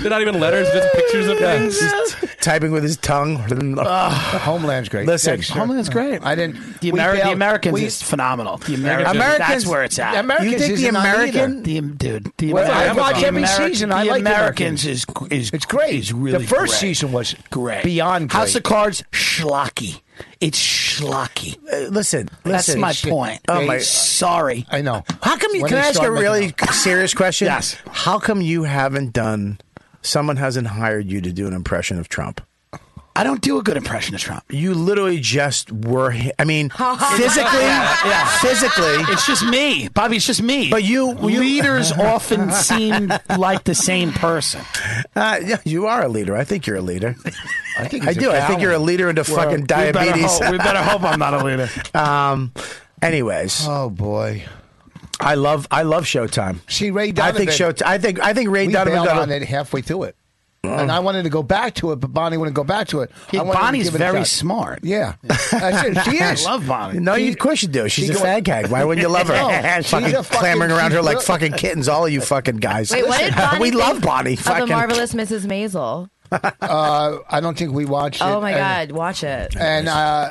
Speaker 7: They're not even letters, just pictures of things.
Speaker 8: just typing with his tongue. Oh,
Speaker 5: Homeland's great.
Speaker 8: Listen,
Speaker 5: Dexter.
Speaker 4: Homeland's great.
Speaker 5: I didn't.
Speaker 4: The,
Speaker 5: we
Speaker 4: Ameri- the
Speaker 5: bailed-
Speaker 4: Americans
Speaker 5: we-
Speaker 4: is phenomenal. The Americans,
Speaker 8: Americans-
Speaker 4: that's where it's at.
Speaker 5: The Americans
Speaker 8: you think the
Speaker 5: isn't on
Speaker 8: American?
Speaker 5: either.
Speaker 4: The, dude, the
Speaker 5: Well, I
Speaker 4: Americans,
Speaker 5: watch
Speaker 4: the
Speaker 5: every
Speaker 4: Ameri-
Speaker 5: season. I
Speaker 4: the
Speaker 5: like the
Speaker 4: Americans is is
Speaker 5: It's great.
Speaker 4: Is really
Speaker 5: the first
Speaker 4: great.
Speaker 5: season was
Speaker 4: great.
Speaker 5: beyond great.
Speaker 4: House of Cards, schlocky. It's schlocky.
Speaker 8: Uh, Listen,
Speaker 4: That's
Speaker 8: listen.
Speaker 4: my point.
Speaker 8: Oh my-
Speaker 4: Sorry.
Speaker 5: I know.
Speaker 8: How come you
Speaker 5: When
Speaker 8: can
Speaker 5: they
Speaker 8: I ask
Speaker 5: start
Speaker 8: a
Speaker 5: making
Speaker 8: really
Speaker 5: out.
Speaker 8: serious question?
Speaker 4: Yes.
Speaker 8: How come you haven't done? Someone hasn't hired you to do an impression of Trump.
Speaker 4: I don't do a good impression of Trump.
Speaker 8: You literally just were. hi- I mean, physically, physically.
Speaker 4: It's just me, Bobby. It's just me.
Speaker 8: But you- you-
Speaker 4: leaders often seem like the same person.
Speaker 8: Uh, yeah, you are a leader. I think you're a leader.
Speaker 5: I think
Speaker 8: I
Speaker 5: he's a
Speaker 8: do. I think
Speaker 5: coward.
Speaker 8: you're a leader into fucking diabetes.
Speaker 4: We better, hope, we better hope I'm not a leader.
Speaker 8: um, anyways,
Speaker 5: Oh boy.
Speaker 8: I love I love Showtime.
Speaker 5: See Ray
Speaker 8: I
Speaker 5: Donovan.
Speaker 8: think show. I think I think Ray
Speaker 5: we
Speaker 8: Donovan
Speaker 5: bailed
Speaker 8: got
Speaker 5: on
Speaker 8: a,
Speaker 5: it halfway through it, and I wanted to go back to it, but Bonnie wouldn't go back to it. I
Speaker 4: Yeah,
Speaker 5: wanted to
Speaker 4: Bonnie's
Speaker 5: give it a
Speaker 4: very
Speaker 5: shot.
Speaker 4: smart.
Speaker 5: Yeah, That's it. she
Speaker 4: I
Speaker 5: is.
Speaker 4: love Bonnie.
Speaker 8: No,
Speaker 5: She-
Speaker 8: you, of course you do. She's
Speaker 5: she
Speaker 8: a
Speaker 5: go-
Speaker 8: fag hag. Why wouldn't you love her?
Speaker 5: No, she's
Speaker 8: fucking,
Speaker 5: a fucking-
Speaker 8: clamoring around her
Speaker 5: she's
Speaker 8: like
Speaker 5: real-
Speaker 8: fucking kittens, all of you fucking guys.
Speaker 6: Wait, what did Bonnie
Speaker 8: we love
Speaker 6: think
Speaker 8: Bonnie.
Speaker 6: Of
Speaker 8: fucking
Speaker 6: the marvelous Mrs. Maisel.
Speaker 5: Uh, I don't think we watched.
Speaker 6: Oh
Speaker 5: it,
Speaker 6: my
Speaker 8: uh,
Speaker 5: and-
Speaker 6: God, watch it.
Speaker 5: And uh,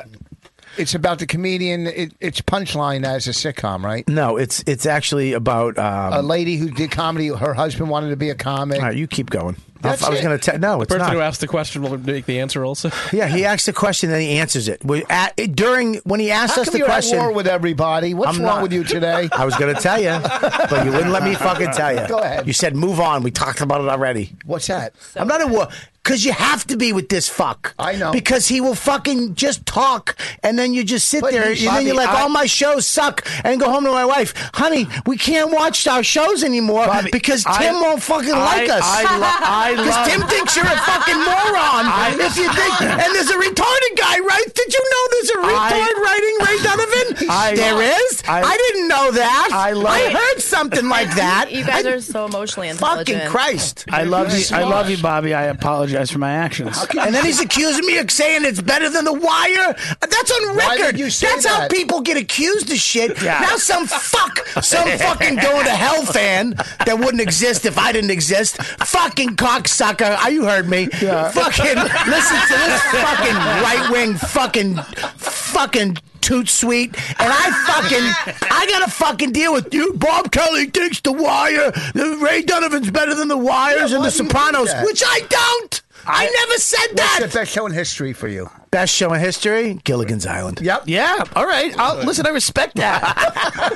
Speaker 5: it's about the comedian. It, it's punchline as a sitcom, right?
Speaker 8: No, it's it's actually about. Um,
Speaker 5: Uh, A lady who did comedy. Her husband wanted to be a comic.
Speaker 8: all right, you keep going. I was going to. Te- no,
Speaker 7: the
Speaker 8: it's
Speaker 7: person
Speaker 8: not.
Speaker 7: who asked the question will make the answer also.
Speaker 8: Yeah, he asks the question, then he answers it. We- at- during when he asked
Speaker 5: How
Speaker 8: us
Speaker 5: come
Speaker 8: the
Speaker 5: you're
Speaker 8: question,
Speaker 5: at war with everybody? What's
Speaker 8: I'm
Speaker 5: wrong
Speaker 8: not.
Speaker 5: with you today?
Speaker 8: I was going to tell you, but you wouldn't let me fucking tell you.
Speaker 5: Go ahead.
Speaker 8: You said move on. We talked about it already.
Speaker 5: What's that?
Speaker 8: I'm not at war because you have to be with this fuck. I know because he will fucking just talk, and then you just sit there, and
Speaker 5: he-
Speaker 8: then you're
Speaker 5: Bobby,
Speaker 8: like,
Speaker 5: I-
Speaker 8: all my shows suck, and go home to my wife, honey. We can't watch our shows anymore because Tim
Speaker 4: I-
Speaker 8: won't fucking
Speaker 4: I-
Speaker 8: like us.
Speaker 4: I lo- I love-
Speaker 8: because Tim thinks you're a fucking moron.
Speaker 4: I-
Speaker 8: if you think, and there's a retarded guy, right? Did you know there's a
Speaker 4: I-
Speaker 8: retard writing Ray Donovan?
Speaker 4: I-
Speaker 8: there is.
Speaker 4: I-
Speaker 8: I, didn't know that. I,
Speaker 4: love-
Speaker 8: heard something like that.
Speaker 6: You guys
Speaker 8: I-
Speaker 6: are so emotionally intelligent.
Speaker 8: fucking Christ.
Speaker 4: I love you. I
Speaker 8: Smart.
Speaker 4: love you, Bobby. I apologize for my actions.
Speaker 8: And then he's accusing me of saying it's better than The Wire. That's on
Speaker 5: Why
Speaker 8: record.
Speaker 5: did you say
Speaker 8: That's how
Speaker 5: that?
Speaker 8: people get accused of shit.
Speaker 4: Yeah.
Speaker 8: Now some fuck, some fucking going to hell fan that wouldn't exist if I didn't exist. Fucking cocksucker. Ah, You heard me. Fucking listen to this fucking right wing fucking fucking toot sweet and I fucking I gotta fucking deal with you Bob Kelly thinks The Wire Ray Donovan's better than The Wires and
Speaker 5: why
Speaker 8: The
Speaker 5: do you think
Speaker 8: Sopranos
Speaker 5: that?
Speaker 8: which I don't I, never said
Speaker 5: What's
Speaker 8: that
Speaker 5: the best show in history for you?
Speaker 8: Best show in history, Gilligan's Island.
Speaker 5: Yep.
Speaker 4: Yeah. All right. I'll, listen, I respect that.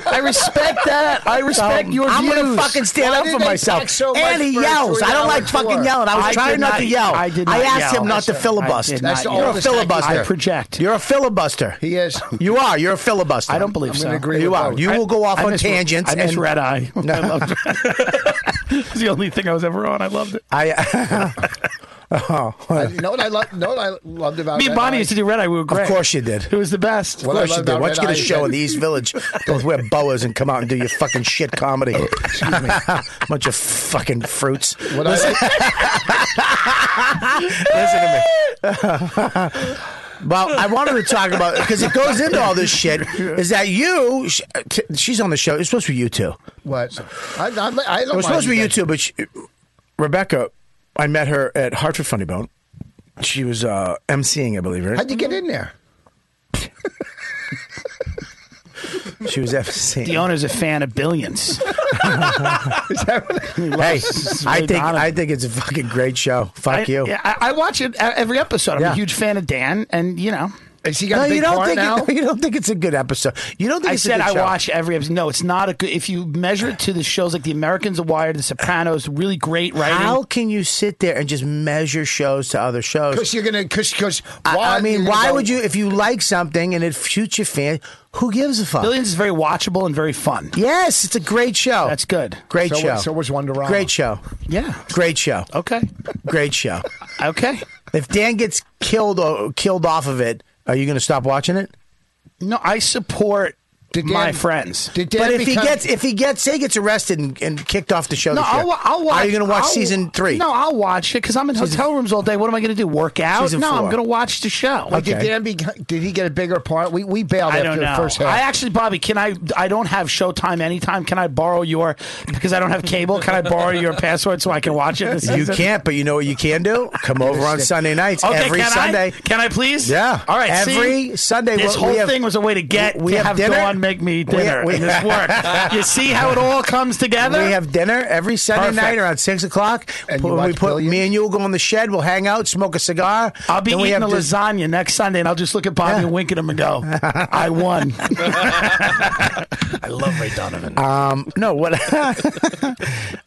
Speaker 4: I respect that. I respect your
Speaker 8: Um, I'm
Speaker 4: views.
Speaker 8: gonna fucking stand
Speaker 5: Why
Speaker 8: up
Speaker 5: did
Speaker 8: for
Speaker 5: they
Speaker 8: myself.
Speaker 5: pack so much
Speaker 8: and he
Speaker 5: for a
Speaker 8: yells. I don't
Speaker 5: three-hour
Speaker 8: like fucking
Speaker 5: tour?
Speaker 8: yelling. I was
Speaker 4: I
Speaker 8: trying
Speaker 4: did
Speaker 8: not, to
Speaker 4: not-
Speaker 8: yell.
Speaker 4: I did not
Speaker 8: asked
Speaker 4: yell.
Speaker 8: him not
Speaker 4: Yes,
Speaker 8: to
Speaker 4: sir. I
Speaker 8: filibuster.
Speaker 4: did That's not the yell.
Speaker 8: You're a
Speaker 4: oldest I can
Speaker 8: filibuster.
Speaker 4: do. I project.
Speaker 8: You're a filibuster.
Speaker 5: He is.
Speaker 8: You are. You're a filibuster.
Speaker 4: I don't believe so.
Speaker 8: you are. You will go off
Speaker 4: I
Speaker 8: on
Speaker 4: miss-
Speaker 8: tangents.
Speaker 4: I miss
Speaker 8: and-
Speaker 4: red eye.
Speaker 8: No.
Speaker 4: I loved it. it's the only thing I was ever on. I loved it.
Speaker 8: I. Oh,
Speaker 5: I, Uh, you know what I love? Know what I loved about
Speaker 4: Me and
Speaker 5: Oh, Red
Speaker 4: Bonnie
Speaker 5: Eye?
Speaker 4: used to do red eye. We were great.
Speaker 8: Of course you did.
Speaker 4: It was the best.
Speaker 5: What
Speaker 8: Of course
Speaker 5: I
Speaker 8: you
Speaker 5: love
Speaker 8: did.
Speaker 5: about
Speaker 8: Why don't you get a
Speaker 5: Red Eye is
Speaker 8: show
Speaker 5: that-
Speaker 8: in the East Village? Both wear boas and come out and do your fucking shit comedy. Bunch of fucking fruits.
Speaker 5: What I,
Speaker 8: Listen to me. well, I wanted to talk about because it goes into all this shit. Is that you? sh- t- She's on the show. It's supposed to be you two.
Speaker 5: what? I, I, I don't
Speaker 8: It
Speaker 5: mind
Speaker 8: was supposed to be you
Speaker 5: guys.
Speaker 8: two, but she, Rebecca, I met her at Hartford Funny Bone. She was uh, emceeing, I believe, right?
Speaker 5: How'd you get in there?
Speaker 8: She was emceeing.
Speaker 4: The owner's a fan of billions.
Speaker 8: hey, I think
Speaker 4: Donovan.
Speaker 8: I think it's a fucking great show. Fuck
Speaker 4: I,
Speaker 8: you.
Speaker 4: yeah, I, I watch it uh, every episode. I'm
Speaker 8: Yeah.
Speaker 4: a huge fan of Dan, and you know,
Speaker 5: Has he got
Speaker 8: no,
Speaker 5: a big
Speaker 8: you don't
Speaker 5: part
Speaker 8: think
Speaker 5: now?
Speaker 8: it, you don't think it's a good episode. You don't think
Speaker 4: I
Speaker 8: it's
Speaker 4: said
Speaker 8: a good
Speaker 4: I
Speaker 8: show.
Speaker 4: watch every episode. No, it's not a good. If you measure it to the shows like The Americans, The Wire, The Sopranos, really great writing.
Speaker 8: How can you sit there and just measure shows to other shows?
Speaker 5: Because you're gonna. Because because.
Speaker 8: I, I mean, why would you if you like something and it's future fan? Who gives a fuck?
Speaker 4: Billions is very watchable and very fun.
Speaker 8: Yes, it's a great show.
Speaker 4: That's good.
Speaker 8: Great
Speaker 5: So-
Speaker 8: show.
Speaker 5: so was Wonderama.
Speaker 8: Great show.
Speaker 4: Yeah. Oh.
Speaker 8: Great show.
Speaker 4: Okay.
Speaker 8: Great show.
Speaker 4: Okay.
Speaker 8: If Dan gets killed or killed off of it, are you going to stop watching it?
Speaker 4: No, I support
Speaker 5: Did
Speaker 4: my
Speaker 5: Dan-
Speaker 4: friends.
Speaker 5: Did Dan
Speaker 8: but if
Speaker 5: become,
Speaker 8: he gets if he gets say he gets arrested and, and kicked off the show,
Speaker 4: no,
Speaker 8: this year,
Speaker 4: I'll, wa- I'll watch.
Speaker 8: Are you going to watch
Speaker 4: I'll-
Speaker 8: season three?
Speaker 4: No, I'll watch it because I'm in hotel rooms all day. What am I going to do? Work out?
Speaker 8: Season
Speaker 4: no,
Speaker 8: four.
Speaker 4: I'm going to watch the show.
Speaker 5: Like,
Speaker 8: Okay.
Speaker 5: Did Dan become, Did he get a bigger part? We we bailed
Speaker 4: I
Speaker 5: after
Speaker 4: don't know.
Speaker 5: the first half.
Speaker 4: I actually, Bobby, can I? I don't have Showtime anytime. Can I borrow your? Because I don't have cable. Can I borrow your password so I can watch it? This
Speaker 8: you
Speaker 4: season?
Speaker 8: can't. But you know what you can do? Come over on Sunday nights.
Speaker 4: Okay,
Speaker 8: every
Speaker 4: can
Speaker 8: Sunday.
Speaker 4: I? Can I please?
Speaker 8: Yeah.
Speaker 4: All right.
Speaker 8: Every
Speaker 4: see?
Speaker 8: Sunday,
Speaker 4: This
Speaker 8: we- we
Speaker 4: whole
Speaker 8: have-
Speaker 4: thing was a way to get
Speaker 8: we
Speaker 4: to
Speaker 8: have
Speaker 4: have
Speaker 8: dinner.
Speaker 4: Dawn make me
Speaker 8: We have-
Speaker 4: dinner.
Speaker 8: we-
Speaker 4: and this work. you see how it all comes together.
Speaker 8: We have dinner every Sunday
Speaker 4: Perfect.
Speaker 8: night around six o'clock.
Speaker 5: And
Speaker 8: Put-
Speaker 5: you
Speaker 8: we
Speaker 5: watch
Speaker 8: put
Speaker 5: Billions?
Speaker 8: me and you will go in the shed. We'll hang out, smoke a cigar.
Speaker 4: I'll be
Speaker 8: Then we
Speaker 4: eating a
Speaker 8: have this-
Speaker 4: lasagna next Sunday, and I'll just look at Bobby
Speaker 8: Yeah.
Speaker 4: and wink at him and go, "I won." I love Ray Donovan.
Speaker 8: Um, no, what? uh,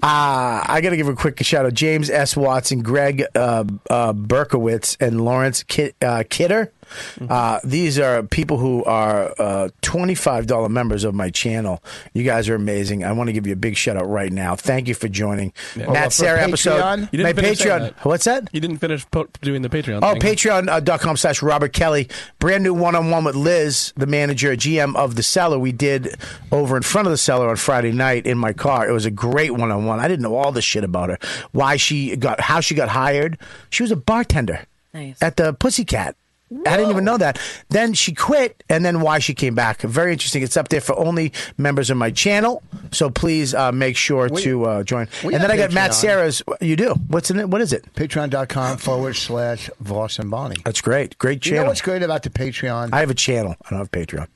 Speaker 8: I got to give a quick shout out. James S. Watson, Greg uh, uh, Berkowitz, and Lawrence Kit, uh, Kidder.
Speaker 7: Mm-hmm.
Speaker 8: Uh, these are people who are uh, $25 members of my channel. You guys are amazing. I want to give you a big shout out right now. Thank you for joining. Matt
Speaker 7: Oh,
Speaker 5: for
Speaker 8: Sarah episode.
Speaker 5: Patreon? You
Speaker 7: didn't
Speaker 8: My
Speaker 7: finish saying
Speaker 8: Patreon.
Speaker 7: that.
Speaker 8: What's that?
Speaker 7: You didn't finish po- doing the Patreon.
Speaker 8: Oh,
Speaker 7: thing.
Speaker 8: patreon.com slash Robert Kelly. Brand new one on one with Liz, the manager, GM of the cellar. We did over in front of the cellar on Friday night in my car. It was a great one on one. I didn't know all the shit about her. Why she got, how she got hired. She was a bartender
Speaker 6: Nice.
Speaker 8: at the Pussycat. I didn't even know that. Then she quit, and then why she came back. Very interesting. It's up there for only members of my channel. So please uh, make sure to uh, join.
Speaker 5: we
Speaker 8: And then I
Speaker 5: have
Speaker 8: got Matt
Speaker 5: Patreon.
Speaker 8: Sarah's. You do. What's in it? What is it?
Speaker 5: Patreon.com forward slash Voss and Bonnie.
Speaker 8: That's great. Great
Speaker 5: You
Speaker 8: channel.
Speaker 5: know what's great about the Patreon?
Speaker 8: I have a channel. I don't have Patreon.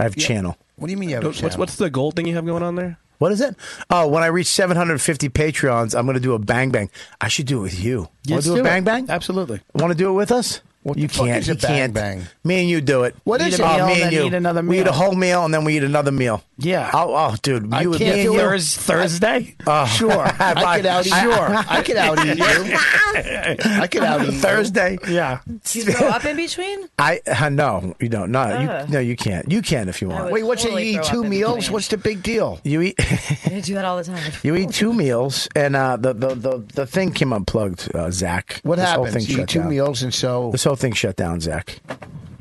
Speaker 8: I have a channel.
Speaker 5: what do you mean you have a
Speaker 7: What's,
Speaker 5: channel?
Speaker 7: what's the gold thing you have going on there?
Speaker 8: What is it? Oh, when I reach 750 Patreons, I'm going to do a bang bang. I should do it with you.
Speaker 4: Yes,
Speaker 8: want to do,
Speaker 4: do
Speaker 8: a
Speaker 4: it.
Speaker 8: bang bang? Absolutely. Want to do it with us? you
Speaker 4: fuck
Speaker 8: can't.
Speaker 4: is a
Speaker 8: you
Speaker 4: bang
Speaker 8: can't.
Speaker 4: bang?
Speaker 8: Me and you do it.
Speaker 4: What is
Speaker 8: Oh,
Speaker 4: it? Meal,
Speaker 8: me and
Speaker 4: then
Speaker 8: you.
Speaker 4: eat another
Speaker 8: We eat a
Speaker 4: meal.
Speaker 8: whole meal and then we eat another meal. Yeah. Oh, oh dude. You
Speaker 4: I
Speaker 8: would
Speaker 4: can't
Speaker 8: me and
Speaker 4: do
Speaker 8: you.
Speaker 4: it. Thursday?
Speaker 8: Oh.
Speaker 4: Sure.
Speaker 8: Bye.
Speaker 4: I could out eat-
Speaker 8: I-
Speaker 4: I could out eat you.
Speaker 8: I could out eat Thursday. Yeah.
Speaker 6: Do you throw up in between?
Speaker 8: I uh, no, you don't. No,
Speaker 6: Ugh.
Speaker 4: Uh.
Speaker 8: you, no, you can't. You can if you want.
Speaker 5: Wait, what's
Speaker 6: totally
Speaker 5: it? You eat
Speaker 6: throw
Speaker 5: two
Speaker 6: up in
Speaker 5: meals?
Speaker 6: between.
Speaker 5: What's the big deal?
Speaker 8: You eat.
Speaker 6: I do that all the time.
Speaker 8: You eat two meals, and uh, the, the the the thing came unplugged. Uh, Zach,
Speaker 5: What
Speaker 8: this Whole
Speaker 5: happens?
Speaker 8: thing
Speaker 5: You eat
Speaker 8: shut
Speaker 5: two
Speaker 8: down.
Speaker 5: meals, and so
Speaker 8: this whole thing shut down. Zach,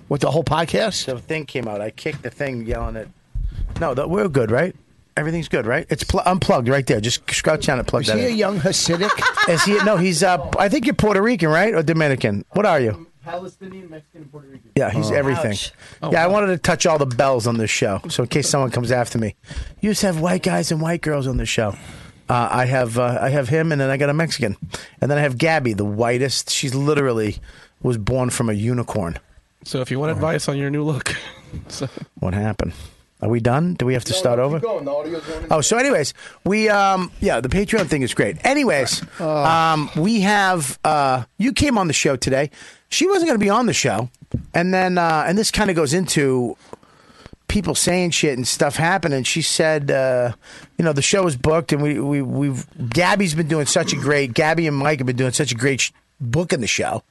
Speaker 5: what the whole podcast?
Speaker 8: the thing came out. I kicked the thing, yelling at. No, that we're good, right? Everything's good, right? It's pl- unplugged right there. Just scrouch down and plug
Speaker 5: Is
Speaker 8: that
Speaker 5: he a
Speaker 8: in.
Speaker 5: young Hasidic?
Speaker 8: Is he? No, he's. Uh, I think you're Puerto Rican, right, or Dominican? What are you?
Speaker 10: Palestinian, Mexican, Puerto Rican.
Speaker 8: Yeah, he's
Speaker 10: Oh.
Speaker 8: everything.
Speaker 10: Ouch. Oh,
Speaker 8: yeah, I
Speaker 10: wow.
Speaker 8: wanted to touch all the bells on this show, so in case someone comes after me, you just have white guys and white girls on this show. Uh, I have uh, I have him, and then I got a Mexican, and then I have Gabby, the whitest. She's literally was born from a unicorn.
Speaker 7: So if you want advice on your new look, so,
Speaker 8: What happened? Are we done? Do we have to start over? Oh, so anyways, we um yeah, the Patreon thing is great. Anyways, um we have uh you came on the show today. She wasn't going to be on the show. And then uh and this kind of goes into people saying shit and stuff happening. She said uh you know, the show is booked and we we we've Gabby's been doing such a great Gabby and Mike have been doing such a great sh- book in the show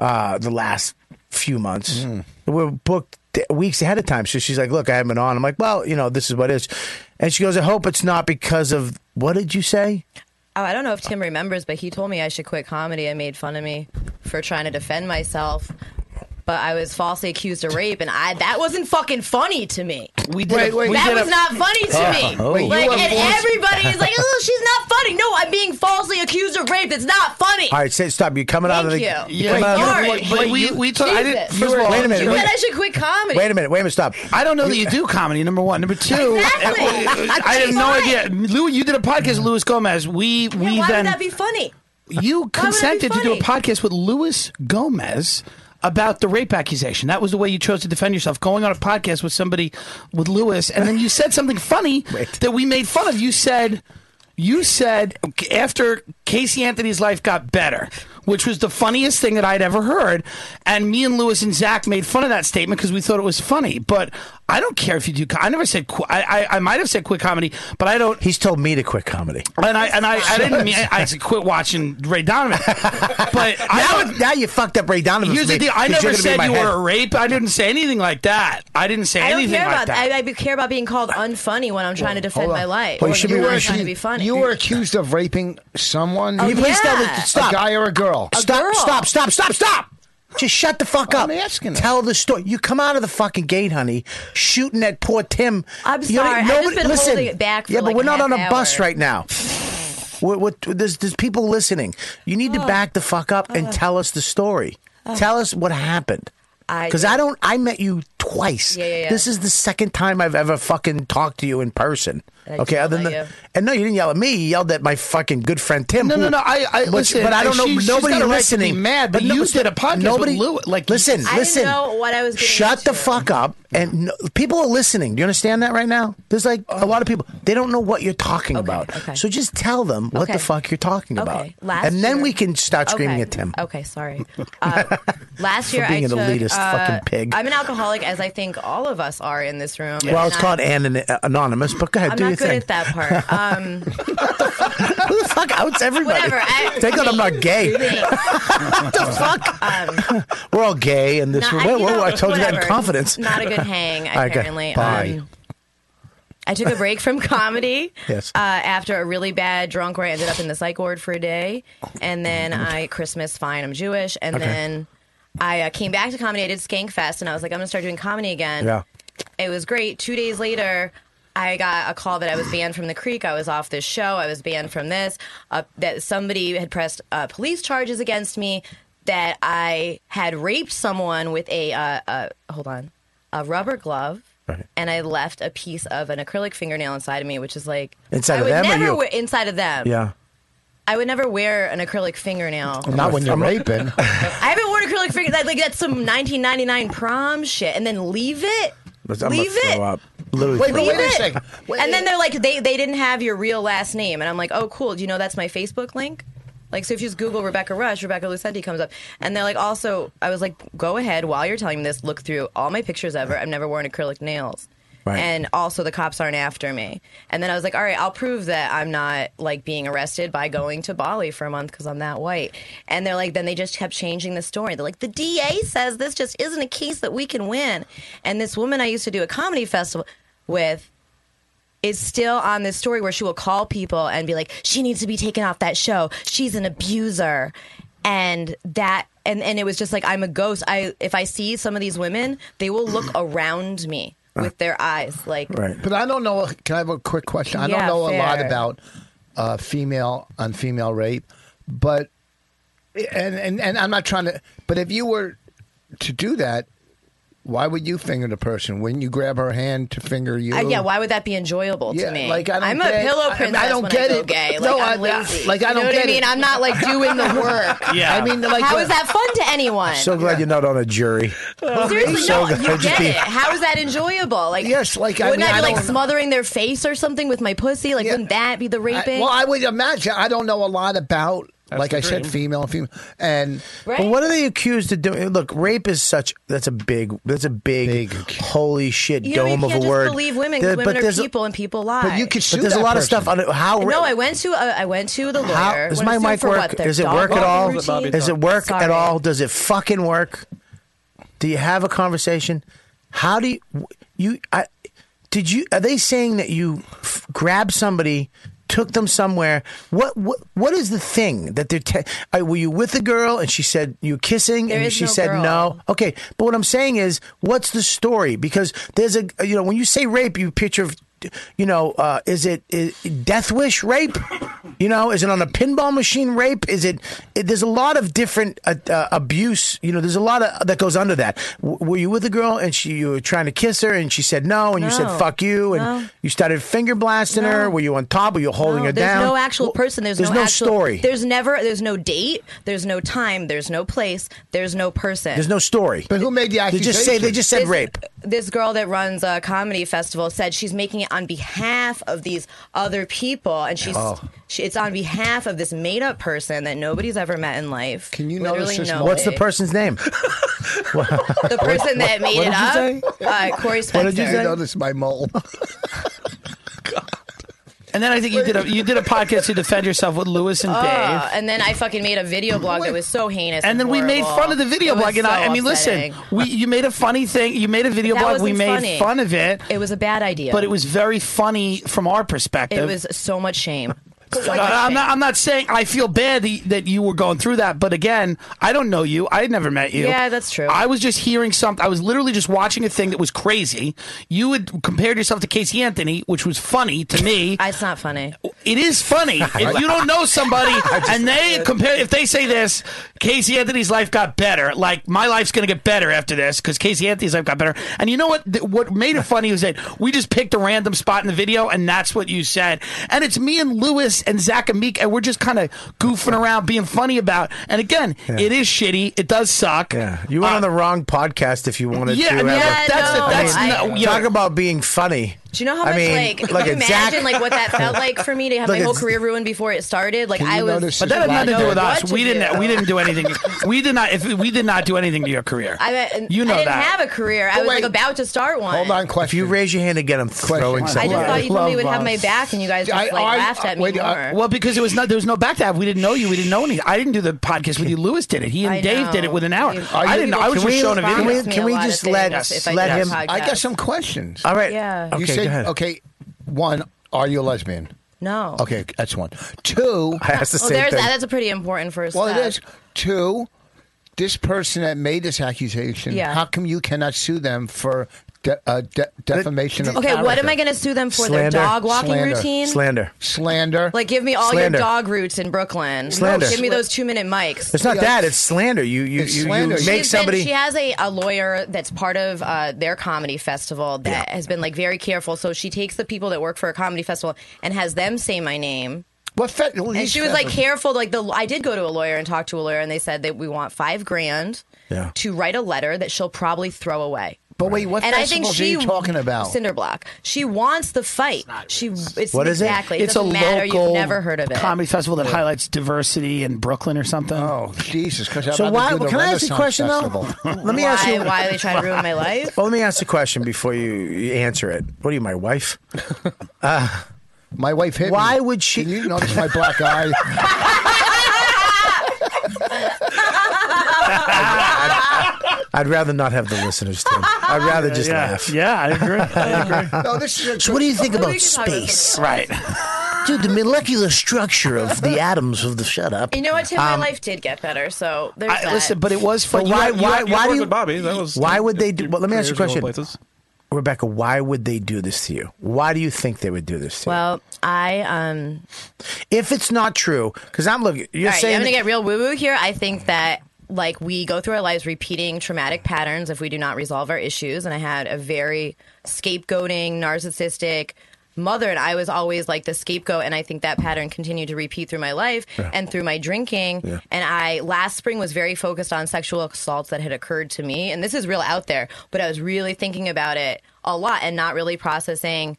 Speaker 8: uh, the last few months.
Speaker 4: Mm.
Speaker 8: We're booked th- weeks ahead of time. So she's like, look, I haven't been on. I'm like, well, you know, this is what it is. And she goes, I hope it's not because of what did you say?
Speaker 6: Oh, I don't know if Tim remembers, but he told me I should quit comedy and made fun of me for trying to defend myself. But I was falsely accused of rape, and I that wasn't fucking funny to me. We
Speaker 10: did Wait, a- wait, we
Speaker 6: that
Speaker 10: did
Speaker 6: was
Speaker 10: a-
Speaker 6: not funny to me.
Speaker 10: Oh, oh. Wait, you
Speaker 6: like,
Speaker 10: were
Speaker 6: and
Speaker 10: forced-
Speaker 6: everybody is like, "Oh, she's not funny." No, I'm being falsely accused of rape. That's not funny.
Speaker 8: All right, say, stop. You're coming out of the.
Speaker 6: Thank you.
Speaker 8: you're coming
Speaker 6: Yeah,
Speaker 8: out of the-
Speaker 6: sorry.
Speaker 8: Wait,
Speaker 6: But
Speaker 8: wait,
Speaker 6: we-
Speaker 8: you-
Speaker 6: we took- I didn't-
Speaker 8: First of all, wait a minute.
Speaker 6: You
Speaker 8: wait-
Speaker 6: said I should quit comedy.
Speaker 8: Wait a minute. Wait a minute. Stop.
Speaker 4: I don't know that you do comedy. Number one, number two.
Speaker 6: Exactly.
Speaker 4: I have no idea. Lou, you did a podcast with Luis Gomez. We we
Speaker 6: Why
Speaker 4: then
Speaker 6: would that be funny?
Speaker 4: you
Speaker 6: Why would that be
Speaker 4: consented to do a
Speaker 6: funny?
Speaker 4: podcast with Luis Gomez about the rape accusation. That was the way you chose to defend yourself, going on a podcast with somebody with Luis, and then you said something funny that we made fun of. You said. You said after Casey Anthony's life got better, which was the funniest thing that I'd ever heard, and me and Lewis and Zach made fun of that statement because we thought it was funny. But I don't care if you do. co- I never said. Qu- I, I I might have said quick comedy, but I don't.
Speaker 8: He's told me to quit comedy.
Speaker 4: And I and I, I didn't mean I, I said quit watching Ray Donovan. But I
Speaker 8: now, now you fucked up Ray Donovan.
Speaker 4: here's the deal: I never said you were a rape. I didn't say anything like that. I didn't say
Speaker 6: I don't
Speaker 4: anything
Speaker 6: care
Speaker 4: like
Speaker 6: about
Speaker 4: that.
Speaker 6: I, I care about being called unfunny when I'm trying to defend
Speaker 5: Hold on.
Speaker 6: my life.
Speaker 5: Well,
Speaker 6: Or
Speaker 5: should
Speaker 6: you
Speaker 5: be-
Speaker 6: were
Speaker 5: you
Speaker 6: trying to
Speaker 5: should-
Speaker 6: be funny.
Speaker 5: You were accused of raping someone.
Speaker 6: Oh, Can you please yeah. tell me-
Speaker 5: A
Speaker 6: stop.
Speaker 5: guy or a girl?
Speaker 8: Stop! Stop! Stop! Stop! Stop! Just shut the fuck up.
Speaker 5: I'm asking her.
Speaker 8: Tell the story. You come out of the fucking gate, honey, shooting at poor Tim.
Speaker 6: I'm
Speaker 8: You know,
Speaker 6: sorry. I've just been
Speaker 8: listen.
Speaker 6: holding it back for
Speaker 8: yeah,
Speaker 6: like
Speaker 8: but we're
Speaker 6: a
Speaker 8: not on
Speaker 6: half
Speaker 8: a bus
Speaker 6: hour.
Speaker 8: right now. We're, we're, there's, there's people listening. You need to back the fuck up and tell us the story. Tell us what happened.
Speaker 6: I-
Speaker 8: Because I, don't. I met you twice.
Speaker 6: Yeah, yeah, yeah.
Speaker 8: This is the second time I've ever fucking talked to you in person.
Speaker 6: And I
Speaker 8: okay,
Speaker 6: yelled
Speaker 8: other than
Speaker 6: at
Speaker 8: the,
Speaker 6: you.
Speaker 8: and no, you didn't yell at me. You yelled at my fucking good friend Tim.
Speaker 4: No,
Speaker 8: who-
Speaker 4: no, no. I, I
Speaker 8: but-
Speaker 4: listen,
Speaker 8: but I don't know.
Speaker 4: She,
Speaker 8: nobody
Speaker 4: she's got a right to be
Speaker 8: listening.
Speaker 4: mad, but,
Speaker 8: no-
Speaker 4: you did a podcast
Speaker 8: nobody,
Speaker 4: with Lou. Like,
Speaker 8: listen,
Speaker 6: I
Speaker 8: listen.
Speaker 6: didn't know what I was. Getting
Speaker 8: Shut the fuck up! And no, people are listening. Do you understand that right now? There's like a lot of people. They don't know what you're talking about.
Speaker 6: okay.
Speaker 8: So just tell them what the
Speaker 6: Okay.
Speaker 8: fuck you're talking about,
Speaker 6: Okay, last
Speaker 8: and then
Speaker 6: year-
Speaker 8: we can start screaming
Speaker 6: okay.
Speaker 8: at Tim.
Speaker 6: Okay, sorry. Uh, last
Speaker 8: For
Speaker 6: year
Speaker 8: being
Speaker 6: I
Speaker 8: an
Speaker 6: took.
Speaker 8: elitist
Speaker 6: uh,
Speaker 8: fucking pig.
Speaker 6: I'm an alcoholic, as I think all of us are in this room.
Speaker 8: Well, it's
Speaker 6: And
Speaker 8: called
Speaker 6: I-
Speaker 8: an- anonymous, but go ahead,
Speaker 6: I'm
Speaker 8: do
Speaker 6: not
Speaker 8: your
Speaker 6: good
Speaker 8: thing.
Speaker 6: at that part. Um,
Speaker 8: Who the fuck outs everybody?
Speaker 6: Whatever, I-
Speaker 8: Thank God I'm not gay. what the fuck? we're all gay in this
Speaker 6: Not-
Speaker 8: room.
Speaker 6: I-
Speaker 8: Whoa,
Speaker 6: you
Speaker 8: whoa,
Speaker 6: know,
Speaker 8: I told you that
Speaker 6: whatever.
Speaker 8: in confidence.
Speaker 6: Not a good hang,
Speaker 8: All right, good.
Speaker 6: apparently.
Speaker 8: Bye.
Speaker 6: Um, I took a break from comedy
Speaker 8: Yes.
Speaker 6: uh, after a really bad drunk where I ended up in the psych ward for a day. And then I, Christmas, fine, I'm Jewish. And
Speaker 8: Oh, Okay.
Speaker 6: then I uh, came back to comedy. I did Skank Fest and I was like, I'm going to start doing comedy again.
Speaker 8: yeah.
Speaker 6: It was great. Two days later, I got a call that I was banned from the creek. I was off this show. I was banned from this. Uh, that somebody had pressed uh, police charges against me. That I had raped someone with a uh, uh, hold on, a rubber glove. And I left a piece of an acrylic fingernail inside of me, which is like
Speaker 8: Inside
Speaker 6: I
Speaker 8: of
Speaker 6: would
Speaker 8: them or
Speaker 6: never
Speaker 8: you?
Speaker 6: wear- inside of them.
Speaker 8: Yeah.
Speaker 6: I would never wear an acrylic fingernail.
Speaker 5: Not when you're raping.
Speaker 6: I haven't worn acrylic fingernail. Like that's some 1999 prom shit, and then leave it.
Speaker 8: But I'm gonna
Speaker 6: leave it.
Speaker 8: throw up. Literally.
Speaker 5: Wait, but
Speaker 6: Leave
Speaker 5: wait a
Speaker 6: it.
Speaker 5: second.
Speaker 6: and then they're like, they, they didn't have your real last name. And I'm like, oh, cool. Do you know that's my Facebook link? Like, so if you just Google Rebecca Rush, Rebecca Lucenti comes up. And they're like, also, I was like, go ahead while you're telling me this, look through all my pictures ever. I've never worn acrylic nails.
Speaker 11: Right.
Speaker 6: And also, the cops aren't after me. And then I was like, all right, I'll prove that I'm not like being arrested by going to Bali for a month because I'm that white. And they're like, then they just kept changing the story. They're like, the DA says this just isn't a case that we can win. And this woman I used to do a comedy festival with is still on this story where she will call people and be like, she needs to be taken off that show. She's an abuser. And that, and, and it was just like, I'm a ghost. I, if I see some of these women, they will look around me
Speaker 5: Uh.
Speaker 6: with their eyes. Like,
Speaker 5: But I don't know. Can I have a quick question? I don't
Speaker 6: Yeah,
Speaker 5: know a lot
Speaker 6: fair.
Speaker 5: about uh, female on female rape, but and, and and I'm not trying to. But if you were to do that, why would you finger the person? Wouldn't you grab her hand to finger you?
Speaker 6: I- Uh, yeah, why would that be enjoyable
Speaker 5: Yeah,
Speaker 6: to me?
Speaker 5: like, I don't
Speaker 6: I'm
Speaker 5: get-
Speaker 6: a pillow
Speaker 5: I- I
Speaker 6: princess.
Speaker 5: don't
Speaker 6: when
Speaker 5: get
Speaker 6: I go
Speaker 5: it.
Speaker 6: Gay. Like,
Speaker 5: No,
Speaker 6: I'm
Speaker 5: I-
Speaker 6: lazy.
Speaker 5: like, I
Speaker 6: You know
Speaker 5: don't
Speaker 6: what
Speaker 5: get
Speaker 6: I mean.
Speaker 5: it.
Speaker 6: I'm not like doing the work.
Speaker 8: Yeah. I mean, like,
Speaker 6: how
Speaker 8: the-
Speaker 6: is that fun to anyone?
Speaker 8: So glad you're not on a jury.
Speaker 6: Seriously,
Speaker 8: So
Speaker 6: no, you
Speaker 8: glad
Speaker 6: get
Speaker 8: be-
Speaker 6: it. How is that enjoyable? Like, yes,
Speaker 5: like, I
Speaker 6: wouldn't
Speaker 5: mean,
Speaker 6: I,
Speaker 5: I
Speaker 6: be like
Speaker 5: don't-
Speaker 6: smothering their face or something with my pussy? Like, wouldn't that be the
Speaker 5: I-
Speaker 6: raping?
Speaker 5: well, I would imagine. I don't know a lot about. like
Speaker 8: the
Speaker 5: I said,
Speaker 8: dream.
Speaker 5: female and female, and
Speaker 8: But what are they accused of doing? Look, rape is such that's a big that's a big, holy shit
Speaker 6: you know,
Speaker 8: dome
Speaker 6: you can't
Speaker 8: of a
Speaker 6: just
Speaker 8: word.
Speaker 6: believe women. 'cause
Speaker 8: There-
Speaker 6: women are
Speaker 8: there's a-
Speaker 6: people, and people lie.
Speaker 8: But there's a lot of stuff on it. How
Speaker 6: no, I went to a, I went to the lawyer.
Speaker 8: How, does
Speaker 6: Went
Speaker 8: my
Speaker 6: to
Speaker 8: mic
Speaker 6: for
Speaker 8: work?
Speaker 6: What, their
Speaker 8: does it
Speaker 6: dog
Speaker 8: work at all?
Speaker 6: walking routine?
Speaker 8: Does it work at
Speaker 6: Sorry.
Speaker 8: all? Does it fucking work? Do you have a conversation? How do you you I did you are they saying that you f- grabbed somebody took them somewhere what what what is the thing that they're te- I, were you with the girl and she said you kissing
Speaker 6: There
Speaker 8: and
Speaker 6: is
Speaker 8: she
Speaker 6: no
Speaker 8: said
Speaker 6: girl.
Speaker 8: no okay but what i'm saying is what's the story because there's a you know when you say rape you picture you know uh, is it is death wish rape you know is it on a pinball machine rape is it, it- there's a lot of different uh, uh, abuse you know there's a lot of that goes under that w- were you with a girl and she you were trying to kiss her and she said no and you said
Speaker 6: No.
Speaker 8: fuck you and
Speaker 6: No.
Speaker 8: you started finger blasting her
Speaker 6: No.
Speaker 8: were you on top were you holding
Speaker 6: No,
Speaker 8: her
Speaker 6: there's
Speaker 8: down
Speaker 6: no actual
Speaker 8: Well,
Speaker 6: person. There's,
Speaker 8: there's
Speaker 6: no,
Speaker 8: no
Speaker 6: actual,
Speaker 8: story.
Speaker 6: There's never. There's no date. There's no time. There's no place. There's no person.
Speaker 8: there's no story but
Speaker 5: who made the
Speaker 8: they just say they just said
Speaker 6: This-
Speaker 8: rape
Speaker 6: This girl that runs a comedy festival said she's making it on behalf of these other people, and she's
Speaker 8: Oh.
Speaker 6: she, it's on behalf of this made up person that nobody's ever met in life. Can you Literally nobody.
Speaker 8: What's the person's name?
Speaker 6: The
Speaker 8: the
Speaker 6: person that made it up, uh, Corey Spencer.
Speaker 5: Notice my mole.
Speaker 4: And then I think you did a you did a podcast to defend yourself with Lewis and
Speaker 6: Oh,
Speaker 4: Dave.
Speaker 6: and then I fucking made a video blog that was so heinous.
Speaker 4: And then we made
Speaker 6: horrible.
Speaker 4: fun of the video
Speaker 6: It was
Speaker 4: blog, and I,
Speaker 6: so
Speaker 4: I mean,
Speaker 6: upsetting.
Speaker 4: listen, we you made a funny thing. You made a video
Speaker 6: That
Speaker 4: blog. We
Speaker 6: wasn't
Speaker 4: made
Speaker 6: funny.
Speaker 4: fun of it,
Speaker 6: It was a bad idea.
Speaker 4: but it was very funny from our
Speaker 6: It
Speaker 4: perspective.
Speaker 6: was so much shame.
Speaker 4: Uh, I'm not. I'm not saying I feel bad that- that you were going through that, but again, I don't know you. I had never met you.
Speaker 6: Yeah, that's true.
Speaker 4: I was just hearing something. I was literally just watching a thing that was crazy. You had compared yourself to Casey Anthony, which was funny to me.
Speaker 6: It's not funny.
Speaker 4: It is funny if you don't know somebody and they compare. If they say this, Casey Anthony's life got better. Like my life's going to get better after this because Casey Anthony's life got better. And you know what? Th- what made it funny was that we just picked a random spot in the video, and that's what you said. And it's me and Lewis and Zach and Meek, and we're just kind of goofing around, being funny about. And again, it is shitty. It does suck. Yeah,
Speaker 8: You went on the wrong podcast if you wanted
Speaker 4: Uh, Yeah,
Speaker 8: to.
Speaker 4: I mean,
Speaker 8: have
Speaker 4: that-
Speaker 8: a-
Speaker 4: that's it. That's
Speaker 8: I mean,
Speaker 4: not- yeah.
Speaker 8: talk about being funny.
Speaker 6: Do you know how
Speaker 8: I
Speaker 6: much
Speaker 8: mean,
Speaker 6: like,
Speaker 8: like
Speaker 6: can you
Speaker 8: a Zach-
Speaker 6: imagine like what that felt like for me to have
Speaker 8: Look
Speaker 6: my
Speaker 8: at
Speaker 6: whole
Speaker 8: Z-
Speaker 6: career ruined before it started? Like I was
Speaker 4: but that had nothing to do with us. We didn't.
Speaker 6: do.
Speaker 4: We didn't do anything. we did not. If we did not do anything to your career.
Speaker 6: I, I,
Speaker 4: you know
Speaker 6: I didn't
Speaker 4: that.
Speaker 6: have a career. I
Speaker 4: But
Speaker 6: was
Speaker 4: wait.
Speaker 6: like about to start one.
Speaker 8: on, question. If you raise your hand again, I'm throwing
Speaker 6: I
Speaker 8: something.
Speaker 6: just thought you told me you would have my back, and you guys just like laughed at me more.
Speaker 4: Uh, well, because it was not, there was no back to have. We didn't know you. We didn't know anything. I didn't do the podcast with you. Lewis did it. He and
Speaker 6: I
Speaker 4: Dave did it
Speaker 6: know.
Speaker 4: with an hour.
Speaker 6: You-
Speaker 4: I didn't know. I was
Speaker 8: Can
Speaker 4: just
Speaker 8: we-
Speaker 4: showing a
Speaker 8: Can
Speaker 4: video.
Speaker 8: we, can we
Speaker 6: lot of
Speaker 8: just let,
Speaker 6: things if I
Speaker 8: let
Speaker 6: did a
Speaker 8: him?
Speaker 6: podcast.
Speaker 5: I got some questions.
Speaker 8: All right.
Speaker 6: Yeah.
Speaker 5: you
Speaker 8: Okay,
Speaker 5: said
Speaker 8: go ahead. Oh.
Speaker 5: okay. One, are you a lesbian?
Speaker 6: No.
Speaker 5: Okay, that's one. Two. I asked
Speaker 6: well, there's that. That's a pretty important first
Speaker 5: Well,
Speaker 6: step.
Speaker 5: it is. Two, this person that made this accusation,
Speaker 6: Yeah.
Speaker 5: how come you cannot sue them for de- uh, de- defamation of
Speaker 6: Okay, what
Speaker 5: character?
Speaker 6: am I going to sue them for? Their dog walking
Speaker 5: Slander.
Speaker 6: routine?
Speaker 8: Slander.
Speaker 5: Slander.
Speaker 6: Like, give me all
Speaker 8: Slander.
Speaker 6: your dog roots in Brooklyn.
Speaker 8: Slander.
Speaker 6: Give me those two minute mics.
Speaker 8: It's not that. It's slander. You you
Speaker 5: It's
Speaker 8: you, you
Speaker 5: slander.
Speaker 8: make
Speaker 5: She's
Speaker 6: She's been-
Speaker 8: somebody.
Speaker 6: she has a, a lawyer that's part of uh, their comedy festival that has been like very careful. So she takes the people that work for a comedy festival and has them say my name.
Speaker 5: What fe-
Speaker 6: and she was like careful. Like the I did go to a lawyer and talk to a lawyer, and they said that we want five grand
Speaker 8: Yeah.
Speaker 6: to write a letter that she'll probably throw away.
Speaker 5: But wait, what
Speaker 6: and I think
Speaker 5: festivals
Speaker 6: she
Speaker 5: are you talking about?
Speaker 6: Cinderblock. She wants the fight. she it's
Speaker 4: What is
Speaker 6: exactly.
Speaker 4: it? It's a
Speaker 6: doesn't matter.
Speaker 4: local
Speaker 6: You've never heard of it.
Speaker 4: comedy festival that highlights diversity in Brooklyn or something. Oh
Speaker 5: Jesus!
Speaker 8: So why? Can I ask you a question though? Let me ask
Speaker 6: Why-
Speaker 8: you.
Speaker 6: why they try to ruin my life?
Speaker 8: Well, let me ask a question before you, you answer it. What are you, my wife? Uh,
Speaker 5: my wife hit
Speaker 8: Why would she?
Speaker 5: you notice my black eye?
Speaker 8: I'd rather not have the listeners. Tim. I'd rather just
Speaker 4: Yeah.
Speaker 8: laugh.
Speaker 4: Yeah, I agree. I agree.
Speaker 5: No, this is
Speaker 8: so what do you think
Speaker 4: We
Speaker 8: about
Speaker 4: can talk about
Speaker 8: space?
Speaker 4: Right.
Speaker 8: Dude, the molecular structure of the atoms of the shut up.
Speaker 6: You know what, Tim? my
Speaker 8: Um,
Speaker 6: life did get better, so there's
Speaker 8: I-
Speaker 6: that.
Speaker 8: listen, but it was fun.
Speaker 6: But you
Speaker 8: why?
Speaker 6: had- you
Speaker 8: why?
Speaker 6: had- you
Speaker 8: why
Speaker 6: had
Speaker 8: do
Speaker 6: work
Speaker 8: you?
Speaker 6: with Bobby. That was-
Speaker 8: why would they do? Well, let me ask you a
Speaker 6: careers in all
Speaker 8: question,
Speaker 6: places.
Speaker 8: Rebecca. Why would they do this to you? Why do you think they would do this to
Speaker 6: Well, I um.
Speaker 8: you? If it's not true, because I'm looking. You're
Speaker 6: All right,
Speaker 8: saying
Speaker 6: I'm gonna get real woo woo here. I think that like we go through our lives repeating traumatic patterns if we do not resolve our issues. And I had a very scapegoating, narcissistic mother, and I was always like the scapegoat. And I think that pattern continued to repeat through my life
Speaker 11: Yeah.
Speaker 6: and through my drinking.
Speaker 11: Yeah.
Speaker 6: And I last spring was very focused on sexual assaults that had occurred to me, and this is real out there. But I was really thinking about it a lot and not really processing.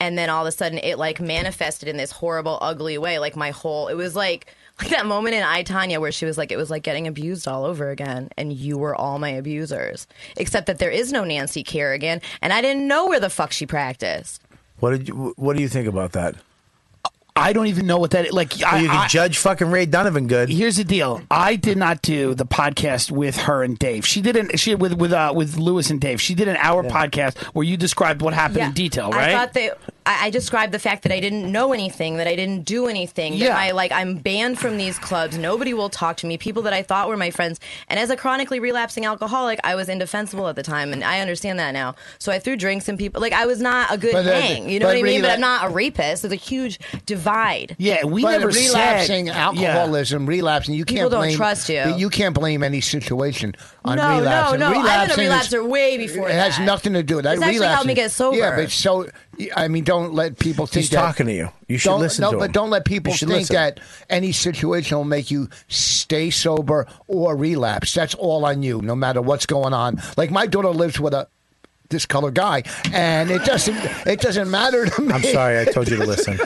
Speaker 6: And then all of a sudden, it like manifested in this horrible, ugly way. Like my whole, it was like like that moment in I Tanya where she was like, it was like getting abused all over again, and you were all my abusers, except that there is no Nancy Kerrigan, and I didn't know where the fuck she practiced.
Speaker 8: What did you? What do you think about that?
Speaker 4: I don't even know what that like. I,
Speaker 8: you can
Speaker 4: I-
Speaker 8: judge fucking Ray Donovan good.
Speaker 4: Here's the deal. I did not do the podcast with her and Dave. She did an she with with uh, with Lewis and Dave. She did an hour podcast where you described what happened in detail, right?
Speaker 6: I thought that I, I described the fact that I didn't know anything, that I didn't do anything. That
Speaker 4: Yeah.
Speaker 6: I like I'm banned from these clubs. Nobody will talk to me. People that I thought were my friends. And as a chronically relapsing alcoholic, I was indefensible at the time, and I understand that now. So I threw drinks in people. Like I was not a good
Speaker 5: But, uh,
Speaker 6: hang. You know
Speaker 5: but
Speaker 6: what I mean? But
Speaker 5: rela-
Speaker 6: I'm not a rapist. There's a huge divide.
Speaker 4: Yeah,
Speaker 5: but relapsing alcoholism, relapsing. You can't
Speaker 6: People don't
Speaker 5: blame,
Speaker 6: trust you.
Speaker 5: You can't blame any situation on
Speaker 6: No,
Speaker 5: relapsing.
Speaker 6: no, no.
Speaker 5: Relapsing
Speaker 6: I've been a
Speaker 5: is-
Speaker 6: relapser way before
Speaker 5: It has
Speaker 6: that.
Speaker 5: nothing to do with that.
Speaker 6: It's actually
Speaker 5: relapsing.
Speaker 6: helped me get sober.
Speaker 5: Yeah, but so I mean, don't let people think
Speaker 8: He's
Speaker 5: that-
Speaker 8: talking to you. You should
Speaker 5: don't,
Speaker 8: listen
Speaker 5: No,
Speaker 8: to
Speaker 5: but
Speaker 8: him.
Speaker 5: don't let people
Speaker 8: You should
Speaker 5: think
Speaker 8: listen.
Speaker 5: that any situation will make you stay sober or relapse. That's all on you, no matter what's going on. Like my daughter lives with a discolored guy, and it doesn't it doesn't matter to me.
Speaker 8: I'm sorry, I told you to listen.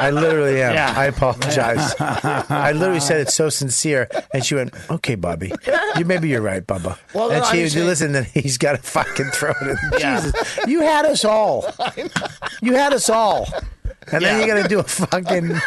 Speaker 8: I literally am.
Speaker 5: Yeah.
Speaker 8: I apologize. I literally said it so sincere, and she went, "Okay, Bobby, you maybe you're right, Bubba."
Speaker 5: Well,
Speaker 8: and
Speaker 5: no,
Speaker 8: she
Speaker 5: I'm
Speaker 8: you
Speaker 5: saying-
Speaker 8: listen, then he's got a fucking throat. In.
Speaker 5: Yeah.
Speaker 8: Jesus, you had us all. You had us all, and then
Speaker 4: Yeah.
Speaker 8: you're gonna do a fucking.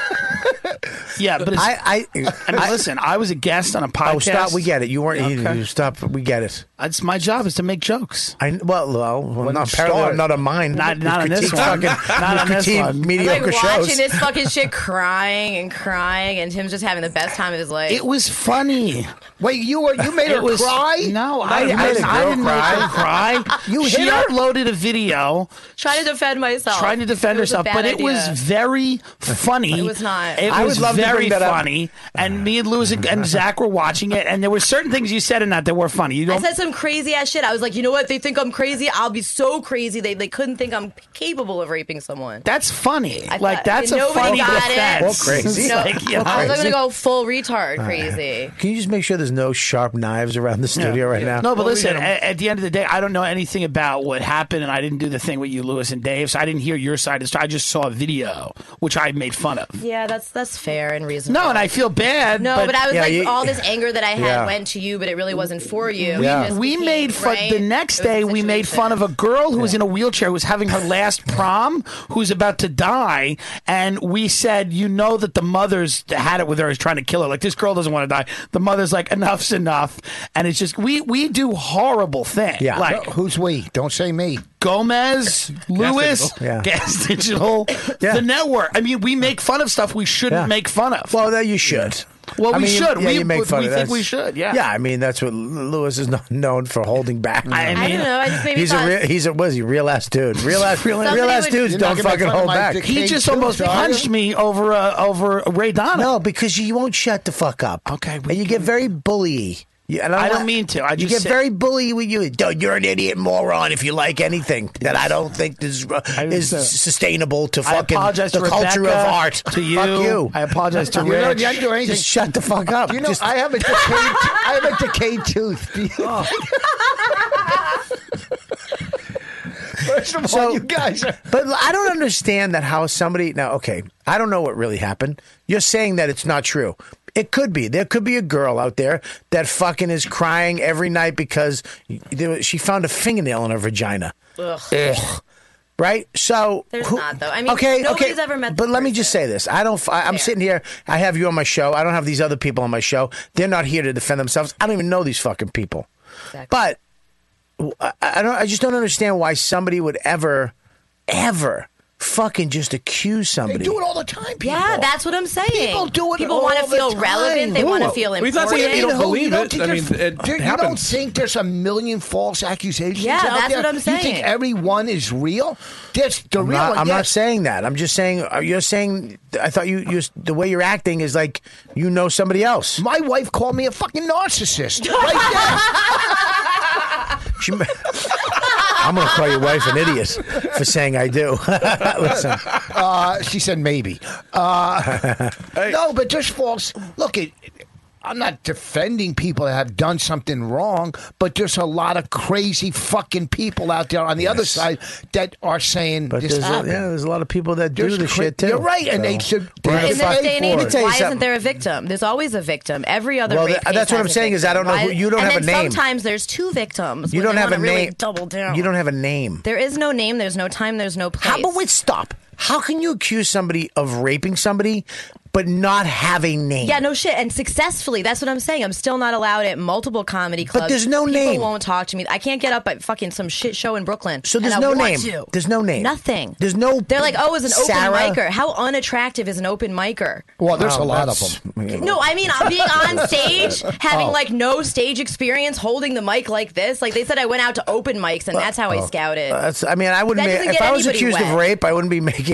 Speaker 4: yeah, but it's,
Speaker 8: I, I,
Speaker 4: and listen, I was a guest on a podcast.
Speaker 8: Oh, stop! We get it. You weren't. you-
Speaker 4: Okay.
Speaker 8: you- stop! We get it.
Speaker 4: It's my job is to make jokes.
Speaker 8: I well, well, well not, apparently
Speaker 4: start.
Speaker 8: not on mine.
Speaker 4: Not-
Speaker 8: You
Speaker 4: not on this
Speaker 8: critique
Speaker 4: one.
Speaker 8: fucking-
Speaker 4: Not
Speaker 8: you
Speaker 4: on this
Speaker 8: critique
Speaker 4: one.
Speaker 6: I'm
Speaker 8: Mediocre
Speaker 6: like
Speaker 8: shows.
Speaker 6: watching this fucking shit, crying and crying, and him just having the best time of his life.
Speaker 4: It was funny.
Speaker 5: Wait, you were you made
Speaker 4: It
Speaker 5: her
Speaker 4: was-
Speaker 5: cry?
Speaker 4: No, I, I,
Speaker 5: You
Speaker 4: I
Speaker 5: made
Speaker 4: didn't
Speaker 5: a girl
Speaker 4: make her cry.
Speaker 5: You
Speaker 4: she
Speaker 5: hit her?
Speaker 4: uploaded a video
Speaker 6: trying to defend myself.
Speaker 4: trying to defend
Speaker 6: It was a
Speaker 4: herself,
Speaker 6: bad
Speaker 4: but it was
Speaker 6: idea.
Speaker 4: very funny.
Speaker 6: It was not.
Speaker 4: It
Speaker 6: I would
Speaker 4: was
Speaker 6: love to
Speaker 4: very
Speaker 6: bring that up.
Speaker 4: funny. And me and Louis and- and Zach were watching it, and there were certain things you said in that that were funny. You
Speaker 6: I
Speaker 4: don't.
Speaker 6: said some crazy ass shit. I was like, you know what? They think I'm crazy. I'll be so crazy. They, they couldn't think I'm capable of raping someone.
Speaker 4: that's funny.
Speaker 6: I
Speaker 4: like
Speaker 6: thought-
Speaker 4: that's a
Speaker 6: nobody
Speaker 4: funny
Speaker 6: got it.
Speaker 4: defense.
Speaker 8: Or crazy.
Speaker 4: It's
Speaker 8: No.
Speaker 4: like, you
Speaker 8: Or
Speaker 4: know.
Speaker 6: I was
Speaker 8: crazy.
Speaker 6: going to go full retard
Speaker 8: All right.
Speaker 6: crazy.
Speaker 8: Can you just make sure there's no sharp knives around the studio right now?
Speaker 4: No, but listen. At, at the end of the day, I don't know anything about what happened, and I didn't do the thing with you, Lewis and Dave. So I didn't hear your side of the story. I just saw a video, which I made fun of.
Speaker 6: Yeah, that's that's fair and reasonable.
Speaker 4: No, and I feel bad.
Speaker 6: No, but, I was
Speaker 4: Yeah,
Speaker 6: like,
Speaker 4: you-
Speaker 6: all this anger that I had
Speaker 4: Yeah.
Speaker 6: went to you, but it really wasn't for you.
Speaker 4: We,
Speaker 6: It just
Speaker 4: we
Speaker 6: became-
Speaker 4: made fun.
Speaker 6: right?
Speaker 4: The next day, we made fun of a girl who was in a wheelchair, who was having her last prom, who's about to die, and we said, "You know that the mother's had it with her, is trying to kill her. Like this girl doesn't want to die. The mother's like, enough's enough." And it's just we we do horrible things.
Speaker 5: Yeah.
Speaker 4: like
Speaker 5: No, who's we? Don't say me.
Speaker 4: Gomez, Lewis,
Speaker 5: Digital. Yeah.
Speaker 4: Gas Digital, the network. I mean, we make fun of stuff we shouldn't
Speaker 8: Yeah.
Speaker 4: make fun of.
Speaker 8: Well, that you should.
Speaker 4: Well, we
Speaker 8: you-
Speaker 4: should.
Speaker 8: yeah,
Speaker 4: We-
Speaker 8: you make
Speaker 4: we-
Speaker 8: fun
Speaker 4: we
Speaker 8: of
Speaker 4: think
Speaker 8: that's-
Speaker 4: we should, yeah.
Speaker 8: Yeah, I mean that's what L- Lewis is not known for holding back.
Speaker 4: I I mean- don't know, I just maybe
Speaker 8: he's a
Speaker 4: thought-
Speaker 8: real, he's a was he a real ass dude. Real ass real
Speaker 4: Somebody
Speaker 8: ass
Speaker 4: would-
Speaker 8: dudes
Speaker 4: You're not
Speaker 8: don't
Speaker 4: gonna make
Speaker 8: fucking
Speaker 4: fun of
Speaker 8: hold
Speaker 4: my
Speaker 8: back.
Speaker 4: decay He just too, almost are you? punched me over uh, over Ray Donovan.
Speaker 8: No, because you won't shut the fuck up. Okay, and you get very bully. You- and
Speaker 4: I don't
Speaker 8: like-
Speaker 4: mean to. I
Speaker 8: you
Speaker 4: just
Speaker 8: get
Speaker 4: said-
Speaker 8: very bully when you. Dude, you're an idiot moron if you like anything that I don't think is is
Speaker 4: uh,
Speaker 8: sustainable to
Speaker 4: I
Speaker 8: fucking
Speaker 4: apologize
Speaker 8: the
Speaker 4: to
Speaker 8: culture
Speaker 4: Rebecca,
Speaker 8: of art.
Speaker 4: to you.
Speaker 8: Fuck you.
Speaker 4: I apologize to
Speaker 5: You know,
Speaker 4: Rich.
Speaker 5: you don't do anything.
Speaker 8: Just shut the fuck
Speaker 6: Oh,
Speaker 8: up.
Speaker 5: You know,
Speaker 8: Just-
Speaker 5: I have
Speaker 6: Oh.
Speaker 5: a decayed, I have a decayed tooth. First of all, you guys are
Speaker 8: But I don't understand that how somebody now. Okay, I don't know what really happened. You're saying that it's not true. It could be. There could be a girl out there that fucking is crying every night because there- she found a fingernail in her vagina.
Speaker 6: Ugh.
Speaker 8: Ugh. Right? So
Speaker 6: There's not, though. I mean,
Speaker 8: okay,
Speaker 6: nobody's
Speaker 8: okay.
Speaker 6: ever met
Speaker 8: But let me just say this: I don't. I, am sitting here. I have you on my show. I don't have these other people on my show. They're not here to defend themselves. I don't even know these fucking people. But I, I don't. I just don't understand why somebody would ever, ever fucking just accuse somebody.
Speaker 5: do it all the time. People.
Speaker 6: Yeah, that's what I'm saying. People
Speaker 5: do it.
Speaker 6: People
Speaker 5: all
Speaker 6: want to
Speaker 5: the
Speaker 6: feel
Speaker 5: time.
Speaker 6: relevant. They want to feel important.
Speaker 5: You know, you don't think there's- dude, you don't
Speaker 7: happens.
Speaker 5: think there's a million false accusations?
Speaker 6: Yeah,
Speaker 5: out
Speaker 6: that's
Speaker 5: there?
Speaker 6: what I'm
Speaker 5: You
Speaker 6: saying.
Speaker 5: think everyone is real? This the
Speaker 8: I'm,
Speaker 5: real.
Speaker 8: not,
Speaker 5: one,
Speaker 8: I'm not
Speaker 5: yes.
Speaker 8: saying that. I'm just saying uh, you're saying. I thought you, you the way you're acting is like you know somebody else.
Speaker 5: My wife called me a fucking narcissist. Right
Speaker 8: She, I'm going to call your wife an idiot for saying I do. Listen.
Speaker 5: there. uh, she said maybe. Uh, No, but there's false. Look, it, I'm not defending people that have done something wrong, but there's a lot of crazy fucking people out there on the other side that are saying
Speaker 8: But
Speaker 5: this
Speaker 8: there's a,
Speaker 5: happened.
Speaker 8: yeah, there's a lot of people that do
Speaker 5: There's
Speaker 8: this
Speaker 5: cra-
Speaker 8: shit too.
Speaker 5: You're right, and they
Speaker 8: So-
Speaker 5: should.
Speaker 8: We're
Speaker 5: they
Speaker 8: gonna
Speaker 6: in this
Speaker 8: fight
Speaker 6: day and
Speaker 8: for
Speaker 6: age,
Speaker 8: it. Let me tell you
Speaker 6: why
Speaker 8: something.
Speaker 6: isn't there a victim? There's always a victim. Every other
Speaker 8: Well,
Speaker 6: rape
Speaker 8: that- that's
Speaker 6: case
Speaker 8: what
Speaker 6: has
Speaker 8: I'm
Speaker 6: a
Speaker 8: saying is
Speaker 6: victim.
Speaker 8: I don't know
Speaker 6: Why-
Speaker 8: who- you don't
Speaker 6: and
Speaker 8: have
Speaker 6: then
Speaker 8: a name.
Speaker 6: Sometimes there's two victims.
Speaker 8: You
Speaker 6: when
Speaker 8: don't
Speaker 6: they
Speaker 8: have a
Speaker 6: wanna really
Speaker 8: name.
Speaker 6: Double down.
Speaker 8: You don't have a name.
Speaker 6: There is no name. There's no time. There's no place.
Speaker 8: How, but wait, stop. How can you accuse somebody of raping somebody but not have a name?
Speaker 6: Yeah, no shit. And successfully, that's what I'm saying. I'm still not allowed at multiple comedy clubs.
Speaker 8: there's no
Speaker 6: People
Speaker 8: name.
Speaker 6: won't talk to me. I can't get up at fucking some shit show in Brooklyn.
Speaker 8: So there's
Speaker 6: and I
Speaker 8: no
Speaker 6: want
Speaker 8: name.
Speaker 6: to.
Speaker 8: There's no name.
Speaker 6: Nothing.
Speaker 8: There's no.
Speaker 6: They're like, oh, is an open
Speaker 8: Sarah.
Speaker 6: micer. How unattractive is an open micer?
Speaker 5: Well, there's
Speaker 8: Oh,
Speaker 5: a lot of
Speaker 8: that's-
Speaker 5: them.
Speaker 6: No, I mean uh, being on stage, having
Speaker 5: Oh.
Speaker 6: like no stage experience, holding the mic like this. Like they said, I went out to open mics, and that's how
Speaker 5: Oh.
Speaker 6: I scouted.
Speaker 8: That's, I mean, I wouldn't.
Speaker 6: That
Speaker 8: Make,
Speaker 6: doesn't
Speaker 8: if
Speaker 6: get
Speaker 8: I was
Speaker 6: anybody
Speaker 8: accused of
Speaker 6: wet.
Speaker 8: rape, I wouldn't be making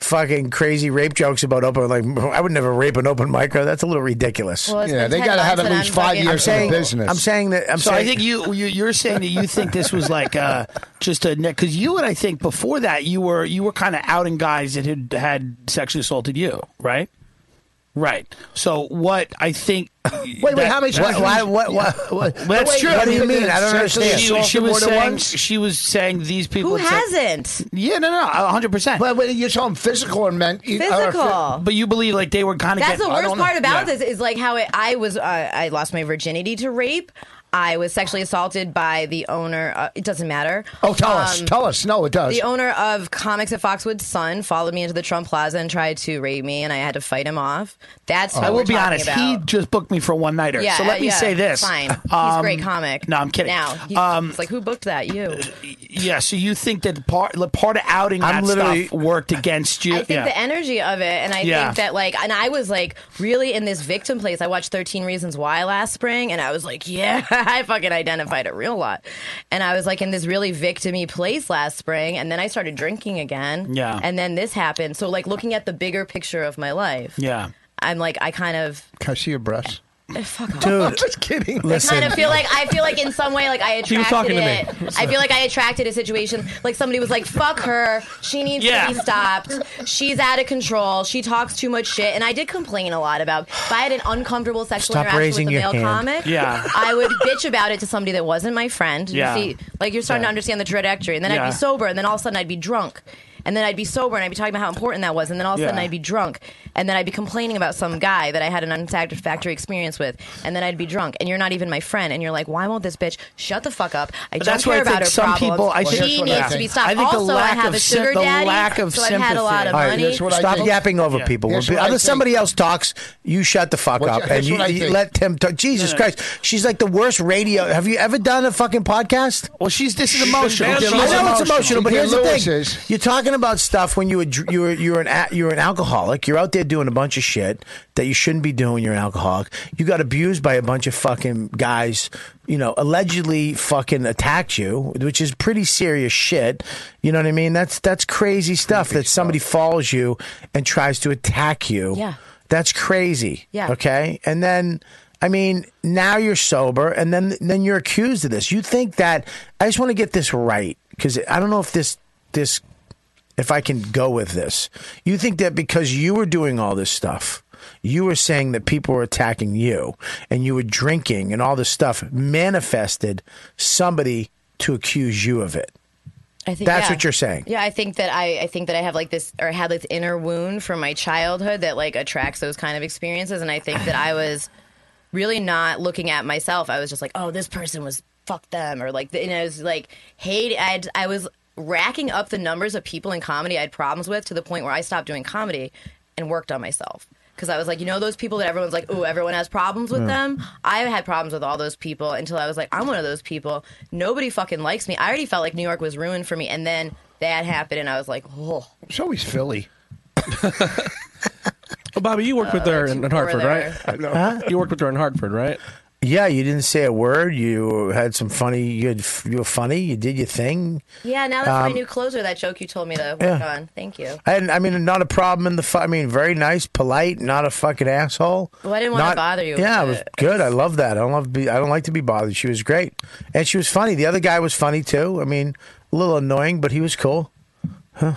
Speaker 8: fucking crazy rape jokes about open. Like, I would never rape an open micer. That's a little ridiculous.
Speaker 6: Well, it's
Speaker 5: Yeah,
Speaker 6: been
Speaker 5: they
Speaker 6: 10
Speaker 5: gotta have
Speaker 6: months
Speaker 5: at
Speaker 6: and
Speaker 5: least
Speaker 6: I'm
Speaker 5: five
Speaker 6: fucking-
Speaker 5: years
Speaker 8: I'm
Speaker 5: It's in the
Speaker 8: saying,
Speaker 5: business.
Speaker 8: I'm saying that. I'm
Speaker 4: so
Speaker 8: saying
Speaker 4: I think you you- you're saying that you think this was like uh, just a because you would I think before that you were you were kind of outing guys that had had sexually assaulted you, right? Right. So what I think. Wait,
Speaker 5: wait, how many times-
Speaker 8: Why- what- what- what-
Speaker 4: that's
Speaker 5: Wait,
Speaker 4: true.
Speaker 5: what do you mean? I don't
Speaker 4: She,
Speaker 5: understand.
Speaker 4: she
Speaker 5: Assaulted more
Speaker 4: was
Speaker 5: than
Speaker 4: saying
Speaker 5: once?
Speaker 4: she was saying these people.
Speaker 6: Who
Speaker 4: had sex-
Speaker 6: hasn't?
Speaker 4: Yeah, no, no, hundred percent.
Speaker 5: But when you saw them physical or men, you- or
Speaker 6: Physical.
Speaker 4: But you believe like they were kind of.
Speaker 6: That's the worst part about this is like how it, I was. Uh, I lost my virginity to rape. I was sexually assaulted by the owner. Uh, it doesn't matter.
Speaker 5: Oh, tell us,
Speaker 6: Um,
Speaker 5: tell us. No, it does.
Speaker 6: The owner of Comics at Foxwood Sun followed me into the Trump Plaza and tried to rape me, and I had to fight him off.
Speaker 5: Oh.
Speaker 6: That's
Speaker 4: I
Speaker 6: what
Speaker 4: will
Speaker 6: we're
Speaker 4: be
Speaker 6: talking
Speaker 4: honest. He
Speaker 6: about.
Speaker 4: just booked me for a one nighter.
Speaker 6: Yeah, uh,
Speaker 4: so let me
Speaker 6: yeah,
Speaker 4: say this.
Speaker 6: Fine, he's a
Speaker 4: Um,
Speaker 6: great comic.
Speaker 4: No, I'm kidding. Um,
Speaker 6: Now, he's, it's like who booked that? You.
Speaker 4: Yeah, so you think that the part the part of outing
Speaker 8: I'm
Speaker 4: that
Speaker 8: literally-
Speaker 4: stuff worked against you?
Speaker 6: I think
Speaker 4: yeah.
Speaker 6: the energy of it, and I
Speaker 4: Yeah.
Speaker 6: think that like, and I was like really in this victim place. I watched Thirteen Reasons Why last spring, and I was like, yeah, I fucking identified a real lot. And I was like in this really victimy place last spring, and then I started drinking again.
Speaker 4: Yeah.
Speaker 6: and then this happened. So like looking at the bigger picture of my life,
Speaker 4: yeah.
Speaker 6: I'm like, I kind of
Speaker 5: Can I see your breasts?
Speaker 8: dude,
Speaker 5: Just kidding.
Speaker 8: listen.
Speaker 6: kind of feel like I feel like in some way like I
Speaker 4: She was
Speaker 6: attracted
Speaker 4: talking to me.
Speaker 6: it. I feel like I attracted a situation like somebody was like fuck her. She needs
Speaker 4: Yeah.
Speaker 6: to be stopped. She's out of control. She talks too much shit. And I did complain a lot about if I had an uncomfortable sexual
Speaker 8: Stop
Speaker 6: interaction
Speaker 8: raising
Speaker 6: with a
Speaker 8: your
Speaker 6: male
Speaker 8: hand.
Speaker 6: comic.
Speaker 4: Yeah.
Speaker 6: I would bitch about it to somebody that wasn't my friend.
Speaker 4: Yeah.
Speaker 6: You see, like you're starting to understand the trajectory. And then I'd
Speaker 4: Yeah.
Speaker 6: be sober, and then all of a sudden I'd be drunk. And then I'd be sober and I'd be talking about how important that was. And then all of a sudden
Speaker 4: Yeah.
Speaker 6: I'd be drunk. And then I'd be complaining about some guy that I had an unsatisfactory experience with. And then I'd be drunk. And you're not even my friend. And you're like, why won't this bitch shut the fuck up? I don't
Speaker 4: That's
Speaker 6: care
Speaker 4: why I
Speaker 6: about
Speaker 4: think
Speaker 6: her
Speaker 4: some
Speaker 6: problems.
Speaker 4: people- I think
Speaker 6: she
Speaker 4: that's what
Speaker 6: needs
Speaker 4: I
Speaker 6: to be
Speaker 4: think.
Speaker 6: stopped.
Speaker 4: I think the
Speaker 6: also, I
Speaker 4: lack
Speaker 6: have a
Speaker 4: of sym-
Speaker 6: sugar
Speaker 4: the
Speaker 6: daddy,
Speaker 4: lack of
Speaker 6: so I've had a lot of
Speaker 4: sympathy.
Speaker 8: All right,
Speaker 6: money.
Speaker 5: here's what I
Speaker 8: Stop
Speaker 5: think.
Speaker 8: yapping over
Speaker 4: Yeah.
Speaker 8: people.
Speaker 5: Here's
Speaker 8: When
Speaker 5: what I
Speaker 8: other
Speaker 5: think.
Speaker 8: somebody else talks, you shut the fuck
Speaker 5: What-
Speaker 8: up and
Speaker 5: here's
Speaker 8: you,
Speaker 5: what I
Speaker 8: you
Speaker 5: think.
Speaker 8: let him talk. Jesus Christ, she's like the worst radio. Have you ever done a fucking podcast?
Speaker 4: Well, she's this is emotional.
Speaker 7: banned
Speaker 4: She's
Speaker 8: I
Speaker 7: from
Speaker 8: know it's
Speaker 4: emotional.
Speaker 8: emotional, but
Speaker 5: Dean
Speaker 8: here's the
Speaker 5: Lewis
Speaker 8: thing:
Speaker 5: is.
Speaker 8: you're talking about stuff when you were dr- you were you're an a- you're an alcoholic. You're out there doing a bunch of shit that you shouldn't be doing. You're an alcoholic. You got abused by a bunch of fucking guys. You know, allegedly fucking attacked you, which is pretty serious shit. You know what I mean? That's that's crazy stuff that somebody follows you and tries to attack you.
Speaker 6: Yeah.
Speaker 8: that's crazy.
Speaker 6: Yeah.
Speaker 8: Okay, and then. I mean, now you're sober, and then then you're accused of this. You think that I just want to get this right because I don't know if this this if I can go with this. You think that because you were doing all this stuff, you were saying that people were attacking you, and you were drinking and all this stuff manifested somebody to accuse you of it.
Speaker 6: I think
Speaker 8: That's
Speaker 6: yeah.
Speaker 8: what you're saying.
Speaker 6: Yeah, I think that I, I think that I have like this or had like this inner wound from my childhood that like attracts those kind of experiences, and I think that I was really not looking at myself. I was just like, oh, this person was fuck them, or like, and I was like, hate. I I was racking up the numbers of people in comedy I had problems with to the point where I stopped doing comedy and worked on myself. Because I was like, you know, those people that everyone's like, ooh, everyone has problems with
Speaker 11: Yeah.
Speaker 6: them. I had problems with all those people until I was like, I'm one of those people. Nobody fucking likes me. I already felt like New York was ruined for me. And then that happened, and I was like, oh.
Speaker 5: It's always Philly.
Speaker 7: Well, Oh, Bobby, you worked
Speaker 5: Uh,
Speaker 7: with her in, in Hartford,
Speaker 6: there.
Speaker 7: right? You worked with her in Hartford, right?
Speaker 8: Yeah, you didn't say a word. You had some funny. You had, you were funny. You did your thing.
Speaker 6: Yeah, now that's my
Speaker 8: Um,
Speaker 6: new closer, that joke you told me to work
Speaker 8: Yeah.
Speaker 6: on. Thank you.
Speaker 8: And I mean, not a problem in the. Fu- I mean, very nice, polite, not a fucking asshole.
Speaker 6: Well, I didn't wanna
Speaker 8: Not-
Speaker 6: bother you
Speaker 8: Yeah, it
Speaker 6: with
Speaker 8: was
Speaker 6: it.
Speaker 8: good. I love that. I don't love. Be, I don't like to be bothered. She was great, and she was funny. The other guy was funny too. I mean, a little annoying, but he was cool. Huh.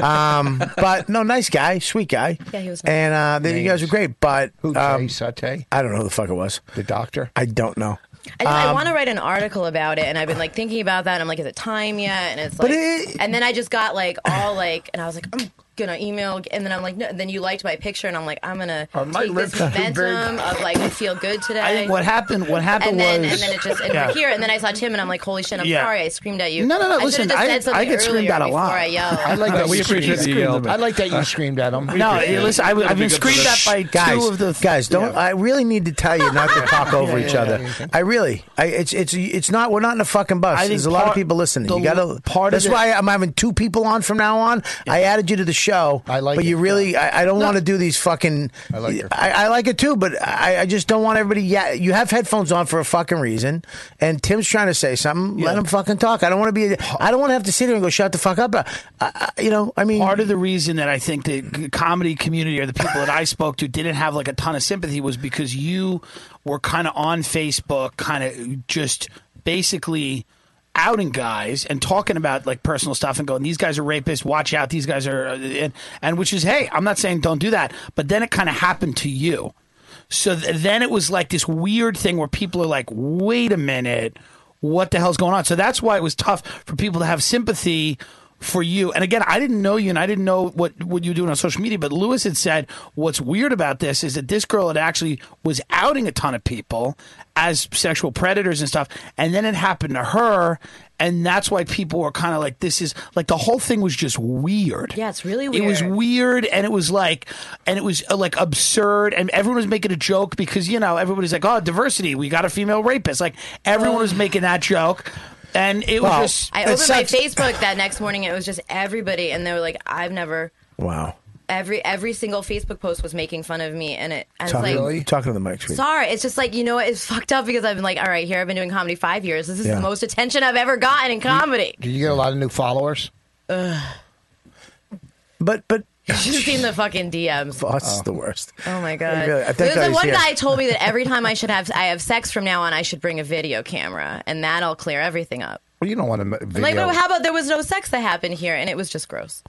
Speaker 8: Um, but no, nice guy, sweet guy.
Speaker 6: Yeah, he was nice.
Speaker 8: And uh, they, you guys were great. But who? Um,
Speaker 5: Satay.
Speaker 8: I don't know who the fuck it was.
Speaker 5: uh, The doctor.
Speaker 8: I don't know.
Speaker 6: I, I
Speaker 8: Um,
Speaker 6: want to write an article about it, and I've been like thinking about that. And I'm like, is it time yet? And it's
Speaker 8: But
Speaker 6: like, and then I just got like all like, and I was like, I'm gonna email, and then I'm like, no. And then you liked my picture, and I'm like, I'm gonna
Speaker 4: Are Oh, my
Speaker 6: take this
Speaker 4: lips too big?
Speaker 6: momentum of like I feel good today.
Speaker 4: I think what happened- what happened
Speaker 6: and then,
Speaker 4: was-
Speaker 6: and then it just and
Speaker 4: Yeah.
Speaker 6: we're here, and then I saw Tim, and I'm like, holy shit, I'm
Speaker 4: Yeah.
Speaker 6: sorry, I screamed at you.
Speaker 4: No, no, no,
Speaker 6: I should've
Speaker 4: listen,
Speaker 6: just
Speaker 4: I-
Speaker 6: said something
Speaker 4: I get screamed
Speaker 6: earlier
Speaker 4: at a
Speaker 6: before
Speaker 4: lot.
Speaker 6: I yelled.
Speaker 5: I like that
Speaker 4: We
Speaker 5: you
Speaker 4: appreciate
Speaker 5: screamed-
Speaker 4: the yell.
Speaker 5: I like that you screamed at him.
Speaker 4: No, appreciate it. listen, I was- I've been screamed at by
Speaker 8: guys,
Speaker 4: two of the-
Speaker 8: guys. Don't I really need to tell you not to talk over
Speaker 4: Yeah,
Speaker 8: each
Speaker 4: yeah,
Speaker 8: other?
Speaker 4: yeah.
Speaker 8: I really, I, it's it's it's not. We're not in a fucking bus.
Speaker 4: I think
Speaker 8: There's a lot of
Speaker 4: part-
Speaker 8: people listening.
Speaker 4: the
Speaker 8: You gotta.
Speaker 4: part of
Speaker 8: that's
Speaker 4: it-
Speaker 8: why I'm having two people on from now on. I added you to the show. I like, but you really, I, I don't want to do these fucking. I like it. I, like it too, but I, I just don't want everybody. Yeah, you have headphones on for a fucking reason, and Tim's trying to say something. Let him fucking talk. I don't want to be. I don't want to have to sit here and go shut the fuck up. I, I, you know, I mean,
Speaker 4: part of the reason that I think the g- comedy community or the people that I spoke to didn't have like a ton of sympathy was because you were kind of on Facebook, kind of just basically outing guys and talking about like personal stuff and going these guys are rapists watch out these guys are and, and which is hey i'm not saying don't do that but then it kind of happened to you so th- then it was like this weird thing where people are like, wait a minute, what the hell's going on? So that's why it was tough for people to have sympathy for you. And again, I didn't know you and I didn't know what, what you were doing on social media, but Lewis had said, what's weird about this is that this girl had actually was outing a ton of people as sexual predators and stuff. And then it happened to her. And that's why people were kind of like, this is like the whole thing was just weird.
Speaker 6: Yeah, it's really weird.
Speaker 4: It was weird, and it was like, and it was uh, like absurd, and everyone was making a joke because you know everybody's like, "Oh, diversity, we got a female rapist." Like everyone was making that joke, and it was just.
Speaker 6: I opened my Facebook that next morning. and It was just everybody, and they were like, "I've never."
Speaker 8: Wow.
Speaker 6: Every every single Facebook post was making fun of me, and it. I was
Speaker 8: Talking,
Speaker 6: like,
Speaker 8: talking to the mic. sweetie.
Speaker 6: Sorry, it's just like you know what? It's fucked up because I've been like, all right, here I've been doing comedy five years. This is
Speaker 5: Yeah.
Speaker 6: the most attention I've ever gotten in comedy.
Speaker 5: Did you get a lot of new followers?
Speaker 6: Ugh.
Speaker 8: But but
Speaker 6: You should have seen the fucking DMs.
Speaker 8: That's the worst.
Speaker 6: Oh my god!
Speaker 8: Really, I
Speaker 6: There's
Speaker 8: thank God
Speaker 6: the
Speaker 8: he's
Speaker 6: one
Speaker 8: here.
Speaker 6: guy told me that every time I should have I have sex from now on, I should bring a video camera, and that'll clear everything up.
Speaker 5: Well, you don't want to video.
Speaker 6: I'm like, well, how about there was no sex that happened here, and it was just gross,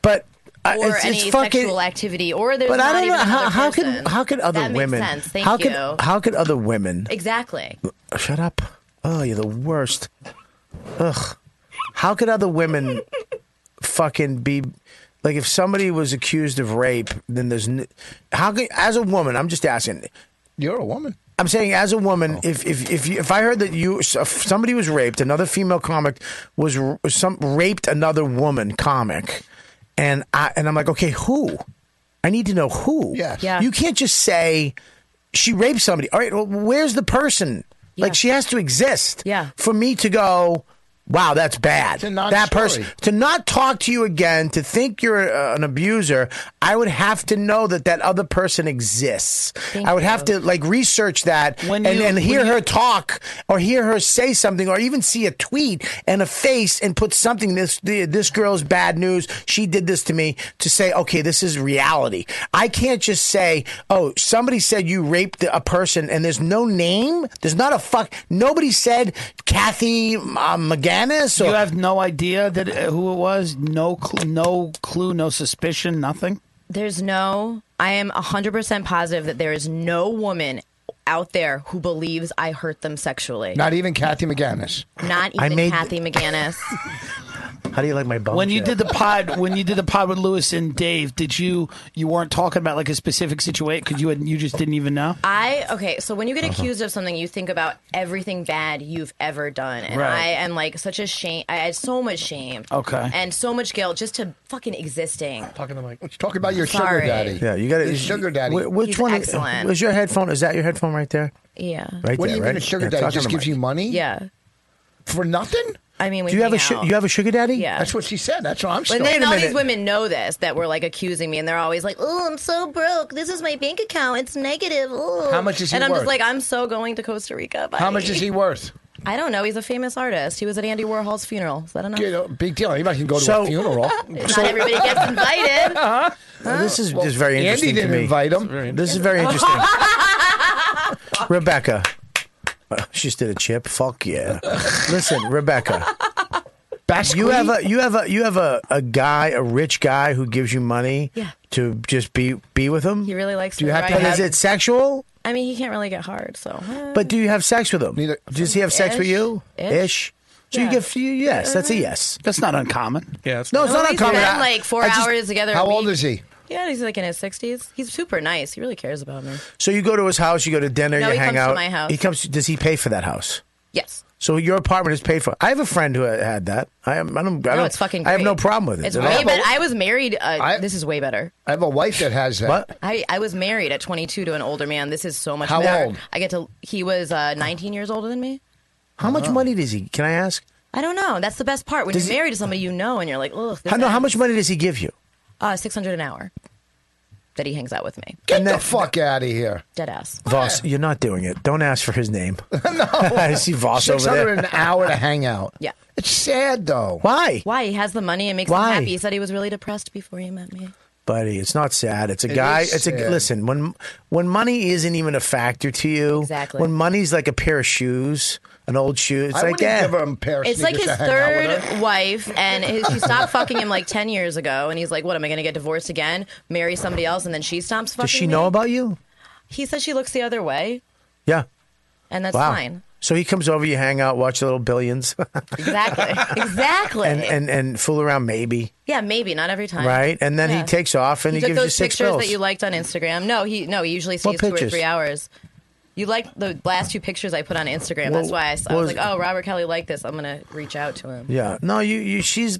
Speaker 8: But I-
Speaker 6: or
Speaker 8: it's,
Speaker 6: any
Speaker 8: it's fucking.
Speaker 6: sexual activity, or there's
Speaker 8: but
Speaker 6: not
Speaker 8: I don't
Speaker 6: even
Speaker 8: know how,
Speaker 6: another
Speaker 8: how could
Speaker 6: person.
Speaker 8: how could other
Speaker 6: That makes
Speaker 8: women
Speaker 6: sense. Thank
Speaker 8: how
Speaker 6: you.
Speaker 8: could how could other women
Speaker 6: exactly.
Speaker 8: shut up? Oh, you're the worst. Ugh. How could other women fucking be like if somebody was accused of rape? Then there's n- how could as a woman? I'm just asking.
Speaker 5: You're a woman.
Speaker 8: I'm saying, as a woman, if if if, you, if I heard that you if somebody was raped, another female comic was r- some raped another woman comic, and I and I'm like, okay, who? I need to know who.
Speaker 5: Yes. Yeah.
Speaker 8: You can't just say she raped somebody. All right, well, where's the person? Like she has to exist. Yeah. For me to go. Wow, that's bad. That person to not talk to you again, to think you're uh, an abuser, I would have to know that that other person exists. I would have to like research that
Speaker 4: When
Speaker 8: and,
Speaker 4: you-
Speaker 8: and
Speaker 4: when
Speaker 8: hear
Speaker 4: you-
Speaker 8: her talk or hear her say something or even see a tweet and a face and put something this this girl's bad news. She did this to me to say, okay, this is reality. I can't just say, oh, somebody said you raped a person and there's no name. There's not a fuck. Nobody said Kathy uh, McGannis or
Speaker 4: you have no idea that uh, who it was, no, cl- no clue, no suspicion, nothing.
Speaker 6: There's no, I am 100% positive that there is no woman out there who believes I hurt them sexually.
Speaker 5: Not even Kathy McGannis.
Speaker 6: Not
Speaker 5: I
Speaker 6: even
Speaker 5: made-
Speaker 6: Kathy McGannis.
Speaker 8: How do you like my
Speaker 6: Oh,
Speaker 8: bum?
Speaker 4: When you
Speaker 8: chat?
Speaker 4: did the pod, when you did the pod with Lewis and Dave, did you you weren't talking about like a specific situation because you had you just didn't even know?
Speaker 6: I okay, so when you get
Speaker 4: Uh-huh.
Speaker 6: accused of something, you think about everything bad you've ever done, and
Speaker 4: Right.
Speaker 6: I am like such a shame. I had so much shame,
Speaker 8: Okay.
Speaker 6: and so much guilt just to fucking existing.
Speaker 7: Talking to Mike,
Speaker 5: talking about your
Speaker 6: Sorry.
Speaker 5: sugar daddy.
Speaker 8: Yeah, you got
Speaker 5: Your
Speaker 8: it.
Speaker 5: sugar daddy.
Speaker 8: Wh- Which
Speaker 6: He's
Speaker 8: one?
Speaker 6: excellent.
Speaker 8: Is your headphone? Is that your headphone right there?
Speaker 6: Yeah.
Speaker 8: Right
Speaker 5: what do
Speaker 8: there,
Speaker 5: you
Speaker 8: right?
Speaker 5: mean a sugar
Speaker 8: Yeah,
Speaker 5: daddy
Speaker 8: talk
Speaker 5: just
Speaker 8: to
Speaker 5: gives
Speaker 8: Mike.
Speaker 5: you money?
Speaker 6: Yeah.
Speaker 5: For nothing?
Speaker 6: I mean, we
Speaker 8: Do you have a
Speaker 6: hang
Speaker 8: su-
Speaker 6: out.
Speaker 8: you have a sugar daddy?
Speaker 6: Yeah.
Speaker 5: That's what she said. That's what I'm
Speaker 6: But
Speaker 5: saying.
Speaker 6: then all these women know this that were like accusing me, and they're always like, "Oh, I'm so broke. This is my bank account. It's negative." Ooh.
Speaker 5: How much is he
Speaker 6: And I'm just
Speaker 5: worth?
Speaker 6: like, "I'm so going to Costa Rica." Buddy.
Speaker 5: How much is he worth?
Speaker 6: I don't know. He's a famous artist. He was at Andy Warhol's funeral. Is that enough?
Speaker 5: You know, big deal. Anybody can go to
Speaker 8: So-
Speaker 5: a funeral.
Speaker 6: Not everybody gets invited.
Speaker 8: Uh-huh. Now, Uh, this is
Speaker 5: Well,
Speaker 8: just very
Speaker 5: Andy
Speaker 8: interesting
Speaker 5: didn't
Speaker 8: to me.
Speaker 5: invite him.
Speaker 8: This is very interesting. Rebecca, uh, she just did a chip. Fuck yeah! Listen, Rebecca. You have a you have a you have a, a guy a rich guy who gives you money
Speaker 6: Yeah.
Speaker 8: to just be be with him.
Speaker 6: He really likes
Speaker 8: Do you
Speaker 6: me,
Speaker 8: have to?
Speaker 6: right?
Speaker 8: Is it sexual?
Speaker 6: I mean, he can't really get hard, so. eh.
Speaker 8: But do you have sex with him? Does he have sex with
Speaker 6: Ish.
Speaker 8: you?
Speaker 6: Ish.
Speaker 8: So you
Speaker 6: Yeah.
Speaker 8: give you yes. That's a yes.
Speaker 4: That's not uncommon.
Speaker 7: Yeah, it's
Speaker 8: no, it's
Speaker 6: Well,
Speaker 8: not
Speaker 6: we
Speaker 8: uncommon.
Speaker 6: spend
Speaker 8: I-
Speaker 6: like four
Speaker 8: I just-
Speaker 6: hours together. a week.
Speaker 8: is he?
Speaker 6: Yeah, he's like in his sixties. He's super nice. He really cares about me.
Speaker 8: So you go to his house, you go to dinner,
Speaker 6: No,
Speaker 8: you
Speaker 6: he
Speaker 8: hang
Speaker 6: comes to
Speaker 8: out.
Speaker 6: my house.
Speaker 8: He comes. Does he pay for that house?
Speaker 6: Yes.
Speaker 8: So your apartment is paid for. I have a friend who had that. I am. I don't. I
Speaker 6: No,
Speaker 8: don't
Speaker 6: it's fucking.
Speaker 8: I have
Speaker 6: great.
Speaker 8: no problem with it.
Speaker 6: It's
Speaker 8: at
Speaker 6: way
Speaker 8: all.
Speaker 6: better. I was married. Uh, this is way better.
Speaker 5: I have a wife that has that.
Speaker 8: What?
Speaker 6: I, I was married at 22 to an older man. This is so much
Speaker 5: How
Speaker 6: better.
Speaker 5: old?
Speaker 6: I get to. He was uh, 19 years older than me.
Speaker 8: How much money does he? Can I ask?
Speaker 6: I don't know. That's the best part when
Speaker 8: Does
Speaker 6: you're
Speaker 8: he-
Speaker 6: married to somebody you know, and you're like, ugh. This
Speaker 8: How, no.
Speaker 6: guy-
Speaker 8: How much money does he give you?
Speaker 6: Uh, 600 an hour. That he hangs out with me.
Speaker 5: Get the fuck out of here.
Speaker 6: Dead ass.
Speaker 8: Voss, you're not doing it. Don't ask for his name. no. I see Voss over
Speaker 5: 600
Speaker 8: there.
Speaker 5: an hour to hang out.
Speaker 6: Yeah.
Speaker 5: It's sad, though.
Speaker 8: Why?
Speaker 6: Why? He has the money. It makes
Speaker 8: Why?
Speaker 6: him happy. He said he was really depressed before he met me.
Speaker 8: buddy. It's not sad. It's a
Speaker 5: It
Speaker 8: guy.
Speaker 5: is
Speaker 8: It's a
Speaker 5: sad.
Speaker 8: listen. When when money isn't even a factor to you,
Speaker 6: Exactly.
Speaker 8: When money's like a pair of shoes, an old shoe. It's
Speaker 5: I
Speaker 8: like
Speaker 5: wouldn't
Speaker 8: yeah.
Speaker 5: give her a pair of
Speaker 6: It's like
Speaker 5: sneakers
Speaker 6: his
Speaker 5: to hang out with her.
Speaker 6: third wife, and his, she stopped fucking him like 10 years ago. And he's like, what, am I going to get divorced again? Marry somebody else, and then she stops fucking
Speaker 8: Does she
Speaker 6: me?
Speaker 8: know about you?
Speaker 6: He says she looks the other way,
Speaker 8: Yeah.
Speaker 6: and that's
Speaker 8: wow.
Speaker 6: fine.
Speaker 8: So he comes over, you hang out, watch a little billions,
Speaker 6: Exactly. exactly.
Speaker 8: and, and and fool around maybe,
Speaker 6: yeah, maybe. Not every time.
Speaker 8: right? And then
Speaker 6: Yeah.
Speaker 8: he takes off and he,
Speaker 6: he took
Speaker 8: gives
Speaker 6: those
Speaker 8: you six
Speaker 6: pictures
Speaker 8: bills.
Speaker 6: that you liked on Instagram. No, he no, he usually
Speaker 8: What
Speaker 6: stays two or
Speaker 8: pictures?
Speaker 6: three hours. You liked the last two pictures I put on Instagram.
Speaker 8: Well,
Speaker 6: That's why I, s- I
Speaker 8: what
Speaker 6: was
Speaker 8: was
Speaker 6: like, oh, Robert Kelly liked this. I'm gonna reach out to him.
Speaker 8: yeah. No, you you she's.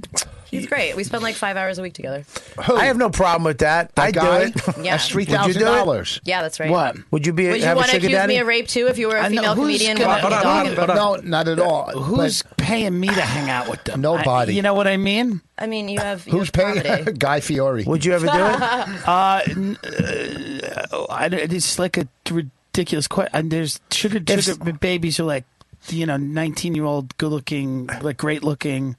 Speaker 6: He's great. We spend like five hours a week together.
Speaker 8: I have no problem with that. I
Speaker 5: guy?
Speaker 8: do it.
Speaker 6: Yeah. That's
Speaker 8: Would you do it?
Speaker 5: $3,000.
Speaker 6: Yeah, that's right.
Speaker 8: Would you be
Speaker 6: Would you
Speaker 8: have a
Speaker 6: want to
Speaker 8: sugar
Speaker 6: accuse
Speaker 8: daddy?
Speaker 6: me of rape too if you were a
Speaker 4: I know,
Speaker 6: female
Speaker 4: who's
Speaker 6: comedian
Speaker 4: gonna-
Speaker 6: walking a
Speaker 4: hold on,
Speaker 6: dog?
Speaker 4: hold
Speaker 6: in
Speaker 4: on,
Speaker 6: front
Speaker 8: uh,
Speaker 4: hold
Speaker 6: of-
Speaker 5: No, not at all.
Speaker 4: Who's paying me to hang out with them?
Speaker 5: Nobody.
Speaker 4: I- you know what I mean?
Speaker 6: I mean, you have
Speaker 5: But who's paying?
Speaker 6: comedy.
Speaker 5: Guy Fiore.
Speaker 8: Would you ever do it?
Speaker 4: Uh, n- uh, I, don't- it's like a ridiculous question. There's sugar,
Speaker 8: If-
Speaker 4: sugar babies are like, you know, 19 year old, good looking, like great looking,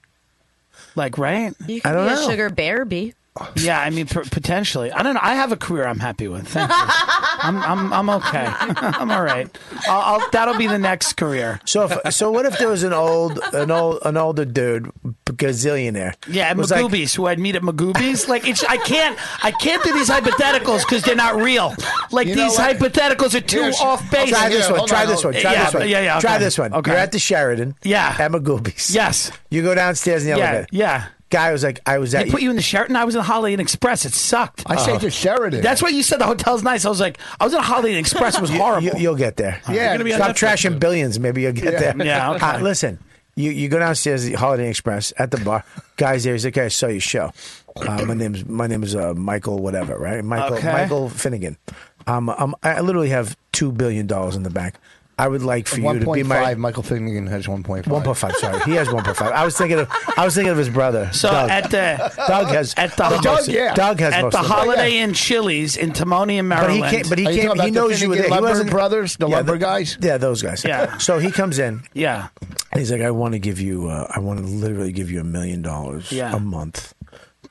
Speaker 4: like right?
Speaker 6: you
Speaker 8: I
Speaker 6: could
Speaker 8: don't
Speaker 6: be
Speaker 8: know.
Speaker 6: a sugar bear bee.
Speaker 4: Yeah, I mean, p- potentially. I don't know. I have a career I'm happy with. Thank you. I'm, I'm, I'm okay. I'm all right. I'll, I'll, that'll be the next career.
Speaker 8: So if, so what if there was an old an old an older dude gazillionaire?
Speaker 4: Yeah, and
Speaker 8: was like-
Speaker 4: Magoobies, who I'd meet at Magoobies. Like it's, I can't, I can't do these hypotheticals because they're not real. Like
Speaker 5: You know
Speaker 4: these
Speaker 5: what?
Speaker 4: hypotheticals are too
Speaker 5: Here's-
Speaker 4: off base.
Speaker 8: Try this one.
Speaker 5: hold
Speaker 8: Try
Speaker 5: on,
Speaker 8: this one.
Speaker 5: hold-
Speaker 8: Try
Speaker 4: Yeah,
Speaker 8: this one.
Speaker 4: yeah, yeah,
Speaker 8: Try
Speaker 4: okay.
Speaker 8: this one.
Speaker 4: Okay.
Speaker 8: You're at the Sheridan.
Speaker 4: Yeah.
Speaker 8: At Magoobies.
Speaker 4: Yes.
Speaker 8: You go downstairs in the
Speaker 4: Yeah,
Speaker 8: elevator.
Speaker 4: yeah.
Speaker 8: Guy was like, I was
Speaker 4: They
Speaker 8: at.
Speaker 4: put you in the Sheraton. I was in the Holiday Inn Express. It sucked.
Speaker 5: I say to Sheridan.
Speaker 4: That's why you said the hotel's nice. I was like, I was in a Holiday Inn Express. It was horrible.
Speaker 8: You, will get there.
Speaker 5: You're gonna be on
Speaker 8: Stop
Speaker 5: Netflix,
Speaker 8: trashing
Speaker 5: dude.
Speaker 8: billions. Maybe you'll get
Speaker 5: Yeah.
Speaker 8: there.
Speaker 4: Yeah, okay.
Speaker 8: Uh, listen, you, you go downstairs to the Holiday Inn Express at the bar. Guys there. He's like, hey, I saw your show. Uh, my name's my name is uh, Michael whatever, right? Michael
Speaker 4: Okay.
Speaker 8: Michael Finnegan. Um, um, I literally have two billion dollars in the bank. I would like for you to be
Speaker 5: 1.5.
Speaker 8: my
Speaker 5: Michael Finnegan has 1.5.
Speaker 8: One point five. Sorry, he has one point five. I was thinking of I was thinking of his brother.
Speaker 4: So
Speaker 8: Doug.
Speaker 4: at the
Speaker 8: Doug has
Speaker 4: at the
Speaker 8: Doug,
Speaker 4: Doug,
Speaker 5: yeah.
Speaker 8: Doug has
Speaker 4: at
Speaker 8: most
Speaker 4: the
Speaker 8: of it.
Speaker 4: Holiday Inn Chili's in Timonium,
Speaker 8: But he
Speaker 4: Maryland.
Speaker 8: can't. But he
Speaker 5: Are you
Speaker 8: can't.
Speaker 5: talking
Speaker 8: He
Speaker 5: about the
Speaker 8: knows you were there.
Speaker 5: Finnegan
Speaker 8: He
Speaker 5: Lumber
Speaker 8: wasn't
Speaker 5: brothers, the
Speaker 8: yeah,
Speaker 5: Lumber guys?
Speaker 8: Yeah, those guys.
Speaker 4: Yeah.
Speaker 8: So he comes in.
Speaker 4: yeah,
Speaker 8: And he's like, I want to give you. Uh, I want to literally give you a million dollars
Speaker 4: Yeah.
Speaker 8: a month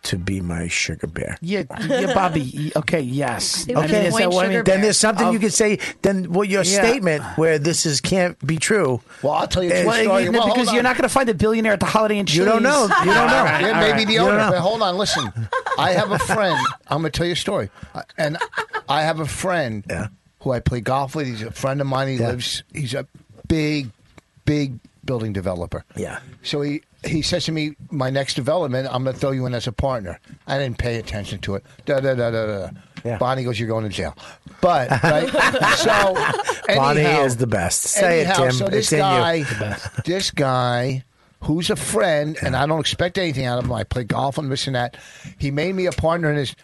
Speaker 8: to be my sugar bear.
Speaker 4: yeah, yeah, Bobby. Okay, yes.
Speaker 6: They would
Speaker 4: I mean, is
Speaker 6: appoint
Speaker 4: that what I
Speaker 6: sugar
Speaker 4: mean?
Speaker 8: Then there's something
Speaker 4: Of-
Speaker 8: you could say. Then what your
Speaker 4: Yeah.
Speaker 8: statement where this is can't be true.
Speaker 5: Well, I'll tell you
Speaker 8: Well,
Speaker 5: two
Speaker 4: Well,
Speaker 5: story.
Speaker 4: you know,
Speaker 5: Well, hold
Speaker 4: because you're
Speaker 5: on.
Speaker 4: not going to find a billionaire at the Holiday Inn Chili's.
Speaker 8: You don't know. You don't know.
Speaker 4: All right,
Speaker 5: Yeah,
Speaker 4: all
Speaker 5: maybe
Speaker 4: right.
Speaker 5: the
Speaker 8: You don't
Speaker 5: owner.
Speaker 8: know.
Speaker 5: But hold on, listen. I have a friend. I'm gonna tell you a story, Uh, and I have a friend
Speaker 8: Yeah.
Speaker 5: who I play golf with. He's a friend of mine. He
Speaker 8: Yeah.
Speaker 5: lives. He's a big, big building developer.
Speaker 8: Yeah.
Speaker 5: So he he says to me, "My next development, I'm going to throw you in as a partner." I didn't pay attention to it. Da da da da da.
Speaker 8: Yeah.
Speaker 5: Bonnie goes, "You're going to jail." But right? so
Speaker 8: Bonnie
Speaker 5: anyhow-
Speaker 8: is the best. Say it,
Speaker 5: anyhow,
Speaker 8: Tim.
Speaker 5: So this
Speaker 8: It's in you.
Speaker 5: guy,
Speaker 8: The best.
Speaker 5: this guy. Who's a friend, and I don't expect anything out of him. I play golf and this and that. He made me a partner in his,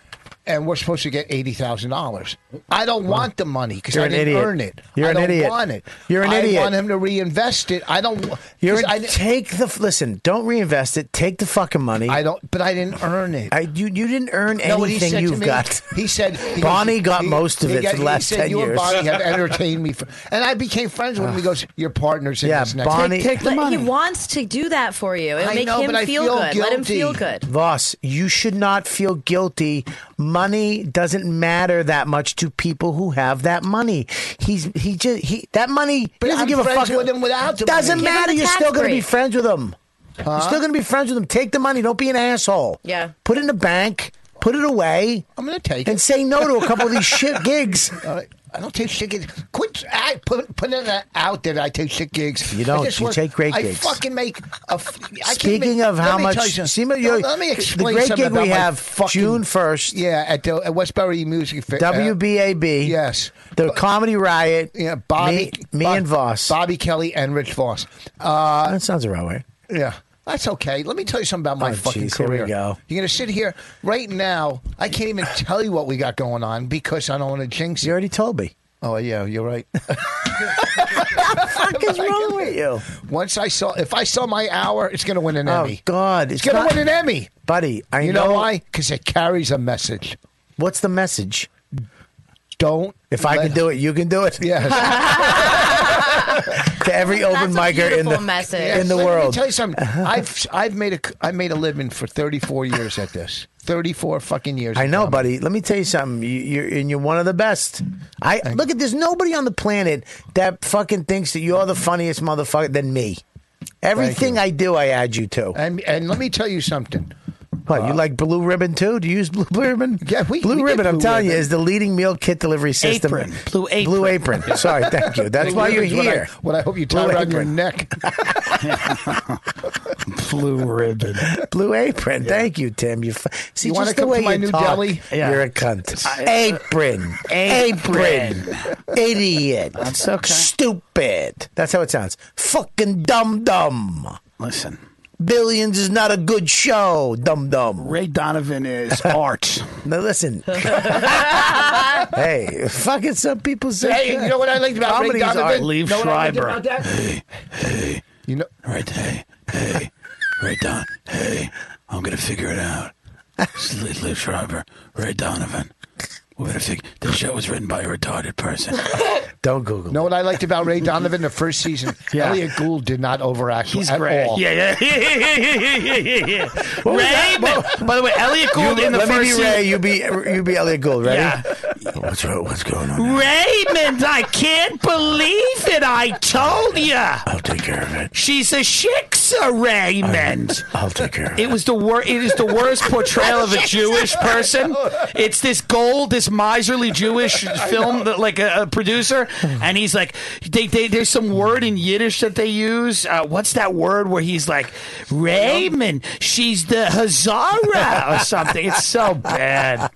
Speaker 5: and we're supposed to get eighty thousand dollars. I don't want the money because
Speaker 8: You're
Speaker 5: I
Speaker 8: an
Speaker 5: didn't
Speaker 8: idiot.
Speaker 5: earn it.
Speaker 8: You're
Speaker 5: I
Speaker 8: an
Speaker 5: don't
Speaker 8: idiot.
Speaker 5: want it.
Speaker 8: You're an
Speaker 5: I
Speaker 8: idiot.
Speaker 5: want him to reinvest it. I don't.
Speaker 8: You're
Speaker 5: I,
Speaker 8: take the listen. Don't reinvest it. Take the fucking money. I
Speaker 5: don't. But I didn't earn it.
Speaker 8: I you you didn't earn
Speaker 5: No, what he
Speaker 8: anything
Speaker 5: said to
Speaker 8: you've
Speaker 5: me-
Speaker 8: got.
Speaker 5: He said he-
Speaker 8: Bonnie got most of
Speaker 5: he
Speaker 8: it
Speaker 5: got-
Speaker 8: for the last
Speaker 5: he said,
Speaker 8: 10
Speaker 5: you
Speaker 8: years. Uh.
Speaker 5: and Bonnie have entertained me, for, and I became friends with him. He goes, "Your partners in
Speaker 8: Yeah,
Speaker 5: this next."
Speaker 8: Bonnie- Take- take
Speaker 6: But He wants to do that for you. It'll
Speaker 5: I
Speaker 6: make
Speaker 5: know,
Speaker 6: him
Speaker 5: but I
Speaker 6: feel,
Speaker 5: feel
Speaker 6: good. Let him
Speaker 5: guilty.
Speaker 6: feel good.
Speaker 8: Voss, you should not feel guilty. Money doesn't matter that much to people who have that money. He's he just he that money
Speaker 5: But
Speaker 8: he doesn't
Speaker 5: I'm
Speaker 8: give a
Speaker 5: friends
Speaker 8: fuck.
Speaker 5: with him without the
Speaker 8: doesn't
Speaker 5: money. Give him
Speaker 8: matter.
Speaker 5: the
Speaker 8: You're
Speaker 5: tax
Speaker 8: still going to be
Speaker 5: break.
Speaker 8: friends with him.
Speaker 5: Huh?
Speaker 8: You're still going to be friends with him. Take the money. Don't be an asshole.
Speaker 5: Yeah.
Speaker 8: Put it in the bank. Put it away.
Speaker 5: I'm going to take
Speaker 8: and say no to a couple of these shit gigs.
Speaker 5: Uh, I don't take shit gigs. Quit I, put, putting it out there that I take shit gigs.
Speaker 8: You
Speaker 5: I
Speaker 8: don't.
Speaker 5: just
Speaker 8: You
Speaker 5: work-
Speaker 8: take great
Speaker 5: I
Speaker 8: gigs.
Speaker 5: fucking make a. F- I can
Speaker 8: Speaking
Speaker 5: make-
Speaker 8: of how
Speaker 5: let me
Speaker 8: much-
Speaker 5: tell you something.
Speaker 8: see, but
Speaker 5: No,
Speaker 8: you're-
Speaker 5: let me
Speaker 8: the
Speaker 5: explain
Speaker 8: great
Speaker 5: something
Speaker 8: gig we
Speaker 5: about my
Speaker 8: have
Speaker 5: fucking,
Speaker 8: June 1st.
Speaker 5: Yeah, at the at Westbury Music uh, Fair.
Speaker 8: WBAB.
Speaker 5: Yes.
Speaker 8: The comedy riot.
Speaker 5: Yeah, Bobby,
Speaker 8: Me, me
Speaker 5: Bob-
Speaker 8: and Voss.
Speaker 5: Bobby Kelly and Rich Voss. Uh,
Speaker 8: that sounds about right.
Speaker 5: Yeah, that's okay. Let me tell you something about my
Speaker 8: Oh,
Speaker 5: fucking
Speaker 8: jeez, here we
Speaker 5: career.
Speaker 8: go.
Speaker 5: You're gonna sit here right now. I can't even tell you what we got going on because I don't want to jinx. You
Speaker 8: already told me.
Speaker 5: Oh yeah, you're right.
Speaker 8: fuck is wrong with you?
Speaker 5: Once I saw, if I saw my hour, it's gonna win an
Speaker 8: Oh,
Speaker 5: Emmy.
Speaker 8: God,
Speaker 5: it's,
Speaker 8: it's
Speaker 5: gonna
Speaker 8: not-
Speaker 5: win an Emmy,
Speaker 8: buddy. I
Speaker 5: you know,
Speaker 8: know-
Speaker 5: why? Because it carries a message.
Speaker 8: What's the message?
Speaker 5: Don't.
Speaker 8: If I can do it, you can do it.
Speaker 5: Yes.
Speaker 8: to every open micer in the in the
Speaker 5: Let me
Speaker 8: world.
Speaker 5: tell you something. I've I've made a I made a living for 34 years at this. 34 fucking years.
Speaker 8: I know, buddy. Let me tell you something. You, you're and you're one of the best. I look at. There's nobody on the planet that fucking thinks that you're the funniest motherfucker than me. Everything I do, I add you to.
Speaker 5: And and let me tell you something.
Speaker 8: What you like blue ribbon too? Do you use blue ribbon? Yeah, we blue
Speaker 5: we get
Speaker 8: ribbon. I'm
Speaker 5: Blue
Speaker 8: telling you,
Speaker 5: Ribbon.
Speaker 8: is the leading meal kit delivery system.
Speaker 5: Apron.
Speaker 8: Blue apron. Blue apron. Sorry, thank you. That's
Speaker 5: Blue
Speaker 8: why you're
Speaker 5: Ribbon's what I-
Speaker 8: here.
Speaker 5: what I hope you tie
Speaker 8: Blue
Speaker 5: around your
Speaker 8: Apron.
Speaker 5: neck.
Speaker 4: Blue ribbon.
Speaker 8: Blue apron. Thank you, Tim. You f- see
Speaker 5: You wanna
Speaker 8: just the
Speaker 5: come to
Speaker 8: way
Speaker 5: my
Speaker 8: you
Speaker 5: new
Speaker 8: talk.
Speaker 5: deli? Yeah. uh,
Speaker 8: You're a cunt. apron. Apron. Idiot. That's okay. Stupid. That's how it sounds. Fucking dumb dumb.
Speaker 4: Listen.
Speaker 8: Billions is not a good show. Dumb dumb.
Speaker 4: Ray Donovan is art.
Speaker 8: now listen. hey, fucking some people say.
Speaker 5: Hey, you know what I liked about
Speaker 8: Comedy
Speaker 5: Ray
Speaker 8: is
Speaker 5: Donovan?
Speaker 8: art.
Speaker 4: Leave
Speaker 5: know what I liked
Speaker 4: Schreiber.
Speaker 5: about that? You know,
Speaker 4: right, hey, hey, Ray Don, hey, I'm gonna figure it out. Liv, Liv Schreiber, Ray Donovan. We're gonna figure. This show was written by a retarded person.
Speaker 8: Don't Google.
Speaker 5: know what I liked about Ray Donovan the first season?
Speaker 4: Yeah.
Speaker 5: Elliot Gould did not overact
Speaker 4: He's
Speaker 5: at
Speaker 4: great.
Speaker 5: all.
Speaker 4: Yeah, yeah, yeah, yeah, yeah, yeah, yeah.
Speaker 8: What was
Speaker 4: Ray,
Speaker 8: that?
Speaker 4: by, by the way, Elliot Gould in the
Speaker 8: let
Speaker 4: first
Speaker 8: me be
Speaker 4: season-
Speaker 8: Ray. You be you be Elliot Gould. Ready?
Speaker 4: Yeah.
Speaker 8: What's what's going on?
Speaker 4: Raymond, I can't believe it. I told ya.
Speaker 8: I'll take care of it.
Speaker 4: She's a shiksa, Raymond.
Speaker 8: I'll take care of
Speaker 4: It was the wor- It is the worst portrayal of a Jewish person. It's this gold, this miserly Jewish film, that, like a, a producer, and he's like, they, they, there's some word in Yiddish that they use. Uh, what's that word where he's like, Raymond, she's the Hazara or something. It's so bad.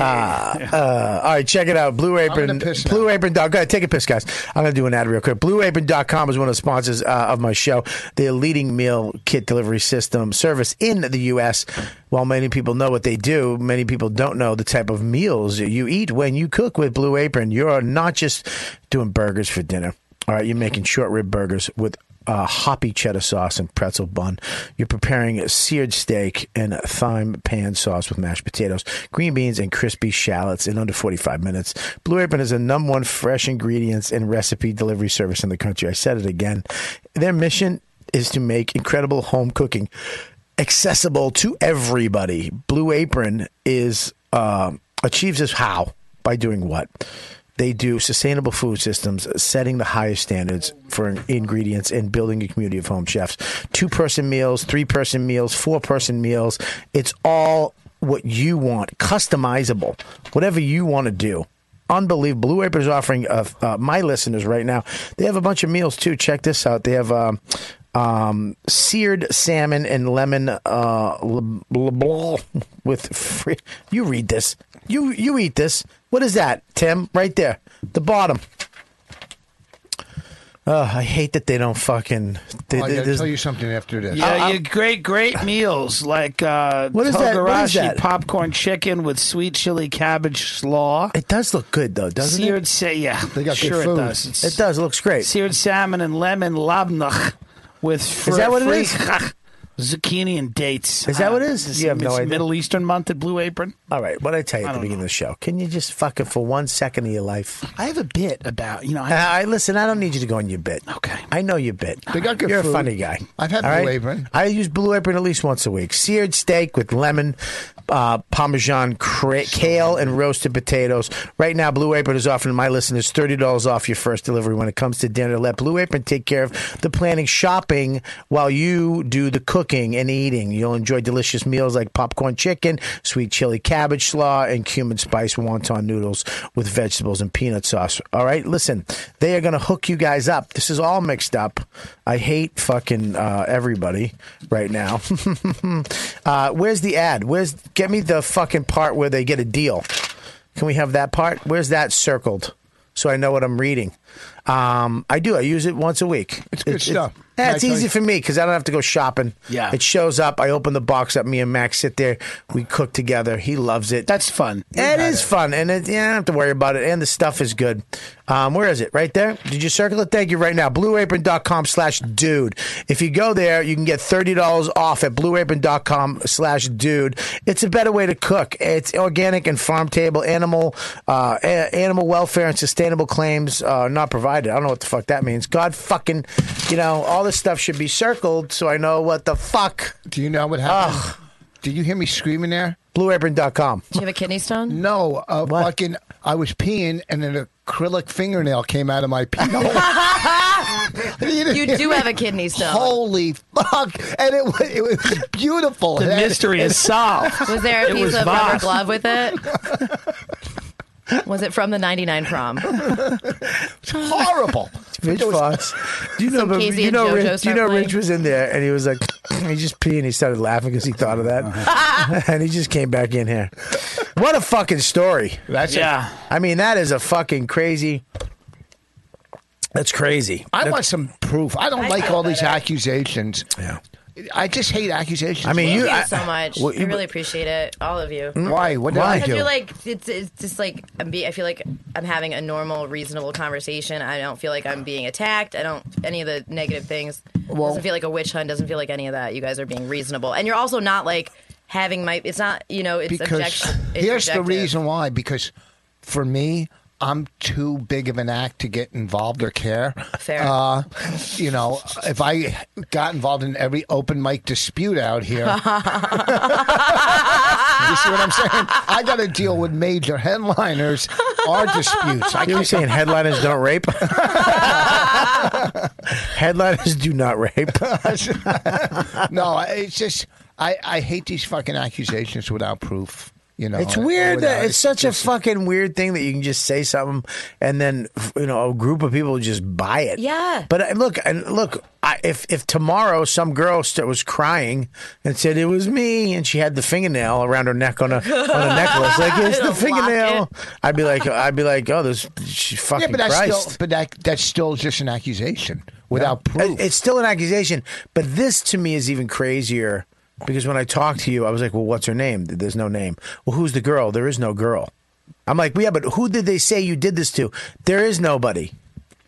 Speaker 8: Uh, all right, check it out. Blue Apron.
Speaker 5: gonna piss now.
Speaker 8: Blue Apron. Go ahead, take a piss, guys. I'm going to do an ad real quick. BlueApron.com is one of the sponsors uh, of my show. Their leading meal kit delivery system service in the U.S. While many people know what they do, many people don't know the type of meals that you eat when you cook with Blue Apron. You're not just doing burgers for dinner. All right, you're making short rib burgers with uh, hoppy cheddar sauce and pretzel bun. You're preparing a seared steak and a thyme pan sauce with mashed potatoes, green beans, and crispy shallots in under 45 minutes. Blue Apron is the number one fresh ingredients and recipe delivery service in the country. I said it again. Their mission is to make incredible home cooking accessible to everybody. Blue Apron is uh, achieves this how by doing what they do sustainable food systems, setting the highest standards for in- ingredients and building a community of home chefs. Two person meals, three person meals, four person meals. It's all what you want, customizable, whatever you want to do. Unbelievable. Blue Apron is offering uh, uh, my listeners right now. They have a bunch of meals too. Check this out. They have um, um, seared salmon and lemon uh, l- l- l- with free. You read this. You you eat this. What is that, Tim? Right there, the bottom. Uh, I hate that they don't fucking. They, they-
Speaker 5: I gotta
Speaker 8: there's-
Speaker 5: tell you something after this.
Speaker 4: Yeah, you great, great meals like uh,
Speaker 8: Uh, What is that? What is
Speaker 4: togarashi
Speaker 8: that?
Speaker 4: popcorn chicken with sweet chili cabbage slaw.
Speaker 8: It does look good though, doesn't it?
Speaker 4: Seared sa- yeah,
Speaker 8: They got good
Speaker 4: sure
Speaker 8: food.
Speaker 4: it does.
Speaker 8: It does. It looks great.
Speaker 4: Seared salmon and lemon labnach with fr-
Speaker 8: that what it
Speaker 4: free-
Speaker 8: is?
Speaker 4: Zucchini and dates.
Speaker 8: Is that what it is?
Speaker 4: This,
Speaker 8: You have no
Speaker 4: this
Speaker 8: idea.
Speaker 4: Middle Eastern month at Blue Apron.
Speaker 8: All right, what I tell you at the beginning of the show, can you just fucking for one second of your life?
Speaker 4: I have a bit about you know. I,
Speaker 8: I, I listen. I don't need you to go on your bit. Okay, I know your bit.
Speaker 5: They got good
Speaker 8: You're
Speaker 5: food.
Speaker 8: a funny guy.
Speaker 5: I've had
Speaker 8: All
Speaker 5: Blue
Speaker 8: right?
Speaker 5: Apron.
Speaker 8: I use Blue Apron at least once a week. Seared steak with lemon, uh, Parmesan, cra- kale, and roasted potatoes. Right now, Blue Apron is offering my listeners thirty dollars off your first delivery when it comes to dinner. Let Blue Apron take care of the planning, shopping, while you do the cooking and eating. You'll enjoy delicious meals like popcorn chicken, sweet chili cabbage slaw, and cumin spice wonton noodles with vegetables and peanut sauce. All right, listen, they are going to hook you guys up. This is all mixed up. I hate fucking uh, everybody right now. uh, where's the ad? Where's get me the fucking part where they get a deal? Can we have that part? Where's that circled? So I know what I'm reading. Um, I do. I use it once a week. It's
Speaker 5: good stuff.
Speaker 8: yeah, it's
Speaker 5: Can I tell
Speaker 8: easy
Speaker 5: you-
Speaker 8: for me because I don't have to go shopping.
Speaker 5: Yeah.
Speaker 8: It shows up. I open the box up. Me and Max sit there. We cook together. He loves it. That's fun. It is fun. And it, yeah, I don't have to worry about it. And the stuff is good. Um, where is it? Right there? Did you circle it? Thank you right now. BlueApron.com slash dude. If you go there, you can get $30 off at BlueApron.com slash dude. It's a better way to cook. It's organic and farm table, animal, uh, a- animal welfare and sustainable claims uh, not provided. I don't know what the fuck that means. God fucking, you know, all this stuff should be circled so I know what the fuck.
Speaker 5: Do you know what happened? Did you hear me screaming there?
Speaker 8: BlueApron.com.
Speaker 6: Do you have a kidney stone?
Speaker 5: No, a fucking. I was peeing, and an acrylic fingernail came out of my pee hole. didn't
Speaker 6: you
Speaker 5: hear
Speaker 6: do
Speaker 5: me?
Speaker 6: have a kidney stone.
Speaker 5: Holy fuck! And it was it was beautiful.
Speaker 4: The
Speaker 5: And-
Speaker 4: mystery is solved.
Speaker 6: Was there a
Speaker 4: It
Speaker 6: piece
Speaker 4: was
Speaker 6: of rubber
Speaker 4: Voss.
Speaker 6: glove with it? Was it from the 99 prom?
Speaker 5: horrible.
Speaker 8: Rich Fox. Do you know,
Speaker 6: Some
Speaker 8: but
Speaker 6: Casey
Speaker 8: you
Speaker 6: and
Speaker 8: know,
Speaker 6: JoJo
Speaker 8: Rich, do you
Speaker 6: start
Speaker 8: know
Speaker 6: playing.
Speaker 8: Rich was in there and he was like, he just peed and he started laughing because he thought of
Speaker 6: Uh-huh.
Speaker 8: that. and he just came back in here. What a fucking story.
Speaker 5: That's
Speaker 4: it. Yeah.
Speaker 8: I mean, that is a fucking crazy. That's crazy.
Speaker 5: I
Speaker 8: That's-
Speaker 5: want some proof. I don't
Speaker 6: I
Speaker 5: like
Speaker 6: feel
Speaker 5: all these
Speaker 6: better.
Speaker 5: accusations.
Speaker 8: Yeah.
Speaker 5: I just hate accusations.
Speaker 8: I mean,
Speaker 6: Thank you,
Speaker 8: I-
Speaker 6: so much.
Speaker 8: well,
Speaker 6: I
Speaker 8: you-
Speaker 6: really appreciate it, all of you.
Speaker 5: Mm, Why? What did
Speaker 8: Why?
Speaker 5: I
Speaker 6: I
Speaker 5: do?
Speaker 6: feel like it's, it's just like I'm be, I feel like I'm having a normal, reasonable conversation. I don't feel like I'm being attacked. I don't any of the negative things.
Speaker 5: Well-
Speaker 6: doesn't feel like a witch hunt. Doesn't feel like any of that. You guys are being reasonable, and you're also not like having my. It's not you know. It's
Speaker 5: because
Speaker 6: objection. It's
Speaker 5: here's
Speaker 6: objective.
Speaker 5: the reason why. Because for me, I'm too big of an act to get involved or care.
Speaker 6: Fair.
Speaker 5: Uh, you know, if I got involved in every open mic dispute out here, you see what I'm saying? I got to deal with major headliners or disputes. I
Speaker 8: You were
Speaker 5: can't-
Speaker 8: saying headliners don't rape? headliners do not rape.
Speaker 5: no, it's just I, I hate these fucking accusations without proof. You know,
Speaker 8: It's weird that
Speaker 5: without-
Speaker 8: it's such a fucking weird thing that you can just say something and then f- you know a group of people just buy it.
Speaker 6: Yeah.
Speaker 8: But I- look, and look, I, if if tomorrow some girl st- was crying and said it was me and she had the fingernail around her neck on a on a necklace, like it's
Speaker 6: It'll
Speaker 8: the
Speaker 6: lock
Speaker 8: fingernail, I'd be like, I'd be like, oh, this she fucking
Speaker 5: yeah, but that's
Speaker 8: Christ.
Speaker 5: still but that that's still just an accusation without
Speaker 8: It-
Speaker 5: proof.
Speaker 8: It's still an accusation, but this to me is even crazier because when I talked to you, I was like, "Well, what's her name? There's no name. Well, who's the girl? There is no girl." I'm like, "Yeah, but who did they say you did this to? There is nobody."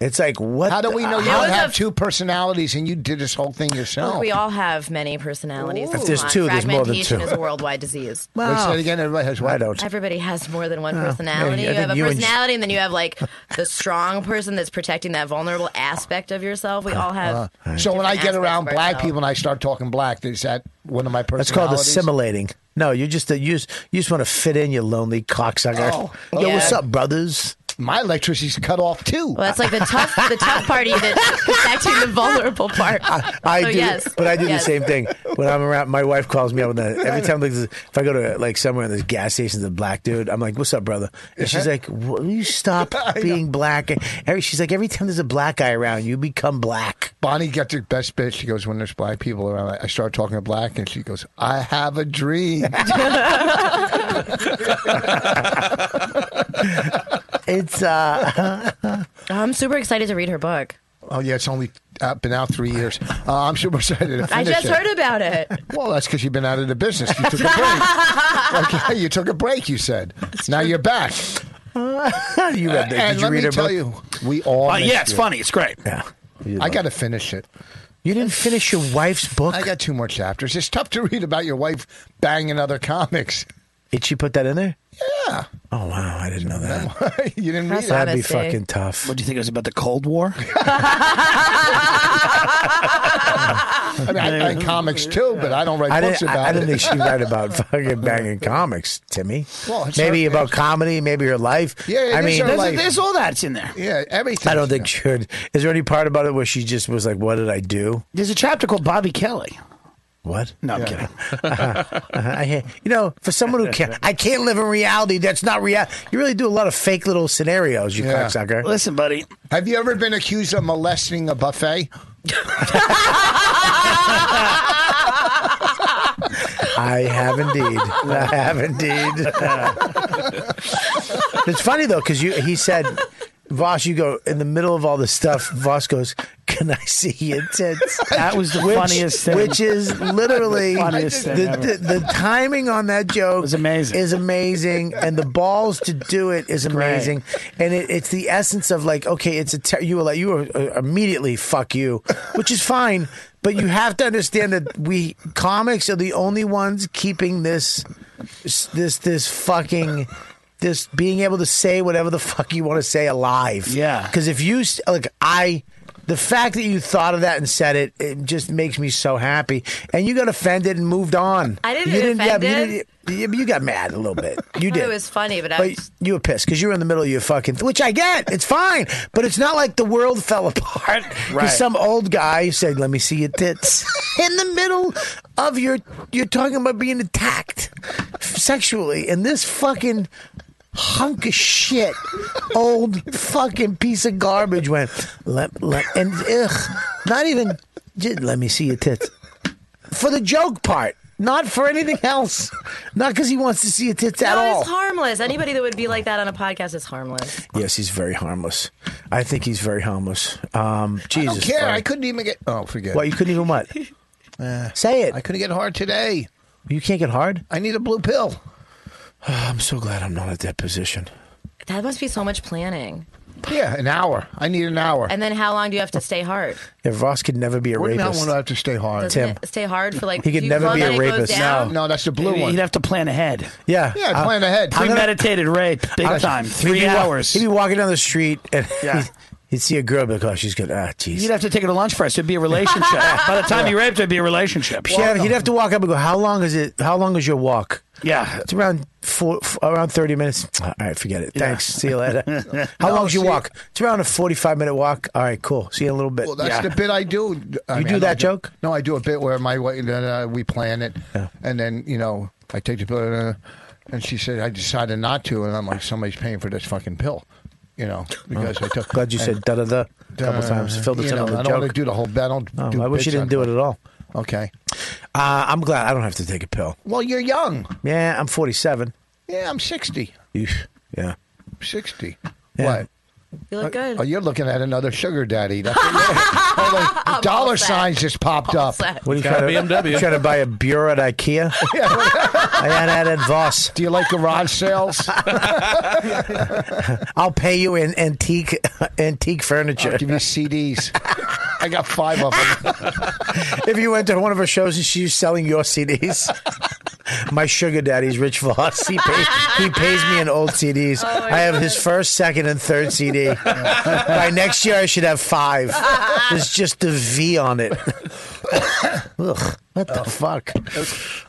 Speaker 8: It's like, what?
Speaker 5: uh, How do
Speaker 8: the-
Speaker 5: we know you
Speaker 6: That
Speaker 5: don't
Speaker 6: was a-
Speaker 5: have two personalities and you did this whole thing yourself?
Speaker 6: Look, we all have many personalities.
Speaker 8: If
Speaker 6: Come
Speaker 8: there's
Speaker 6: on.
Speaker 8: two, there's more than
Speaker 6: Fragmentation
Speaker 8: two.
Speaker 6: is a worldwide disease.
Speaker 8: Wow.
Speaker 5: Wait, say it again. Everybody has
Speaker 8: I
Speaker 5: what?
Speaker 8: don't.
Speaker 6: Everybody has more than one personality.
Speaker 8: Oh, I
Speaker 6: You have
Speaker 8: think
Speaker 6: a
Speaker 8: you and-
Speaker 6: personality, and then you have like the strong person that's protecting that vulnerable aspect of yourself. We all
Speaker 8: Uh,
Speaker 6: have.
Speaker 5: So when I get
Speaker 6: different
Speaker 5: around
Speaker 6: aspects of
Speaker 5: black
Speaker 6: ourselves.
Speaker 5: people and I start talking black, is that one of my
Speaker 8: That's called
Speaker 5: personalities?
Speaker 8: assimilating. No, you just you just, you just want to fit in, you lonely cocksucker.
Speaker 5: Oh,
Speaker 8: Yo,
Speaker 6: okay.
Speaker 8: what's up, brothers?
Speaker 5: my electricity's cut off too.
Speaker 6: Well, that's like the tough, the tough part of it. It's actually the vulnerable part.
Speaker 8: I
Speaker 6: So
Speaker 8: do,
Speaker 6: yes,
Speaker 8: but I do
Speaker 6: yes.
Speaker 8: the same thing when I'm around. My wife calls me up with that every time. Like, if I go to like somewhere and there's gas stations, a black dude, I'm like, "What's up, brother?" And
Speaker 5: Uh-huh.
Speaker 8: she's like, "Will you stop being black?" Every she's like, "Every time there's a black guy around, you become black."
Speaker 5: Bonnie got the best bit. She goes, "When there's black people around, I- I start talking to black, and she goes, I have a dream.'"
Speaker 8: it's uh
Speaker 6: I'm super excited to read her book.
Speaker 5: Oh yeah, it's only uh, been out three years. Uh, I'm super excited. To finish
Speaker 6: I just
Speaker 5: it.
Speaker 6: heard about it.
Speaker 5: Well, that's because you've been out of the business. You took a break. okay, you took a break. You said. Now you're back.
Speaker 8: you
Speaker 4: read that. Did
Speaker 5: and
Speaker 4: you
Speaker 5: Uh, let
Speaker 4: read
Speaker 5: me
Speaker 4: her
Speaker 5: tell
Speaker 4: book?
Speaker 5: you, we all.
Speaker 4: Uh,
Speaker 5: missed
Speaker 4: yeah, it's
Speaker 5: you.
Speaker 4: funny. It's great.
Speaker 8: Yeah.
Speaker 5: I got to finish it.
Speaker 8: You didn't finish your wife's book.
Speaker 5: I got two more chapters. It's tough to read about your wife banging other comics.
Speaker 8: Did she put that in there?
Speaker 5: Yeah.
Speaker 8: Oh wow, I didn't know that.
Speaker 5: you didn't read
Speaker 8: That'd
Speaker 5: it.
Speaker 8: be fucking tough.
Speaker 4: What do you think it was about the Cold War?
Speaker 5: I mean, I write comics too, but I don't write
Speaker 8: I
Speaker 5: books
Speaker 8: didn't,
Speaker 5: about
Speaker 8: I, I didn't
Speaker 5: it.
Speaker 8: think she'd write about fucking banging comics, Timmy.
Speaker 5: Well, it's
Speaker 8: maybe
Speaker 5: her-
Speaker 8: about comedy, maybe her life.
Speaker 5: Yeah, it
Speaker 8: I
Speaker 5: is
Speaker 8: mean,
Speaker 5: her
Speaker 4: There's,
Speaker 5: life.
Speaker 4: there's all that's in there.
Speaker 5: yeah, everything.
Speaker 8: I don't think she would. Is there any part about it where she just was like, "What did I do?
Speaker 4: There's a chapter called Bobby Kelly.
Speaker 8: What?"
Speaker 4: No, I'm kidding.
Speaker 8: I, ha- you know, for someone who can't, I can't live in reality. That's not real. You really do a lot of fake little scenarios, you
Speaker 5: Yeah.
Speaker 8: cocksucker.
Speaker 4: Listen, buddy.
Speaker 5: Have you ever been accused of molesting a buffet?
Speaker 8: I have indeed. I have indeed. it's funny though because you. He said, "Voss, you go in the middle of all this stuff." Voss goes, "Can I see your tits?"
Speaker 4: That was the funniest thing.
Speaker 8: Which is literally
Speaker 4: Funniest thing ever.
Speaker 8: the, the, the timing on that joke
Speaker 4: was amazing.
Speaker 8: Is amazing, and the balls to do it is amazing, and it, it's the essence of like, okay, it's a ter- you were like you were uh, immediately fuck you, which is fine, but you have to understand that we comics are the only ones keeping this this this fucking. This being able to say whatever the fuck you want to say alive.
Speaker 4: Yeah.
Speaker 8: Because if you, s- like, I, the fact that you thought of that and said it, it just makes me so happy. And you got offended and moved on.
Speaker 6: I didn't
Speaker 8: you
Speaker 6: get
Speaker 8: Yeah, you,
Speaker 6: offended.
Speaker 8: didn't- yeah, but you got mad a little bit. You
Speaker 6: thought it
Speaker 8: did.
Speaker 6: was funny, but I was-
Speaker 8: you were pissed because you were in the middle of your fucking, which I get. It's fine, but it's not like the world fell apart because
Speaker 4: Right.
Speaker 8: some old guy said, "Let me see your tits." in the middle of your, you're talking about being attacked sexually, and this fucking hunk of shit, old fucking piece of garbage went, let, let, and ugh, not even, just, let me see your tits. For the joke part, not for anything else. Not because he wants to see your tits at
Speaker 6: No,
Speaker 8: all.
Speaker 6: it's harmless. Anybody that would be like that on a podcast is harmless.
Speaker 8: yes, he's very harmless. I think he's very harmless. Um,
Speaker 5: I
Speaker 8: Jesus.
Speaker 5: don't care. I
Speaker 8: Christ.
Speaker 5: couldn't even get. Oh, forget.
Speaker 8: What,
Speaker 5: it.
Speaker 8: you couldn't even what? Say it.
Speaker 5: I couldn't get hard today.
Speaker 8: you can't get hard?
Speaker 5: I need a blue pill.
Speaker 8: I'm so glad I'm not at that position.
Speaker 6: That must be so much planning.
Speaker 5: Yeah, an hour. I need an hour.
Speaker 6: And then how long do you have to stay hard?
Speaker 8: If Ross could never be a
Speaker 5: What do you mean I
Speaker 8: rapist.
Speaker 5: want to have to stay hard?
Speaker 6: Doesn't
Speaker 8: Tim.
Speaker 6: it stay hard for like
Speaker 8: He could
Speaker 6: do you
Speaker 8: never
Speaker 6: love
Speaker 8: be
Speaker 6: that
Speaker 8: a
Speaker 6: it goes
Speaker 8: rapist.
Speaker 6: down?
Speaker 5: No, that's the blue one.
Speaker 4: You'd have to plan ahead.
Speaker 8: yeah.
Speaker 5: Yeah,
Speaker 8: I-
Speaker 5: plan ahead.
Speaker 8: I'm gonna-
Speaker 4: Premeditated rape, big
Speaker 8: I-
Speaker 4: time.
Speaker 8: he'd be
Speaker 4: 3
Speaker 8: wa-
Speaker 4: hours.
Speaker 8: he'd be walking down the street and
Speaker 4: Yeah.
Speaker 8: he'd, he'd see a girl because she's good. Ah, jeez.
Speaker 4: You'd have to take her to lunch first. It'd be a relationship. By the time you raped, it'd be a relationship.
Speaker 8: He'd have- he'd have to walk up and go. How long is it? How long is your walk?
Speaker 4: Yeah.
Speaker 8: It's around four, f- around thirty minutes. All right, forget it. Thanks. See you later. How
Speaker 5: No,
Speaker 8: long's your
Speaker 5: see-
Speaker 8: walk? It's around a forty-five minute walk. All right, cool. See you in a little bit.
Speaker 5: Well, that's
Speaker 4: Yeah.
Speaker 5: the bit I do. I
Speaker 8: You do
Speaker 5: I don't
Speaker 8: that joke?
Speaker 5: No, I do a bit where my wife, uh, we plan it,
Speaker 8: Yeah.
Speaker 5: and then you know I take the pill, uh, and she said I decided not to, and I'm like somebody's paying for this fucking pill, you know, because I took.
Speaker 8: Glad you
Speaker 5: and,
Speaker 8: said da da da a couple
Speaker 5: uh,
Speaker 8: times. Filled us
Speaker 5: you
Speaker 8: in
Speaker 5: know,
Speaker 8: on the
Speaker 5: I don't want
Speaker 8: joke.
Speaker 5: to do the whole. I don't.
Speaker 8: Oh,
Speaker 5: do
Speaker 8: I wish you didn't
Speaker 5: bits on
Speaker 8: do it at all.
Speaker 5: Okay.
Speaker 8: Uh, I'm glad I don't have to take a pill.
Speaker 5: Well, you're young.
Speaker 8: Yeah, I'm forty-seven.
Speaker 5: Yeah, I'm 60.
Speaker 8: Eesh. Yeah.
Speaker 5: 60.
Speaker 8: Yeah.
Speaker 5: What?
Speaker 6: You look good.
Speaker 5: Oh, you're looking at another sugar daddy. That's what you're- Oh, like, dollar
Speaker 6: set.
Speaker 5: signs just popped up.
Speaker 6: Set.
Speaker 8: What are you
Speaker 7: Got a
Speaker 8: trying to,
Speaker 7: BMW.
Speaker 8: trying to buy a bureau at IKEA? I had that at Voss.
Speaker 5: Do you like garage sales?
Speaker 8: I'll pay you in antique antique furniture.
Speaker 5: I'll give you CDs. I got five of them.
Speaker 8: if you went to one of her shows and she was selling your CDs. My sugar daddy's Rich Voss. He pays, he pays me in old CDs. I have his first, second, and third CD. By next year, I should have five. There's just a V on it. Ugh, what the fuck?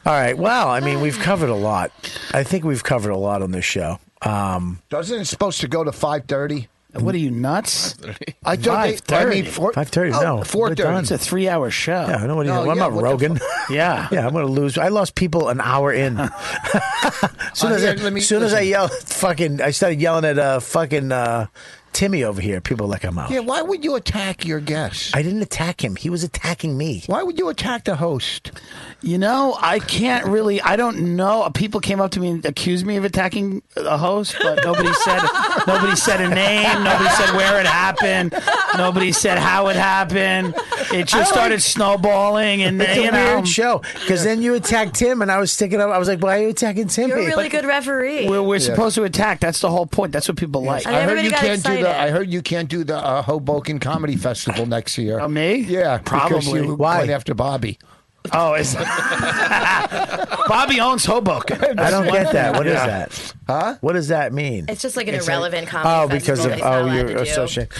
Speaker 8: All right. Well, I mean, we've covered a lot. I think we've covered a lot on this show. Um,
Speaker 5: Doesn't it supposed to go to five thirty?
Speaker 4: What are you nuts?
Speaker 5: I don't. They, I mean, four-
Speaker 8: five thirty.
Speaker 5: oh,
Speaker 8: No,
Speaker 5: four
Speaker 8: We're done.
Speaker 5: thirty.
Speaker 4: It's a three-hour show.
Speaker 8: Yeah, I know what you
Speaker 5: No,
Speaker 8: well, I'm
Speaker 5: yeah,
Speaker 8: not
Speaker 5: what the
Speaker 8: Rogan.
Speaker 4: yeah,
Speaker 8: yeah, I'm gonna lose. I lost people an hour in. soon
Speaker 5: Uh,
Speaker 8: as,
Speaker 5: here,
Speaker 8: I,
Speaker 5: let me-
Speaker 8: soon as I
Speaker 5: listen.
Speaker 8: yelled, fucking, I started yelling at uh, fucking uh, Timmy over here. People were like I'm out.
Speaker 5: Yeah, why would you attack your guest?
Speaker 8: I didn't attack him. He was attacking me.
Speaker 5: Why would you attack the host?
Speaker 4: You know, I can't really. I don't know. People came up to me and accused me of attacking a host, but nobody said nobody said a name. Nobody said where it happened. Nobody said how it happened. It just started snowballing, and
Speaker 8: It's a
Speaker 4: you
Speaker 8: weird
Speaker 4: know,
Speaker 8: show because then you attacked Tim, and I was sticking up. I was like, "Why are you attacking Timmy?"
Speaker 6: You're a really
Speaker 8: But-
Speaker 6: good referee.
Speaker 4: we're, we're supposed to attack. That's the whole point. That's what people like.
Speaker 6: And
Speaker 5: heard
Speaker 6: everybody
Speaker 5: you
Speaker 6: got
Speaker 5: can't do
Speaker 6: excited.
Speaker 5: the. I heard you can't do the uh, Hoboken Comedy Festival next year.
Speaker 4: Uh, me?
Speaker 5: yeah, Because
Speaker 4: probably.
Speaker 5: you
Speaker 8: Oh, Why?
Speaker 5: went after Bobby.
Speaker 4: Oh, it's Bobby owns Hoboken.
Speaker 8: I don't get that. What is
Speaker 4: Yeah.
Speaker 8: that? Huh? What does that mean?
Speaker 6: It's just like an
Speaker 8: It's like-
Speaker 6: irrelevant comedy.
Speaker 8: Oh, because of
Speaker 6: festival that he's not
Speaker 8: oh,
Speaker 6: allowed to
Speaker 8: you're
Speaker 6: do.
Speaker 8: associated.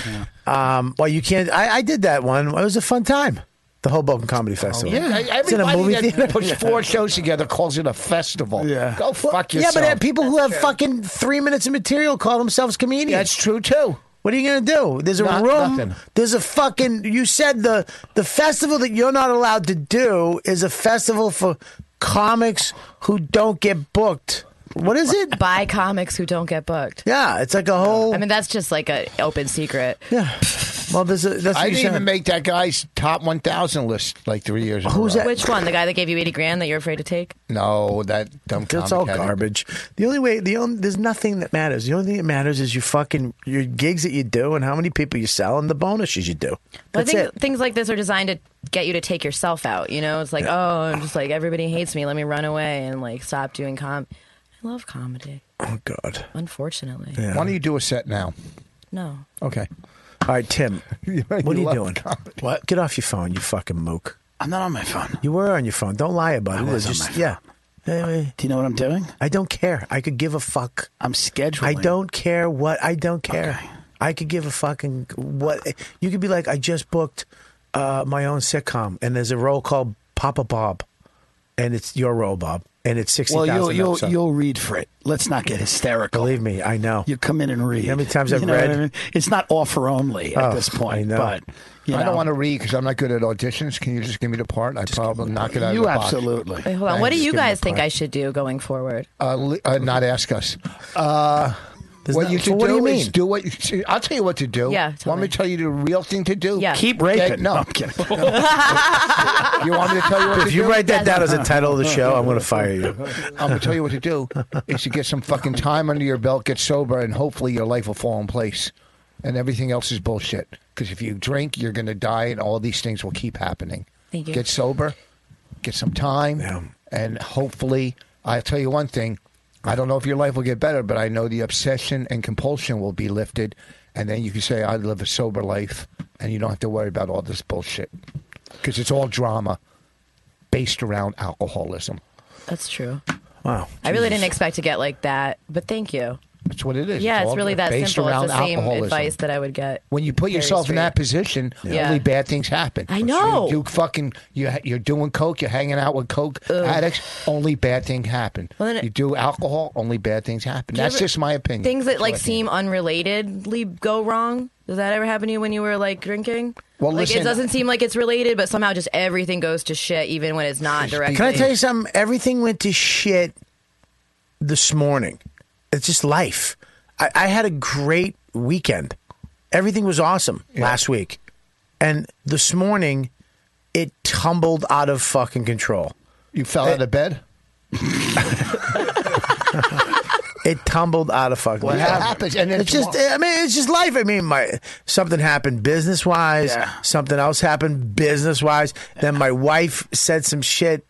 Speaker 8: Um, well, you can't. I, I did that one. It was a fun time. The Hoboken Comedy Festival.
Speaker 5: Yeah,
Speaker 8: it's in a
Speaker 5: E- everybody
Speaker 8: movie
Speaker 5: that
Speaker 8: theater.
Speaker 5: puts four shows together calls it a festival.
Speaker 4: Yeah.
Speaker 5: go fuck
Speaker 8: Yeah,
Speaker 5: yourself.
Speaker 8: but uh, people who have fucking three minutes of material call themselves comedians.
Speaker 5: that's true too.
Speaker 8: What are you gonna do? There's a
Speaker 5: Not-
Speaker 8: room.
Speaker 5: nothing.
Speaker 8: There's a fucking. You said the the festival that you're not allowed to do is a festival for comics who don't get booked. What is it?
Speaker 6: By comics who don't get booked.
Speaker 8: Yeah, it's like a whole.
Speaker 6: I mean, that's just like an open secret.
Speaker 8: yeah. Well, there's a. That's what
Speaker 5: I
Speaker 8: you
Speaker 5: didn't
Speaker 8: said.
Speaker 5: even make that guy's top 1,000 list like three years ago.
Speaker 8: Who's that?
Speaker 6: Which one? The guy that gave you 80 grand that you're afraid to take?
Speaker 5: No, that dumb
Speaker 8: That's
Speaker 5: comic
Speaker 8: all
Speaker 5: had it.
Speaker 8: garbage. The only way, the only, there's nothing that matters. The only thing that matters is your fucking your gigs that you do and how many people you sell and the bonuses you do.
Speaker 6: Well, I
Speaker 8: That's
Speaker 6: think
Speaker 8: it.
Speaker 6: things like this are designed to get you to take yourself out. You know, it's like, oh, I'm just like everybody hates me. Let me run away and like stop doing com. I love comedy.
Speaker 8: Oh God.
Speaker 6: Unfortunately,
Speaker 5: Why don't you do a set now?
Speaker 6: no.
Speaker 5: Okay.
Speaker 8: All right, Tim. what are you
Speaker 5: love
Speaker 8: doing?
Speaker 5: comedy.
Speaker 8: What? Get off your phone, you fucking mook.
Speaker 4: I'm not on my phone.
Speaker 8: You were on your phone. Don't lie about it.
Speaker 4: was on
Speaker 8: Just-
Speaker 4: my phone.
Speaker 8: yeah. Anyway,
Speaker 4: Do you know what I'm doing?
Speaker 8: I don't care. I could give a fuck.
Speaker 4: I'm scheduling.
Speaker 8: I don't care what. I don't care. I could give a fucking what. You could be like, I just booked uh, my own sitcom, and there's a role called Papa Bob, and it's your role, Bob, and it's sixty
Speaker 4: Well,
Speaker 8: thousand.
Speaker 4: you'll you'll you'll read for it. Let's not get hysterical.
Speaker 8: believe me. I know.
Speaker 4: you come in and read.
Speaker 8: How many times I've
Speaker 4: You know what
Speaker 8: read?
Speaker 4: I mean? It's not offer only at
Speaker 8: Oh,
Speaker 4: this point.
Speaker 8: I know.
Speaker 4: But you
Speaker 5: I don't
Speaker 4: know,
Speaker 5: want to read because I'm not good at auditions. Can you just give me the part? I probably knock it out. of
Speaker 4: You
Speaker 5: the box.
Speaker 4: absolutely.
Speaker 6: Wait, hold on. what do
Speaker 5: Thanks,
Speaker 6: you
Speaker 5: give me
Speaker 6: guys
Speaker 5: a
Speaker 6: think
Speaker 5: break.
Speaker 6: I should do going forward?
Speaker 8: Oh,
Speaker 5: Uh, li- uh, not ask us. Uh,
Speaker 8: There's
Speaker 5: what
Speaker 8: no-
Speaker 5: you
Speaker 8: so
Speaker 5: should
Speaker 8: what do
Speaker 5: do,
Speaker 8: you
Speaker 5: is
Speaker 8: mean?
Speaker 5: do what. You should, I'll tell you what to do.
Speaker 6: Yeah, tell
Speaker 5: want me
Speaker 6: me.
Speaker 5: to tell you the real thing to do?
Speaker 6: Yeah.
Speaker 4: keep raping.
Speaker 5: Yeah, no.
Speaker 4: I'm kidding.
Speaker 5: You want me to tell you what to
Speaker 8: If you
Speaker 5: do?
Speaker 8: write that down as a title of the show, I'm going to fire you.
Speaker 5: I'm gonna tell you what to do is to get some fucking time under your belt, get sober, and hopefully your life will fall in place. And everything else is bullshit. Because if you drink, you're gonna die, and all these things will keep happening.
Speaker 6: Thank you.
Speaker 5: Get sober, get some time,
Speaker 8: Yeah.
Speaker 5: and hopefully, I'll tell you one thing. I don't know if your life will get better, but I know the obsession and compulsion will be lifted, and then you can say, "I live a sober life," and you don't have to worry about all this bullshit because it's all drama based around alcoholism.
Speaker 6: That's true.
Speaker 8: Wow.
Speaker 6: I really didn't expect to get like that, but thank you.
Speaker 5: That's what it is.
Speaker 6: Yeah, it's
Speaker 5: all
Speaker 6: really that
Speaker 5: based
Speaker 6: simple.
Speaker 5: Around
Speaker 6: It's the same
Speaker 5: alcoholism.
Speaker 6: advice that I would get.
Speaker 5: When you put
Speaker 6: Carrie
Speaker 5: yourself in
Speaker 6: Street.
Speaker 5: that position,
Speaker 6: Yeah.
Speaker 5: only bad things happen.
Speaker 6: I know.
Speaker 5: You do fucking. You ha- you're doing coke. You're hanging out with coke addicts. Only bad things happen.
Speaker 6: Well, then it-
Speaker 5: you do alcohol. Only bad things happen.
Speaker 6: Do you
Speaker 5: That's
Speaker 6: ever-
Speaker 5: just my opinion.
Speaker 6: Things that
Speaker 5: That's
Speaker 6: like
Speaker 5: what I think.
Speaker 6: seem unrelatedly go wrong. Does that ever happen to you when you were like drinking?
Speaker 5: Well,
Speaker 6: like
Speaker 5: listen-
Speaker 6: it doesn't seem like it's related, but somehow just everything goes to shit, even when it's not directly.
Speaker 8: Can I tell you something? Everything went to shit this morning. It's just life. I, I had a great weekend. Everything was awesome last week. And this morning, it tumbled out of fucking control.
Speaker 5: You fell out of bed.
Speaker 8: It tumbled out of fucking
Speaker 5: What
Speaker 8: control.
Speaker 5: happens? And then
Speaker 8: It's just, I mean, it's just life. I mean, my something happened business wise.
Speaker 4: Yeah.
Speaker 8: Something else happened business wise. Then my wife said some shit.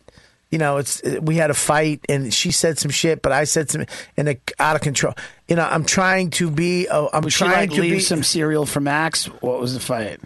Speaker 8: You know, it's we had a fight, and she said some shit, but I said some, and it out of control. You know, I'm trying to be. Oh, I'm
Speaker 4: Was she
Speaker 8: trying
Speaker 4: like
Speaker 8: to
Speaker 4: leave
Speaker 8: be.
Speaker 4: some cereal for Max? What was the fight?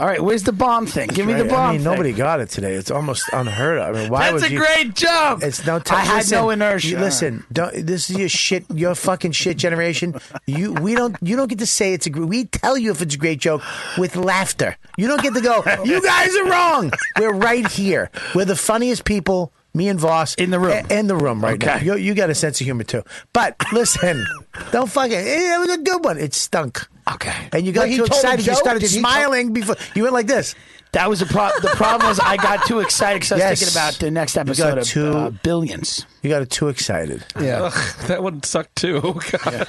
Speaker 4: All right, where's the bomb thing? Give me the bomb.
Speaker 8: I mean,
Speaker 4: thing.
Speaker 8: nobody got it today. It's almost unheard of. I mean, why
Speaker 4: That's
Speaker 8: would
Speaker 4: a
Speaker 8: you?
Speaker 4: great joke.
Speaker 8: It's no
Speaker 4: I
Speaker 8: time.
Speaker 4: had
Speaker 8: listen,
Speaker 4: no inertia.
Speaker 8: you- Listen, don't, this is your shit. Your fucking shit generation. You we don't you don't get to say it's a. gr- We tell you if it's a great joke with laughter. You don't get to go. You guys are wrong. We're right here. We're the funniest people. Me and Voss in the room, in the room right
Speaker 4: Okay.
Speaker 8: now. You, you got a sense of humor too. But listen, don't fucking. It, was a good one. It stunk. Okay. And you got
Speaker 4: Wait, he
Speaker 8: too
Speaker 4: told a
Speaker 8: excited. You
Speaker 4: joke?
Speaker 8: started
Speaker 4: Did he tell-
Speaker 8: smiling before you went like this.
Speaker 4: That was the problem. The problem was I got too excited because I was
Speaker 8: Yes.
Speaker 4: thinking about the next
Speaker 8: You
Speaker 4: episode
Speaker 8: got
Speaker 4: of
Speaker 8: too
Speaker 4: uh, billions.
Speaker 8: You got it too excited.
Speaker 7: Ugh, that one sucked too. Oh, God.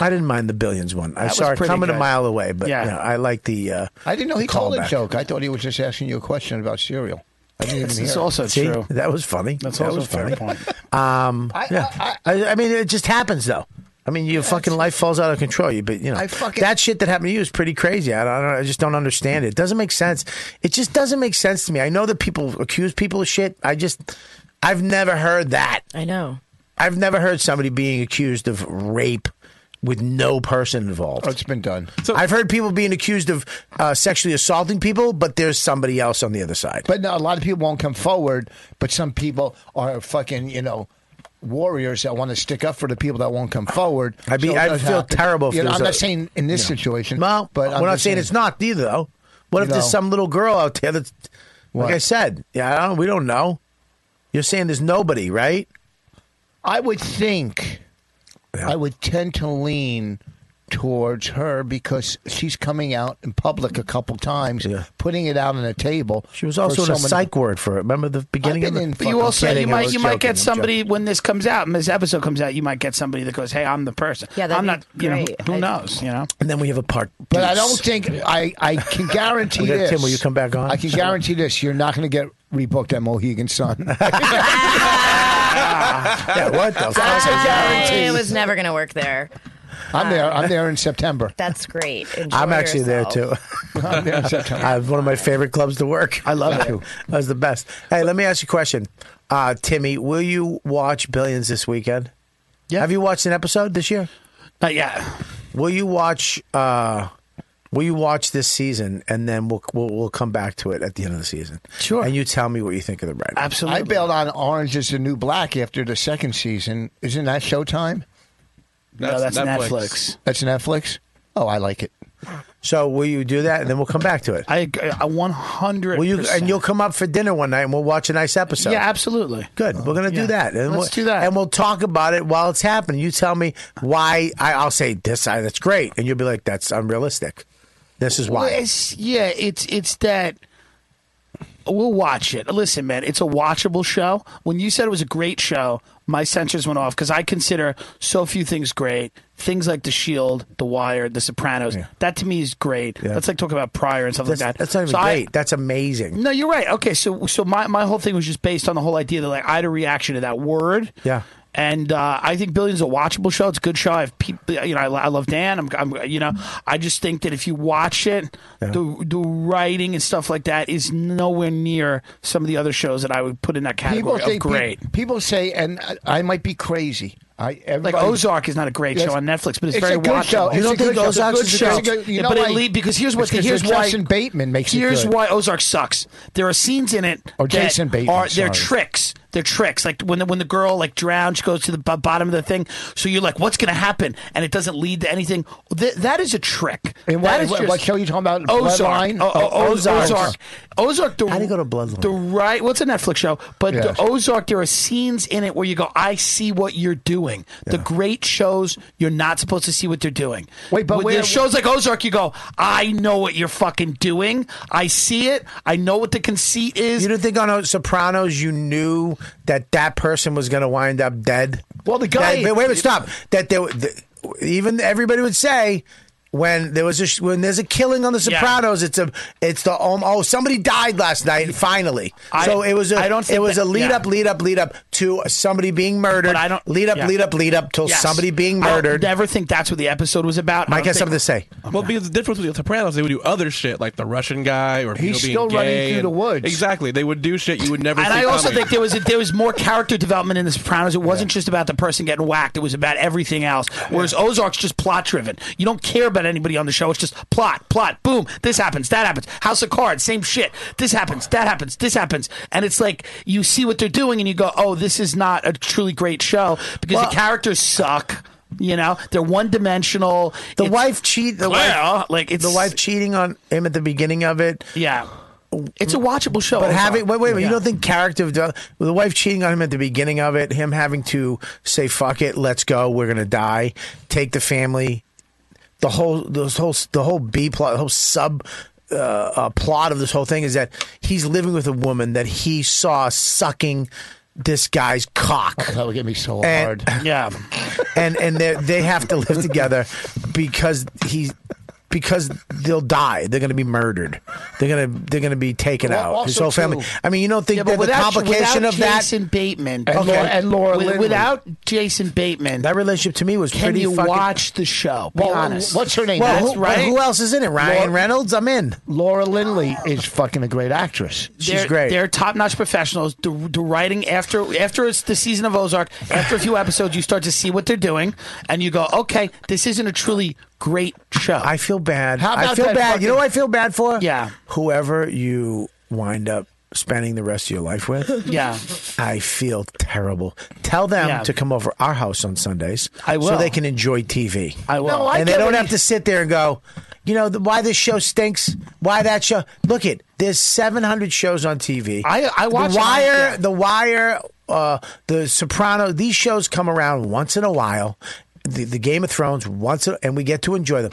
Speaker 8: I didn't mind the billions one. I
Speaker 5: That was
Speaker 8: saw it
Speaker 5: pretty
Speaker 8: coming a
Speaker 5: good.
Speaker 8: mile away, but
Speaker 5: Yeah.
Speaker 8: yeah, I like the. Uh,
Speaker 5: I didn't know he told a
Speaker 8: callback.
Speaker 5: joke. I thought he was just asking you a question about cereal. I didn't even
Speaker 8: That's-
Speaker 5: hear.
Speaker 8: that's
Speaker 5: it.
Speaker 8: also See? true. That was funny.
Speaker 5: That's
Speaker 8: That
Speaker 5: also
Speaker 8: was
Speaker 5: a fair
Speaker 8: funny. Um, yeah. I, I, mean, it just happens though. I mean, your fucking life falls out of control. You, but you know,
Speaker 5: I fucking-
Speaker 8: that shit that happened to you is pretty crazy. I don't, I don't, I just don't understand it. It doesn't make sense. It just doesn't make sense to me. I know that people accuse people of shit. I just, I've never heard that.
Speaker 6: I know.
Speaker 8: I've never heard somebody being accused of rape with no person involved.
Speaker 5: Oh, it's been done.
Speaker 8: I've heard people being accused of uh, sexually assaulting people, but there's somebody else on the other side.
Speaker 5: But no, a lot of people won't come forward. But some people are fucking, you know, warriors that want to stick up for the people that won't come forward.
Speaker 8: I'd be,
Speaker 5: So it
Speaker 8: I'd
Speaker 5: does
Speaker 8: feel
Speaker 5: happen.
Speaker 8: terrible. If
Speaker 5: You know,
Speaker 8: there was
Speaker 5: I'm
Speaker 8: a-
Speaker 5: not saying in this
Speaker 8: No.
Speaker 5: situation.
Speaker 8: Well,
Speaker 5: but I'm
Speaker 8: we're not
Speaker 5: just
Speaker 8: saying it's not either, though. What
Speaker 5: You
Speaker 8: if there's
Speaker 5: know.
Speaker 8: some little girl out there that's,
Speaker 5: What?
Speaker 8: like I said, yeah, I don't, we don't know. You're saying there's nobody, right?
Speaker 5: I would think I would tend to lean towards her because she's coming out in public a couple times, putting it out on a table. She
Speaker 8: There's also a psych word for it. Remember the beginning of
Speaker 5: I've
Speaker 8: the.
Speaker 5: been in
Speaker 4: But you
Speaker 5: Fucking
Speaker 4: also you
Speaker 5: kidding, I
Speaker 4: might
Speaker 5: was
Speaker 4: you might
Speaker 5: joking,
Speaker 4: get
Speaker 5: I'm
Speaker 4: somebody when this comes out, when this episode comes out, you might get somebody that goes, "Hey, I'm the person." Yeah, I'm not. You know,
Speaker 5: great.
Speaker 4: who knows? You know.
Speaker 8: And then we have a part.
Speaker 5: But I don't think I, I can guarantee
Speaker 8: Okay,
Speaker 5: this.
Speaker 8: Tim, will you come back on?
Speaker 5: I can guarantee this. You're not going to get rebooked at Mohegan Sun.
Speaker 8: yeah, what the fuck?
Speaker 5: That's a guarantee.
Speaker 6: I was never going to work there.
Speaker 5: I'm there. I'm there in September.
Speaker 6: That's great. Enjoy
Speaker 8: I'm actually
Speaker 6: yourself.
Speaker 8: there too. I'm one of my favorite clubs to work. I love it. That was the best. Hey, let me ask you a question, uh, Timmy. Will you watch Billions this weekend? Yeah. Have you watched an episode this year?
Speaker 4: Not yet.
Speaker 8: Will you watch? Uh, will you watch this season, and then we'll, we'll we'll come back to it at the end of the season. Sure. And you tell me what you think of the writing.
Speaker 5: I bailed on Orange is the New Black after the second season. Isn't that Showtime?
Speaker 4: No, that's Netflix. Netflix.
Speaker 5: That's Netflix. Oh, I like it.
Speaker 8: So will you do that, and then we'll come back to it?
Speaker 4: I uh, I 100.
Speaker 8: Will you? And you'll come up for dinner one night, and we'll watch a nice episode.
Speaker 4: Yeah, absolutely.
Speaker 8: Good. We're gonna
Speaker 4: Yeah.
Speaker 8: do that. And
Speaker 4: Let's
Speaker 8: we'll, do that. And we'll talk about it while it's happening. You tell me why. I, I'll say this. I, that's great, and you'll be like, "That's unrealistic. This is
Speaker 4: Well,
Speaker 8: why."
Speaker 4: it's, yeah, it's it's that. We'll watch it. Listen, man, it's a watchable show. When you said it was a great show, my sensors went off because I consider so few things great. Things like The Shield, The Wire, The Sopranos. That to me is great. That's like talk about Pryor and stuff
Speaker 8: That's,
Speaker 4: like that.
Speaker 8: that's not even
Speaker 4: So I-
Speaker 8: great. that's amazing.
Speaker 4: no, you're right. Okay, so so my, my whole thing was just based on the whole idea that like I had a reaction to that word.
Speaker 8: Yeah.
Speaker 4: And uh, I think Billions is a watchable show. It's a good show. I have people, you know, I, lo- I love Dan. I'm, I'm, you know, I just think that if you watch it, the the writing and stuff like that is nowhere near some of the other shows that I would put in that category of
Speaker 5: pe-
Speaker 4: great.
Speaker 5: people say, and I, I might be crazy. I
Speaker 4: Like
Speaker 5: everybody-
Speaker 4: Ozark is not a great
Speaker 5: Yes.
Speaker 4: show on Netflix, but it's,
Speaker 5: It's
Speaker 4: very
Speaker 5: a good show.
Speaker 4: watchable.
Speaker 5: You It's don't a think good show. It's a Ozark's good a good show? show? It's a good- you
Speaker 4: Yeah,
Speaker 5: know
Speaker 4: but
Speaker 5: why?
Speaker 4: it lead, because here's what
Speaker 5: It's 'cause
Speaker 4: here's
Speaker 5: the
Speaker 4: why
Speaker 5: Jason Bateman makes it
Speaker 4: Here's
Speaker 5: good.
Speaker 4: why Ozark sucks. There are scenes in it
Speaker 5: Or
Speaker 4: that
Speaker 5: Jason Bateman,
Speaker 4: are they're
Speaker 5: sorry.
Speaker 4: tricks. They're tricks. Like when the when the girl like drowns, she goes to the b- bottom of the thing. So you're like, what's going to happen? And it doesn't lead to anything. Th- that is a trick.
Speaker 5: And what-
Speaker 4: That is
Speaker 5: what-
Speaker 4: just-
Speaker 5: what show you talking about?
Speaker 4: Ozark.
Speaker 5: Bloodline?
Speaker 4: Oh, oh,
Speaker 5: Oh,
Speaker 4: oh,
Speaker 5: Ozark.
Speaker 4: Ozark. Ozark. The, How do you go
Speaker 8: to Bloodline?
Speaker 4: The right. What's a Netflix show? But
Speaker 8: Yes.
Speaker 4: the Ozark, there are scenes in it where you go, I see what you're doing. The great shows, you're not supposed to see what they're doing. Wait,
Speaker 5: but
Speaker 4: With
Speaker 5: where-
Speaker 4: there's shows like Ozark, you go, I know what you're fucking doing. I see it. I know what the conceit is.
Speaker 8: You didn't think on Sopranos you knew that that person was going to wind up dead?
Speaker 4: Well, the guy-
Speaker 8: That, wait, wait, a minute, stop. That there, the, even everybody would say when there was a, sh- when there's a killing on the
Speaker 4: Yeah.
Speaker 8: Sopranos, it's a it's the um, oh somebody died last night. Finally,
Speaker 4: I-
Speaker 8: so it was a
Speaker 4: I don't think
Speaker 8: it was
Speaker 4: that-
Speaker 8: a lead
Speaker 4: yeah.
Speaker 8: up, lead up, lead up to somebody being murdered.
Speaker 4: But I don't-
Speaker 8: lead up,
Speaker 4: yeah.
Speaker 8: lead up, lead up till
Speaker 4: Yes.
Speaker 8: somebody being
Speaker 4: I don't
Speaker 8: murdered.
Speaker 4: never think that's what the episode was about.
Speaker 8: Mike
Speaker 4: I
Speaker 8: has something to say.
Speaker 7: Well, because the difference with the Sopranos, they would do other shit like the Russian guy or
Speaker 5: He's
Speaker 7: you know,
Speaker 5: still
Speaker 7: being
Speaker 5: running
Speaker 7: gay
Speaker 5: through the
Speaker 7: and-
Speaker 5: woods.
Speaker 7: Exactly, they would do shit you would never.
Speaker 4: And
Speaker 7: see
Speaker 4: I also
Speaker 7: coming.
Speaker 4: think there was a, there was more character development in The Sopranos. It wasn't just about the person getting whacked. It was about everything else. Whereas Ozark's just plot driven. You don't care about anybody on the show. It's just plot, plot, boom. This happens, that happens. House of Cards, same shit. This happens, that happens, this happens. And it's like you see what they're doing, and you go, "Oh, this is not a truly great show because
Speaker 8: Well-
Speaker 4: the characters suck." You know, they're one dimensional.
Speaker 8: The wife cheat. The
Speaker 4: Well,
Speaker 8: wife,
Speaker 4: like it's
Speaker 8: the wife cheating on him at the beginning of it.
Speaker 4: Yeah. It's a watchable show.
Speaker 8: But
Speaker 4: I'm
Speaker 8: having
Speaker 4: sorry.
Speaker 8: wait, wait, wait, you
Speaker 4: Yeah.
Speaker 8: don't think character de- the wife cheating on him at the beginning of it, him having to say "fuck it, let's go, we're gonna die," take the family, the whole this whole the whole B plot, the whole sub. Uh, uh, plot of this whole thing is that he's living with a woman that he saw sucking this guy's cock.
Speaker 5: Oh,
Speaker 8: that would get me so
Speaker 5: hard.
Speaker 4: Yeah,
Speaker 8: and and they they have to live together because he because they'll die. They're going to be murdered. They're gonna they're gonna be taken
Speaker 4: Well,
Speaker 8: out. His
Speaker 4: also,
Speaker 8: whole family.
Speaker 4: too-
Speaker 8: I mean, you don't think
Speaker 4: Yeah,
Speaker 8: that
Speaker 4: but
Speaker 8: the
Speaker 4: without,
Speaker 8: complication
Speaker 4: without
Speaker 8: of that
Speaker 4: Jason Bateman
Speaker 8: And Laura- and Laura
Speaker 4: With-
Speaker 8: Linney.
Speaker 4: without Jason Bateman, that
Speaker 8: relationship to me was
Speaker 4: can
Speaker 8: pretty
Speaker 4: you
Speaker 8: fucking-
Speaker 4: watch the show? Be
Speaker 8: Well,
Speaker 4: honest.
Speaker 8: what's her name? Well,
Speaker 4: That's
Speaker 8: who-
Speaker 4: right.
Speaker 8: who else is in it? Ryan Reynolds. I'm in.
Speaker 5: Laura Lindley is fucking a great actress.
Speaker 4: they're, They're top-notch professionals. The, the writing after after it's the season of Ozark, after a few episodes, you start to see what they're doing, and you go, okay, this isn't a truly great show. I
Speaker 8: feel bad.
Speaker 4: How
Speaker 8: I
Speaker 4: about
Speaker 8: feel
Speaker 4: that
Speaker 8: bad. you know
Speaker 4: fucking-
Speaker 8: what I feel bad for?
Speaker 4: Yeah.
Speaker 8: Whoever you wind up spending the rest of your life with.
Speaker 4: Yeah.
Speaker 8: I feel terrible. Tell them
Speaker 4: Yeah.
Speaker 8: to come over our house on Sundays.
Speaker 4: I will.
Speaker 8: So they can enjoy TV.
Speaker 4: I will. No, I
Speaker 8: and they
Speaker 4: get
Speaker 8: don't
Speaker 4: what
Speaker 8: have
Speaker 4: you-
Speaker 8: to sit there and go, you know, the, why this show stinks, why that show. Look it, there's 700 shows on TV.
Speaker 4: I- I watch
Speaker 8: The
Speaker 4: it on-
Speaker 8: Wire,
Speaker 4: yeah.
Speaker 8: The Wire, uh, The Soprano. These shows come around once in a while. The, the Game of Thrones once, in, and we get to enjoy them.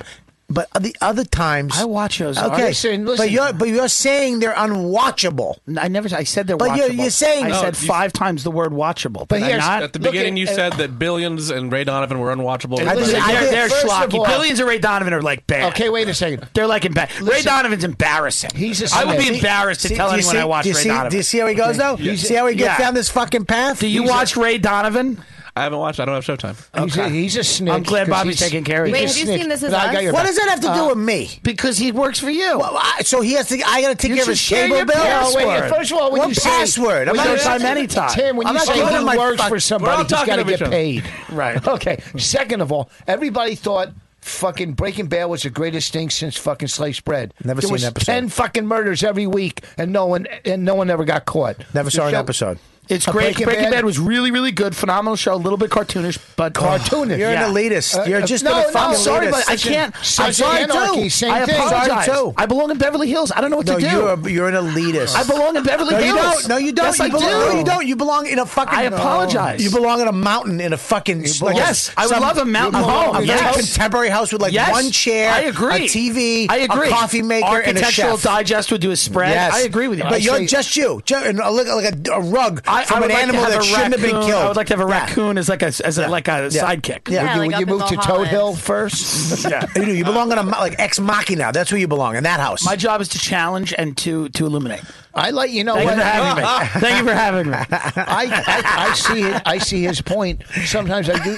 Speaker 8: But the other times, I
Speaker 4: watch those.
Speaker 8: Okay,
Speaker 4: Listen, listen.
Speaker 8: but you're but you're saying they're unwatchable.
Speaker 4: I never. I said they're.
Speaker 8: But
Speaker 4: watchable.
Speaker 8: you're, you're saying
Speaker 4: I said five times the word watchable,
Speaker 8: But
Speaker 4: but
Speaker 8: here's-
Speaker 4: not
Speaker 7: At uh, the beginning, you said that Billions and Ray Donovan were unwatchable.
Speaker 4: I
Speaker 7: Everybody-
Speaker 4: did- I did- they're
Speaker 5: first of
Speaker 4: schlocky.
Speaker 5: all-
Speaker 4: Billions and Ray Donovan are like bad.
Speaker 5: Okay, wait a second.
Speaker 4: They're like emba- Ray Donovan's embarrassing.
Speaker 5: He's a
Speaker 4: I would be
Speaker 5: snake.
Speaker 4: embarrassed to
Speaker 5: See-
Speaker 4: tell
Speaker 5: do you
Speaker 4: anyone
Speaker 5: see-
Speaker 4: I watched
Speaker 5: do you
Speaker 4: Ray
Speaker 5: see-
Speaker 4: Donovan.
Speaker 5: do you see how he goes, though? Do you see how he gets down
Speaker 8: this fucking path?
Speaker 4: Do you
Speaker 5: He's a-
Speaker 4: watch Ray Donovan?
Speaker 7: I haven't watched. I don't have Showtime.
Speaker 5: He's, a, he's a snitch.
Speaker 4: I'm glad
Speaker 5: 'cause
Speaker 4: Bobby's
Speaker 5: he's-
Speaker 4: taking care of you.
Speaker 5: he's a snitch. But I got your Uh,
Speaker 8: What
Speaker 5: back.
Speaker 8: does that have to do with me?
Speaker 4: Because he works for you.
Speaker 8: Well, I, so he has to. I got to take
Speaker 5: You
Speaker 8: care of
Speaker 5: should
Speaker 8: his
Speaker 5: share
Speaker 8: cable
Speaker 5: your
Speaker 8: bill.
Speaker 5: password. Password. First of all, when
Speaker 8: What
Speaker 5: you say-
Speaker 8: password,
Speaker 5: when
Speaker 8: I'm
Speaker 5: you
Speaker 8: not
Speaker 5: say-
Speaker 8: time anytime.
Speaker 5: Tim, when
Speaker 8: I'm
Speaker 5: you
Speaker 8: not
Speaker 5: say
Speaker 8: going to
Speaker 5: he
Speaker 8: my
Speaker 5: works
Speaker 8: fuck-
Speaker 5: for somebody, he's got to get paid.
Speaker 4: Right.
Speaker 5: Okay. Second of all, everybody thought fucking Breaking Bad was the greatest thing since fucking sliced bread.
Speaker 8: Never
Speaker 5: there
Speaker 8: seen
Speaker 5: was
Speaker 8: an episode.
Speaker 5: Ten fucking murders every week, and no one and no one ever got caught.
Speaker 8: Never saw
Speaker 5: The
Speaker 8: an
Speaker 5: show-
Speaker 8: episode.
Speaker 4: It's
Speaker 5: Uh,
Speaker 4: great. Breaking, Bad.
Speaker 5: was.
Speaker 4: was really, really good. Phenomenal show. A little bit cartoonish, but
Speaker 5: Cartoonish.
Speaker 8: You're an
Speaker 4: Yeah.
Speaker 8: elitist.
Speaker 5: Uh,
Speaker 8: You're just
Speaker 4: no,
Speaker 8: gonna
Speaker 4: no,
Speaker 8: fucking
Speaker 4: I'm sorry,
Speaker 8: elitist.
Speaker 4: but I
Speaker 8: Such a-
Speaker 4: can't.
Speaker 8: such
Speaker 4: I'm
Speaker 8: an
Speaker 4: sorry
Speaker 8: anarchy,
Speaker 4: too.
Speaker 8: same
Speaker 4: I
Speaker 8: thing. Sorry,
Speaker 4: apologize.
Speaker 8: too.
Speaker 4: I belong in Beverly Hills. I don't know what
Speaker 8: no,
Speaker 4: to do.
Speaker 8: You're, a, you're an elitist.
Speaker 4: I belong in Beverly
Speaker 8: no, You
Speaker 4: Hills.
Speaker 8: don't. No, you don't.
Speaker 4: Yes,
Speaker 8: you
Speaker 4: I
Speaker 8: belong,
Speaker 4: do.
Speaker 8: No, you don't. You belong in a fucking.
Speaker 4: I apologize.
Speaker 8: You belong in a mountain in a fucking.
Speaker 4: You
Speaker 8: like a-
Speaker 4: yes, I would
Speaker 8: some-
Speaker 4: love a mountain
Speaker 8: you belong
Speaker 4: home.
Speaker 8: in a
Speaker 4: Yes.
Speaker 8: contemporary house with like
Speaker 4: Yes.
Speaker 8: one chair.
Speaker 4: I agree.
Speaker 8: A TV.
Speaker 4: I agree.
Speaker 8: A coffee maker and a
Speaker 4: Architectural
Speaker 8: chef.
Speaker 4: Digest would do a spread.
Speaker 8: Yes.
Speaker 4: I agree with you.
Speaker 8: But
Speaker 4: I
Speaker 8: you're
Speaker 4: say-
Speaker 8: just you. Just, and look like a, a rug
Speaker 4: I, I
Speaker 8: from
Speaker 4: would
Speaker 8: an
Speaker 4: like to
Speaker 8: animal
Speaker 4: have
Speaker 8: that
Speaker 4: a
Speaker 8: shouldn't have been
Speaker 4: raccoon.
Speaker 8: killed.
Speaker 4: I would like to have a
Speaker 8: Yeah.
Speaker 4: raccoon as like a as a, like a
Speaker 8: Yeah.
Speaker 4: sidekick.
Speaker 8: Yeah,
Speaker 5: would you, would you move to Toad Hill first?
Speaker 4: Yeah.
Speaker 8: You do. You belong in a mo- like ex machina. That's where you belong in that house.
Speaker 4: My job is to challenge and to to illuminate.
Speaker 5: I like you know
Speaker 4: Thank
Speaker 5: what
Speaker 4: you for having me. Thank you for having me.
Speaker 5: I, I, I see it. I see his point. Sometimes I do.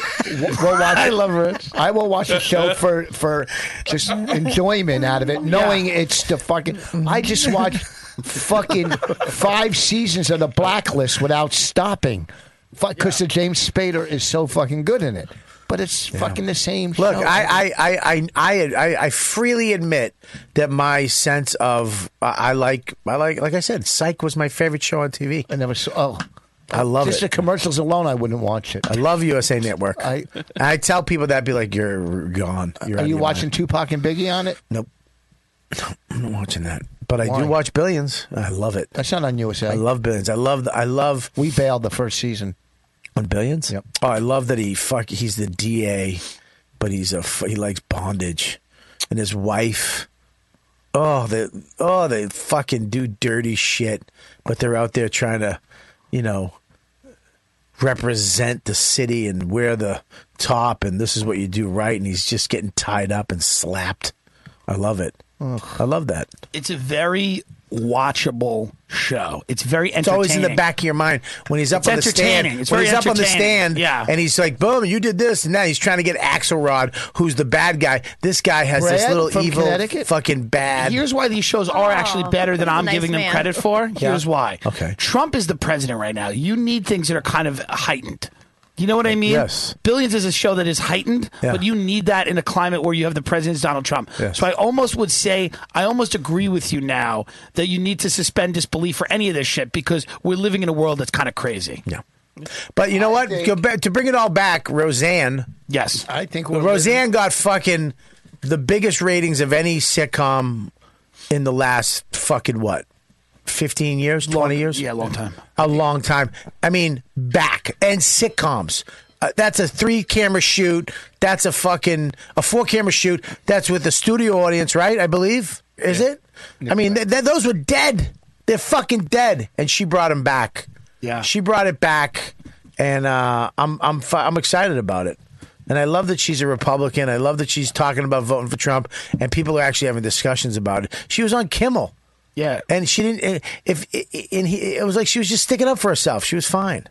Speaker 5: We'll watch. I love it. I will watch a show for for just enjoyment out of it, knowing it's the fucking. I just watched fucking five seasons of The Blacklist without stopping, because the James Spader is so fucking good in it. But it's fucking the same.
Speaker 8: Look,
Speaker 5: show.
Speaker 8: I, I, I, I, I, I freely admit that my sense of I I like I like like I said, Psych was my favorite show on TV.
Speaker 5: I never saw. Oh,
Speaker 8: I love
Speaker 5: just
Speaker 8: it.
Speaker 5: the commercials alone, I wouldn't watch it.
Speaker 8: I love USA Network.
Speaker 5: I-
Speaker 8: I tell people that be like, you're gone. You're out
Speaker 5: Are
Speaker 8: of
Speaker 5: you
Speaker 8: your
Speaker 5: watching
Speaker 8: mind."
Speaker 5: Tupac and Biggie on it?
Speaker 8: Nope. I'm not watching that. But I
Speaker 5: Why?
Speaker 8: do watch Billions. I love it.
Speaker 5: That's not on USA.
Speaker 8: I love Billions. I love. The, I love
Speaker 5: We bailed the first season.
Speaker 8: on Billions. Yep. Oh, I love that he fuck. He's the DA, but he's a f- he likes bondage, and his wife. Oh, they oh they fucking do dirty shit, but they're out there trying to, you know, represent the city and wear the top, and this is what you do right. And he's just getting tied up and slapped. I love it. I love that.
Speaker 4: It's a very watchable show. It's very entertaining.
Speaker 8: It's always in the back of your mind when he's up
Speaker 4: It's
Speaker 8: on the stand.
Speaker 4: entertaining. It's
Speaker 8: when
Speaker 4: very
Speaker 8: he's up on the
Speaker 4: entertaining.
Speaker 8: stand,
Speaker 4: Yeah.
Speaker 8: and he's like, "Boom, you did this." And now he's trying to get Axelrod, who's the bad guy. This guy has this
Speaker 4: Brad
Speaker 8: little
Speaker 4: from
Speaker 8: evil,
Speaker 4: Connecticut?
Speaker 8: fucking bad.
Speaker 4: Here's why these shows are
Speaker 8: Oh,
Speaker 4: actually better than
Speaker 6: that's a
Speaker 4: I'm
Speaker 6: nice
Speaker 4: giving them
Speaker 6: man.
Speaker 4: credit for.
Speaker 8: Yeah.
Speaker 4: Here's why.
Speaker 8: Okay.
Speaker 4: Trump is the president right now. You need things that are kind of heightened. You know what I mean?
Speaker 8: Yes.
Speaker 4: Billions is a show that is heightened,
Speaker 8: Yeah.
Speaker 4: but you need that in a climate where you have the president Donald Trump.
Speaker 8: Yes.
Speaker 4: So I almost would say I almost agree with you now that you need to suspend disbelief for any of this shit because we're living in a world that's kind of crazy.
Speaker 8: Yeah. But you know what? Go back, to bring it all back, Roseanne.
Speaker 4: Yes.
Speaker 5: I think we're
Speaker 8: Roseanne got fucking the biggest ratings of any sitcom in the last fucking what 15 years, 20 years?
Speaker 4: yeah, long time.
Speaker 8: A long time. I mean, back and sitcoms. Uh, that's a three camera shoot. That's a fucking a four camera shoot. That's with the studio audience, right? I believe. Is it? I mean, th- th- those were dead. They're fucking dead. And she brought them back. Yeah. She brought it back, and uh, I'm I'm fi- I'm excited about it. And I love that she's a Republican. I love that she's talking about voting for Trump, and people are actually having discussions about it. She was on Kimmel.
Speaker 4: Yeah,
Speaker 8: and she didn't. and If and he, it was like she was just sticking up for herself. She was fine.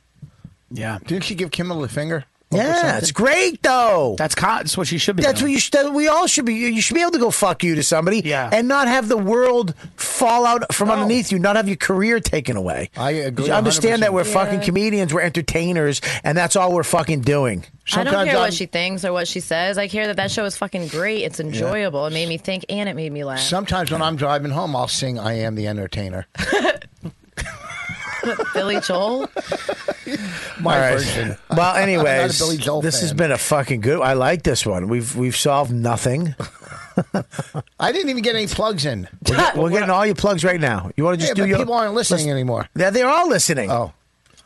Speaker 4: Yeah.
Speaker 5: Didn't she give Kimmel the finger?
Speaker 8: Yeah, it's great though.
Speaker 4: That's that's what she should be.
Speaker 8: That's what you should. that We all should be. You should be able to go fuck you to somebody. Yeah. and not have the world fall out from underneath you. Not have your career taken away. I
Speaker 5: agree
Speaker 8: Understand that we're
Speaker 6: 100%.
Speaker 8: fucking
Speaker 6: Yeah.
Speaker 8: comedians. We're entertainers, and that's all we're fucking doing.
Speaker 6: I don't care what she thinks or what she says. I care that that show is fucking great. It's enjoyable. It made me think and it made me laugh.
Speaker 5: Sometimes when I'm driving home, I'll sing "I Am the Entertainer."
Speaker 6: Billy Joel.
Speaker 5: My
Speaker 8: All right.
Speaker 5: version.
Speaker 8: Well,
Speaker 5: I'm not a
Speaker 8: anyways,
Speaker 5: Billy Joel
Speaker 8: this has
Speaker 5: fan.
Speaker 8: been a fucking good. I like this one. We've we've solved nothing.
Speaker 5: I didn't even get any plugs in.
Speaker 8: We're, get- we're getting all your plugs right now. You want to
Speaker 5: Yeah,
Speaker 8: just do
Speaker 5: but
Speaker 8: your
Speaker 5: people aren't listening anymore.
Speaker 8: Yeah, they're all listening.
Speaker 5: Oh.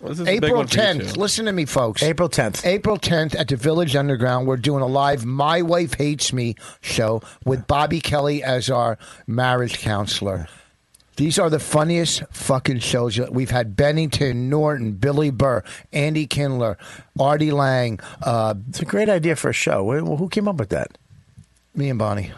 Speaker 7: this is a big
Speaker 5: April
Speaker 7: one for you,
Speaker 5: 10th.
Speaker 7: too.
Speaker 5: Listen to me, folks.
Speaker 8: April 10th.
Speaker 5: April 10th at the Village Underground. We're doing a live My Wife Hates Me show with Bobby Kelly as our marriage counselor. These are the funniest fucking shows. you- We've had Bennington, Norton, Billy Burr, Andy Kindler, Artie Lang. Uh,
Speaker 8: it's a great idea for a show. Wh- Who came up with that?
Speaker 5: Me and Bonnie.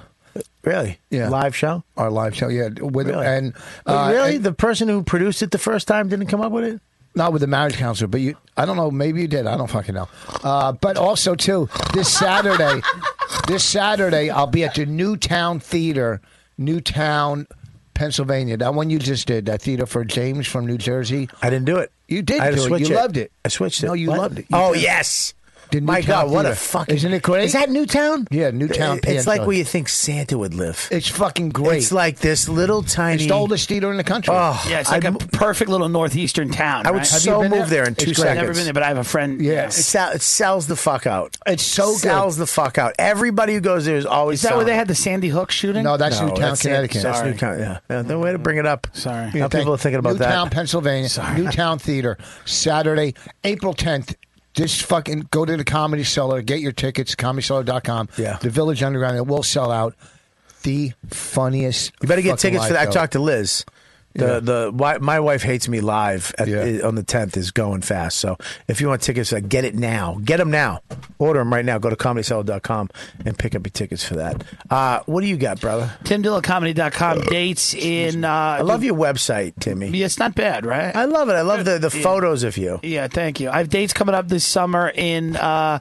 Speaker 8: Really?
Speaker 5: Yeah.
Speaker 8: Live show?
Speaker 5: Our live show, yeah. With,
Speaker 8: Really?
Speaker 5: And
Speaker 8: Wait,
Speaker 5: uh,
Speaker 8: really?
Speaker 5: and-
Speaker 8: the person who produced it the first time didn't come up with it?
Speaker 5: not with the marriage counselor, but you, I don't know, maybe you did. I don't fucking know. Uh, but also, too, this Saturday, this Saturday, I'll be at the Newtown Theater, Newtown, Pennsylvania. That one you just did, that theater for James from New Jersey.
Speaker 8: I didn't do it.
Speaker 5: You did
Speaker 8: I had to
Speaker 5: do it.
Speaker 8: switch
Speaker 5: You loved it.
Speaker 8: I switched it.
Speaker 5: No, you
Speaker 8: What?
Speaker 5: loved it. You
Speaker 8: oh,
Speaker 5: did.
Speaker 8: yes.
Speaker 5: The
Speaker 8: My
Speaker 5: Newtown
Speaker 8: God, what a
Speaker 5: Theater.
Speaker 8: fucking.
Speaker 5: Isn't it great?
Speaker 8: Is that Newtown?
Speaker 5: Yeah, Newtown.
Speaker 8: It- It's like
Speaker 5: Pantone.
Speaker 8: where you think Santa would live.
Speaker 5: It's fucking great.
Speaker 8: It's like this little tiny.
Speaker 5: It's the oldest theater in the country.
Speaker 8: Oh,
Speaker 4: Yeah, it's like
Speaker 8: I'd
Speaker 4: a perfect little northeastern town.
Speaker 8: I would
Speaker 4: right?
Speaker 8: so move there? in
Speaker 4: It's
Speaker 8: two
Speaker 4: great. I've
Speaker 8: seconds.
Speaker 4: never been there, but I have a friend.
Speaker 5: Yeah.
Speaker 8: It, sell, it sells the fuck out.
Speaker 5: It's so good.
Speaker 8: sells the fuck out. Everybody who goes there is always.
Speaker 4: Is that where
Speaker 8: selling.
Speaker 4: they had the Sandy Hook shooting?
Speaker 5: No, that's
Speaker 8: No,
Speaker 5: Newtown,
Speaker 8: that's it.
Speaker 5: Connecticut.
Speaker 8: That's
Speaker 5: Sorry.
Speaker 8: Newtown. Yeah, yeah. No way to bring it up.
Speaker 4: Mm. Sorry.
Speaker 8: Now people are thinking about
Speaker 5: Newtown,
Speaker 8: that.
Speaker 5: Pennsylvania. Newtown Theater, Saturday, April 10th. Just fucking go to the Comedy Cellar, get your tickets, comedycellar.com.
Speaker 8: Yeah.
Speaker 5: The Village Underground, it will sell out. The funniest.
Speaker 8: You better get
Speaker 5: fucking
Speaker 8: tickets for
Speaker 5: live
Speaker 8: that. I
Speaker 5: show.
Speaker 8: talked to Liz. The
Speaker 5: Yeah.
Speaker 8: the why, my wife hates me live at,
Speaker 5: Yeah.
Speaker 8: on the tenth is going fast. So if you want tickets, uh, get it now. Get them now. Order them right now. Go to comedycellar.com and pick up your tickets for that. Uh, what do you got, brother?
Speaker 4: TimDillacomedy.com dates in. Uh,
Speaker 8: I love your website, Timmy.
Speaker 4: Yeah, it's not bad, right?
Speaker 8: I love it. I love the the
Speaker 4: Yeah.
Speaker 8: photos of you.
Speaker 4: Yeah, thank you. I have dates coming up this summer in. Uh,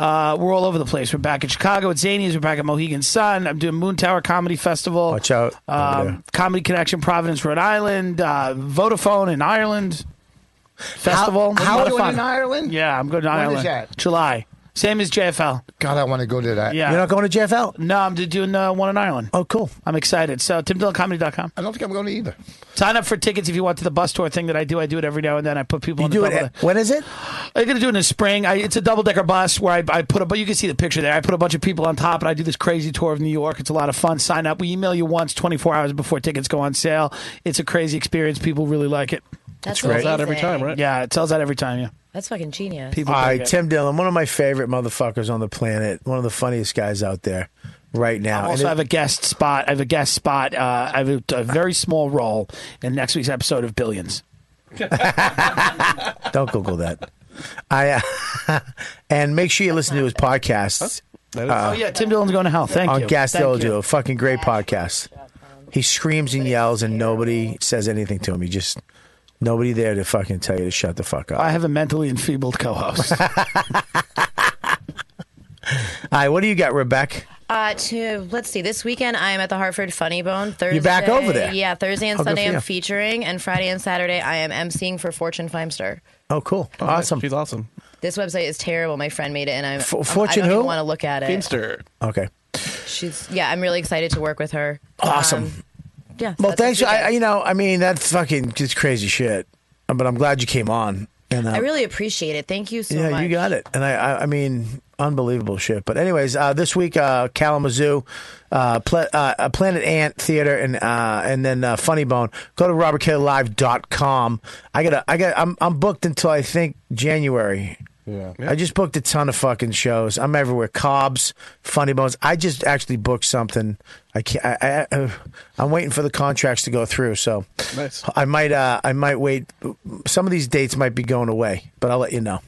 Speaker 4: uh, we're all over the place. We're back in Chicago at Zanies. We're back at Mohegan Sun. I'm doing Moon Tower Comedy Festival.
Speaker 8: Watch out over there.
Speaker 4: Um, Comedy Connection, Providence, Rhode Island. Uh, Vodafone in Ireland. Festival. Lot
Speaker 5: How-
Speaker 4: of
Speaker 5: how you doing
Speaker 4: fun.
Speaker 5: in Ireland?
Speaker 4: Yeah, I'm going to
Speaker 5: When is
Speaker 4: Ireland.
Speaker 5: that?
Speaker 4: July. Same as JFL.
Speaker 5: God, I want to go to that.
Speaker 4: Yeah.
Speaker 8: You're not going to JFL?
Speaker 4: no, I'm d- doing uh, one in Ireland.
Speaker 8: Oh, cool.
Speaker 4: I'm excited. So, timdillacomedy.com.
Speaker 5: I don't think I'm going to either.
Speaker 4: Sign up for tickets if you want to the bus tour thing that I do. I do it every now and then. I put people
Speaker 8: You
Speaker 4: on
Speaker 8: do
Speaker 4: the
Speaker 8: it.
Speaker 4: double-
Speaker 8: at- when is it?
Speaker 4: I'm gonna do it in the spring. I, it's a double decker bus where I, I put a. But you can see the picture there. I put a bunch of people on top, and I do this crazy tour of New York. It's a lot of fun. Sign up. We email you once, 24 hours before tickets go on sale. It's a crazy experience. People really like it.
Speaker 6: That's
Speaker 7: Rolls out every
Speaker 6: amazing.
Speaker 7: time, right?
Speaker 4: Yeah, it sells out every time. Yeah,
Speaker 6: That's fucking genius.
Speaker 4: people.
Speaker 8: All right,
Speaker 4: dig it.
Speaker 8: Tim Dillon, one of my favorite motherfuckers on the planet, one of the funniest guys out there right now.
Speaker 4: I
Speaker 8: And
Speaker 4: also
Speaker 8: it-
Speaker 4: have a guest spot. I have a guest spot. Uh, I have a, a very small role in next week's episode of Billions.
Speaker 8: Don't Google that. I uh, and make sure you listen to his podcast Uh,
Speaker 4: oh yeah, Tim Dillon's going to hell. Thank
Speaker 8: on
Speaker 4: you.
Speaker 8: Gas
Speaker 4: Thank you.
Speaker 8: Dojo. A fucking great podcast. He screams and yells, and nobody says anything to him. He just nobody there to fucking tell you to shut the fuck up.
Speaker 4: I have a mentally enfeebled co-host.
Speaker 8: All right, what do you got, Rebecca?
Speaker 6: Uh, to let's see. This weekend, I am at the Hartford Funny Bone. Thursday,
Speaker 8: back over there?
Speaker 6: Yeah, Thursday and
Speaker 8: Oh, good
Speaker 6: Sunday
Speaker 8: for you.
Speaker 6: I'm featuring, and Friday and Saturday I am emceeing for Fortune Feimster.
Speaker 8: Oh, cool,
Speaker 7: Oh, nice.
Speaker 8: awesome.
Speaker 7: She's awesome.
Speaker 6: This website is terrible. My friend made it, and I'm
Speaker 8: For-
Speaker 6: I'm-
Speaker 8: Fortune
Speaker 6: I
Speaker 8: who?
Speaker 6: don't even want to look at it.
Speaker 7: Finster.
Speaker 8: Okay,
Speaker 6: She's yeah. I'm really excited to work with her.
Speaker 8: awesome.
Speaker 6: Um, yeah.
Speaker 8: well,
Speaker 6: that's this
Speaker 8: thanks. I, I-
Speaker 6: weekend.
Speaker 8: you know, I mean, that's fucking just crazy shit. But I'm glad you came on. And uh,
Speaker 6: I really appreciate it. Thank you so
Speaker 8: yeah,
Speaker 6: much.
Speaker 8: you got it. And I, I, I mean, Unbelievable shit. But anyways, uh, this week uh, Kalamazoo, uh, Pla uh, uh, Planet Ant Theater, and uh, and then uh, Funny Bone. Go to robertkllive.com. I got I got I'm I'm booked until I think January.
Speaker 5: Yeah.
Speaker 8: I just booked a ton of fucking shows. I'm everywhere. Cobb's, Funny Bones. I just actually booked something. I can't. I, I, uh, I'm waiting for the contracts to go through, so
Speaker 7: Nice.
Speaker 8: I might. Uh, I might wait. Some of these dates might be going away, but I'll let you know.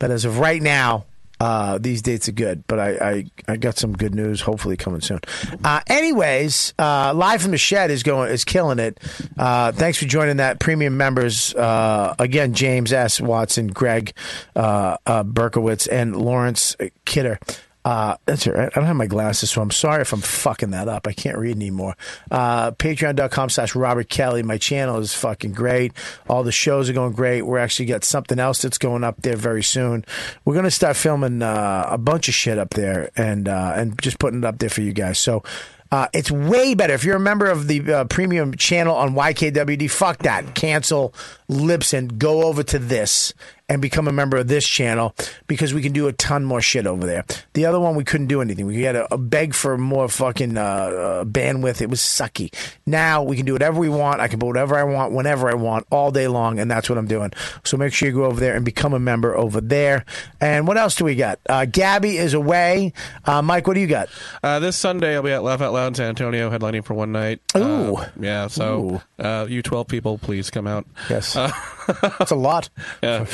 Speaker 8: But as of right now, uh, these dates are good. But I, I, I got some good news. Hopefully, coming soon. Uh, anyways, uh, live from the shed is going is killing it. Uh, thanks for joining that premium members uh, again. James S. Watson, Greg uh, uh, Berkowitz, and Lawrence Kidder. Uh, that's all right. I don't have my glasses, so I'm sorry if I'm fucking that up. I can't read anymore. Uh, Patreon.com slash Robert Kelly. My channel is fucking great. All the shows are going great. We're actually got something else that's going up there very soon. We're going to start filming uh, a bunch of shit up there and uh, and just putting it up there for you guys. So uh, it's way better. If you're a member of the uh, premium channel on YKWD, fuck that. Cancel Libsyn. Go over to this and become a member of this channel because we can do a ton more shit over there. The other one, we couldn't do anything. We had to uh, beg for more fucking uh, uh, bandwidth. It was sucky. Now we can do whatever we want. I can put whatever I want, whenever I want, all day long, and that's what I'm doing. So make sure you go over there and become a member over there. And what else do we got? Uh, Gabby is away. Uh, Mike, what do you got?
Speaker 7: Uh, this Sunday, I'll be at Laugh Out Loud in San Antonio, headlining for one night. Ooh. yeah, so uh, you 12 people, please come out.
Speaker 8: Yes. That's a lot.
Speaker 7: Yeah.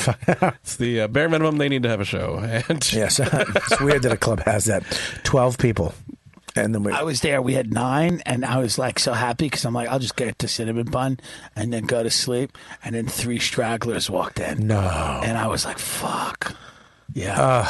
Speaker 7: it's the uh, bare minimum they need to have a show. And
Speaker 8: yes, it's weird that a club has that. Twelve people, and then we.
Speaker 4: I was there. We had nine, and I was like so happy because I'm like, I'll just get the cinnamon bun and then go to sleep. And then three stragglers walked in.
Speaker 8: No.
Speaker 4: and I was like, fuck. Yeah.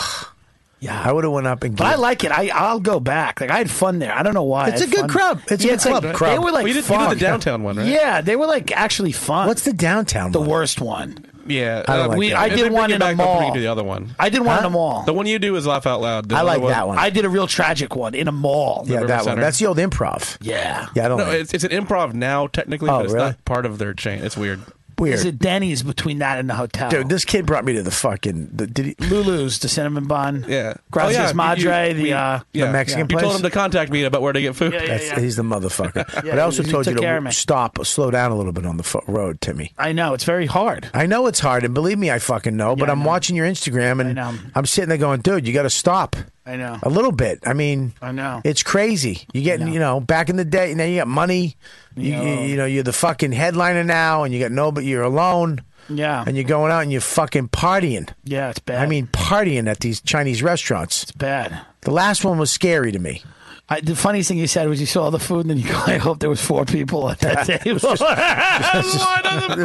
Speaker 4: yeah.
Speaker 8: I would have went up and.
Speaker 4: But I like it. I I'll go back. Like I had fun there. I don't know why.
Speaker 8: It's
Speaker 4: I
Speaker 8: a
Speaker 4: had
Speaker 8: good
Speaker 4: fun.
Speaker 8: crowd. It's a good
Speaker 4: like-
Speaker 8: club. Crowd.
Speaker 4: They were like
Speaker 8: Well, you did- you
Speaker 4: fun.
Speaker 8: did the downtown
Speaker 7: one,
Speaker 8: right?
Speaker 4: Yeah, they were like actually fun. What's
Speaker 8: the downtown?
Speaker 4: The worst one.
Speaker 7: Yeah, uh,
Speaker 4: I don't like We- that. I did one in a mall.
Speaker 7: Do the other one.
Speaker 4: I did one in a mall.
Speaker 7: The one you do is laugh out loud. The other
Speaker 4: I did a real tragic one in a mall. The
Speaker 7: Yeah, that
Speaker 4: River
Speaker 7: one.
Speaker 4: Center.
Speaker 7: That's
Speaker 8: the old improv.
Speaker 4: Yeah.
Speaker 8: Yeah, I don't
Speaker 7: no,
Speaker 8: like it.
Speaker 7: it's, it's an improv now technically,
Speaker 8: Oh,
Speaker 7: but it's
Speaker 8: really?
Speaker 7: not part of their chain. It's weird.
Speaker 4: There's a Denny's between that and the hotel.
Speaker 8: Dude, this kid brought me to the fucking. The, did he?
Speaker 4: Lulu's, the cinnamon bun.
Speaker 7: Yeah.
Speaker 4: Gracias
Speaker 7: Oh, yeah,
Speaker 4: Madre,
Speaker 7: you-
Speaker 4: the
Speaker 7: we-
Speaker 4: uh,
Speaker 7: yeah.
Speaker 8: the Mexican
Speaker 7: You told
Speaker 8: place?
Speaker 7: him to contact me about where to get food.
Speaker 8: That's, He's the motherfucker.
Speaker 4: Yeah,
Speaker 8: but I also
Speaker 4: he
Speaker 8: told you
Speaker 4: took care of
Speaker 8: to
Speaker 4: me.
Speaker 8: stop, slow down a little bit on the fo- road, Timmy.
Speaker 4: I know it's very hard.
Speaker 8: I know it's hard, and believe me, I fucking know. but I'm watching your Instagram, and I'm sitting there going, "Dude, you got to stop."
Speaker 4: I know.
Speaker 8: a little bit. I mean,
Speaker 4: I know.
Speaker 8: it's crazy. You getting, you know, back in the day, now you got money. You, you, you know, you're the fucking headliner now, and you got no, but you're alone.
Speaker 4: Yeah.
Speaker 8: and you're going out and you're fucking partying.
Speaker 4: Yeah, it's bad.
Speaker 8: I mean, partying at these Chinese restaurants. It's
Speaker 4: bad.
Speaker 8: The last one was scary to me.
Speaker 4: I, the funniest thing you said was you saw the food and then you go, I hope there was four people at that
Speaker 8: It
Speaker 4: table.
Speaker 8: was just- There's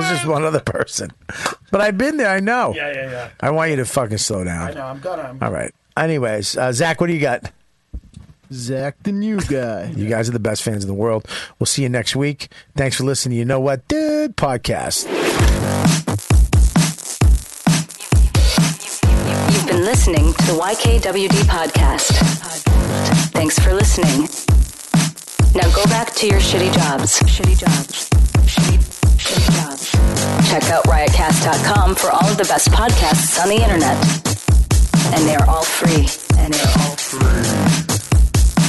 Speaker 8: just one other person. But I've been there. I know.
Speaker 4: Yeah, yeah, yeah.
Speaker 8: I want you to fucking slow down.
Speaker 4: I know, I'm gonna- I'm-
Speaker 8: All right. Anyways, uh, Zach, what do you got?
Speaker 11: Zach, the new guy.
Speaker 8: You guys are the best fans in the world. We'll see you next week. Thanks for listening. to You know what, dude? Podcast.
Speaker 12: You've been listening to the YKWD podcast. Thanks for listening. Now go back to your shitty jobs. Shitty jobs. Shitty, shitty jobs. Check out riotcast.com for all of the best podcasts on the internet. And they are all free. And they are all free.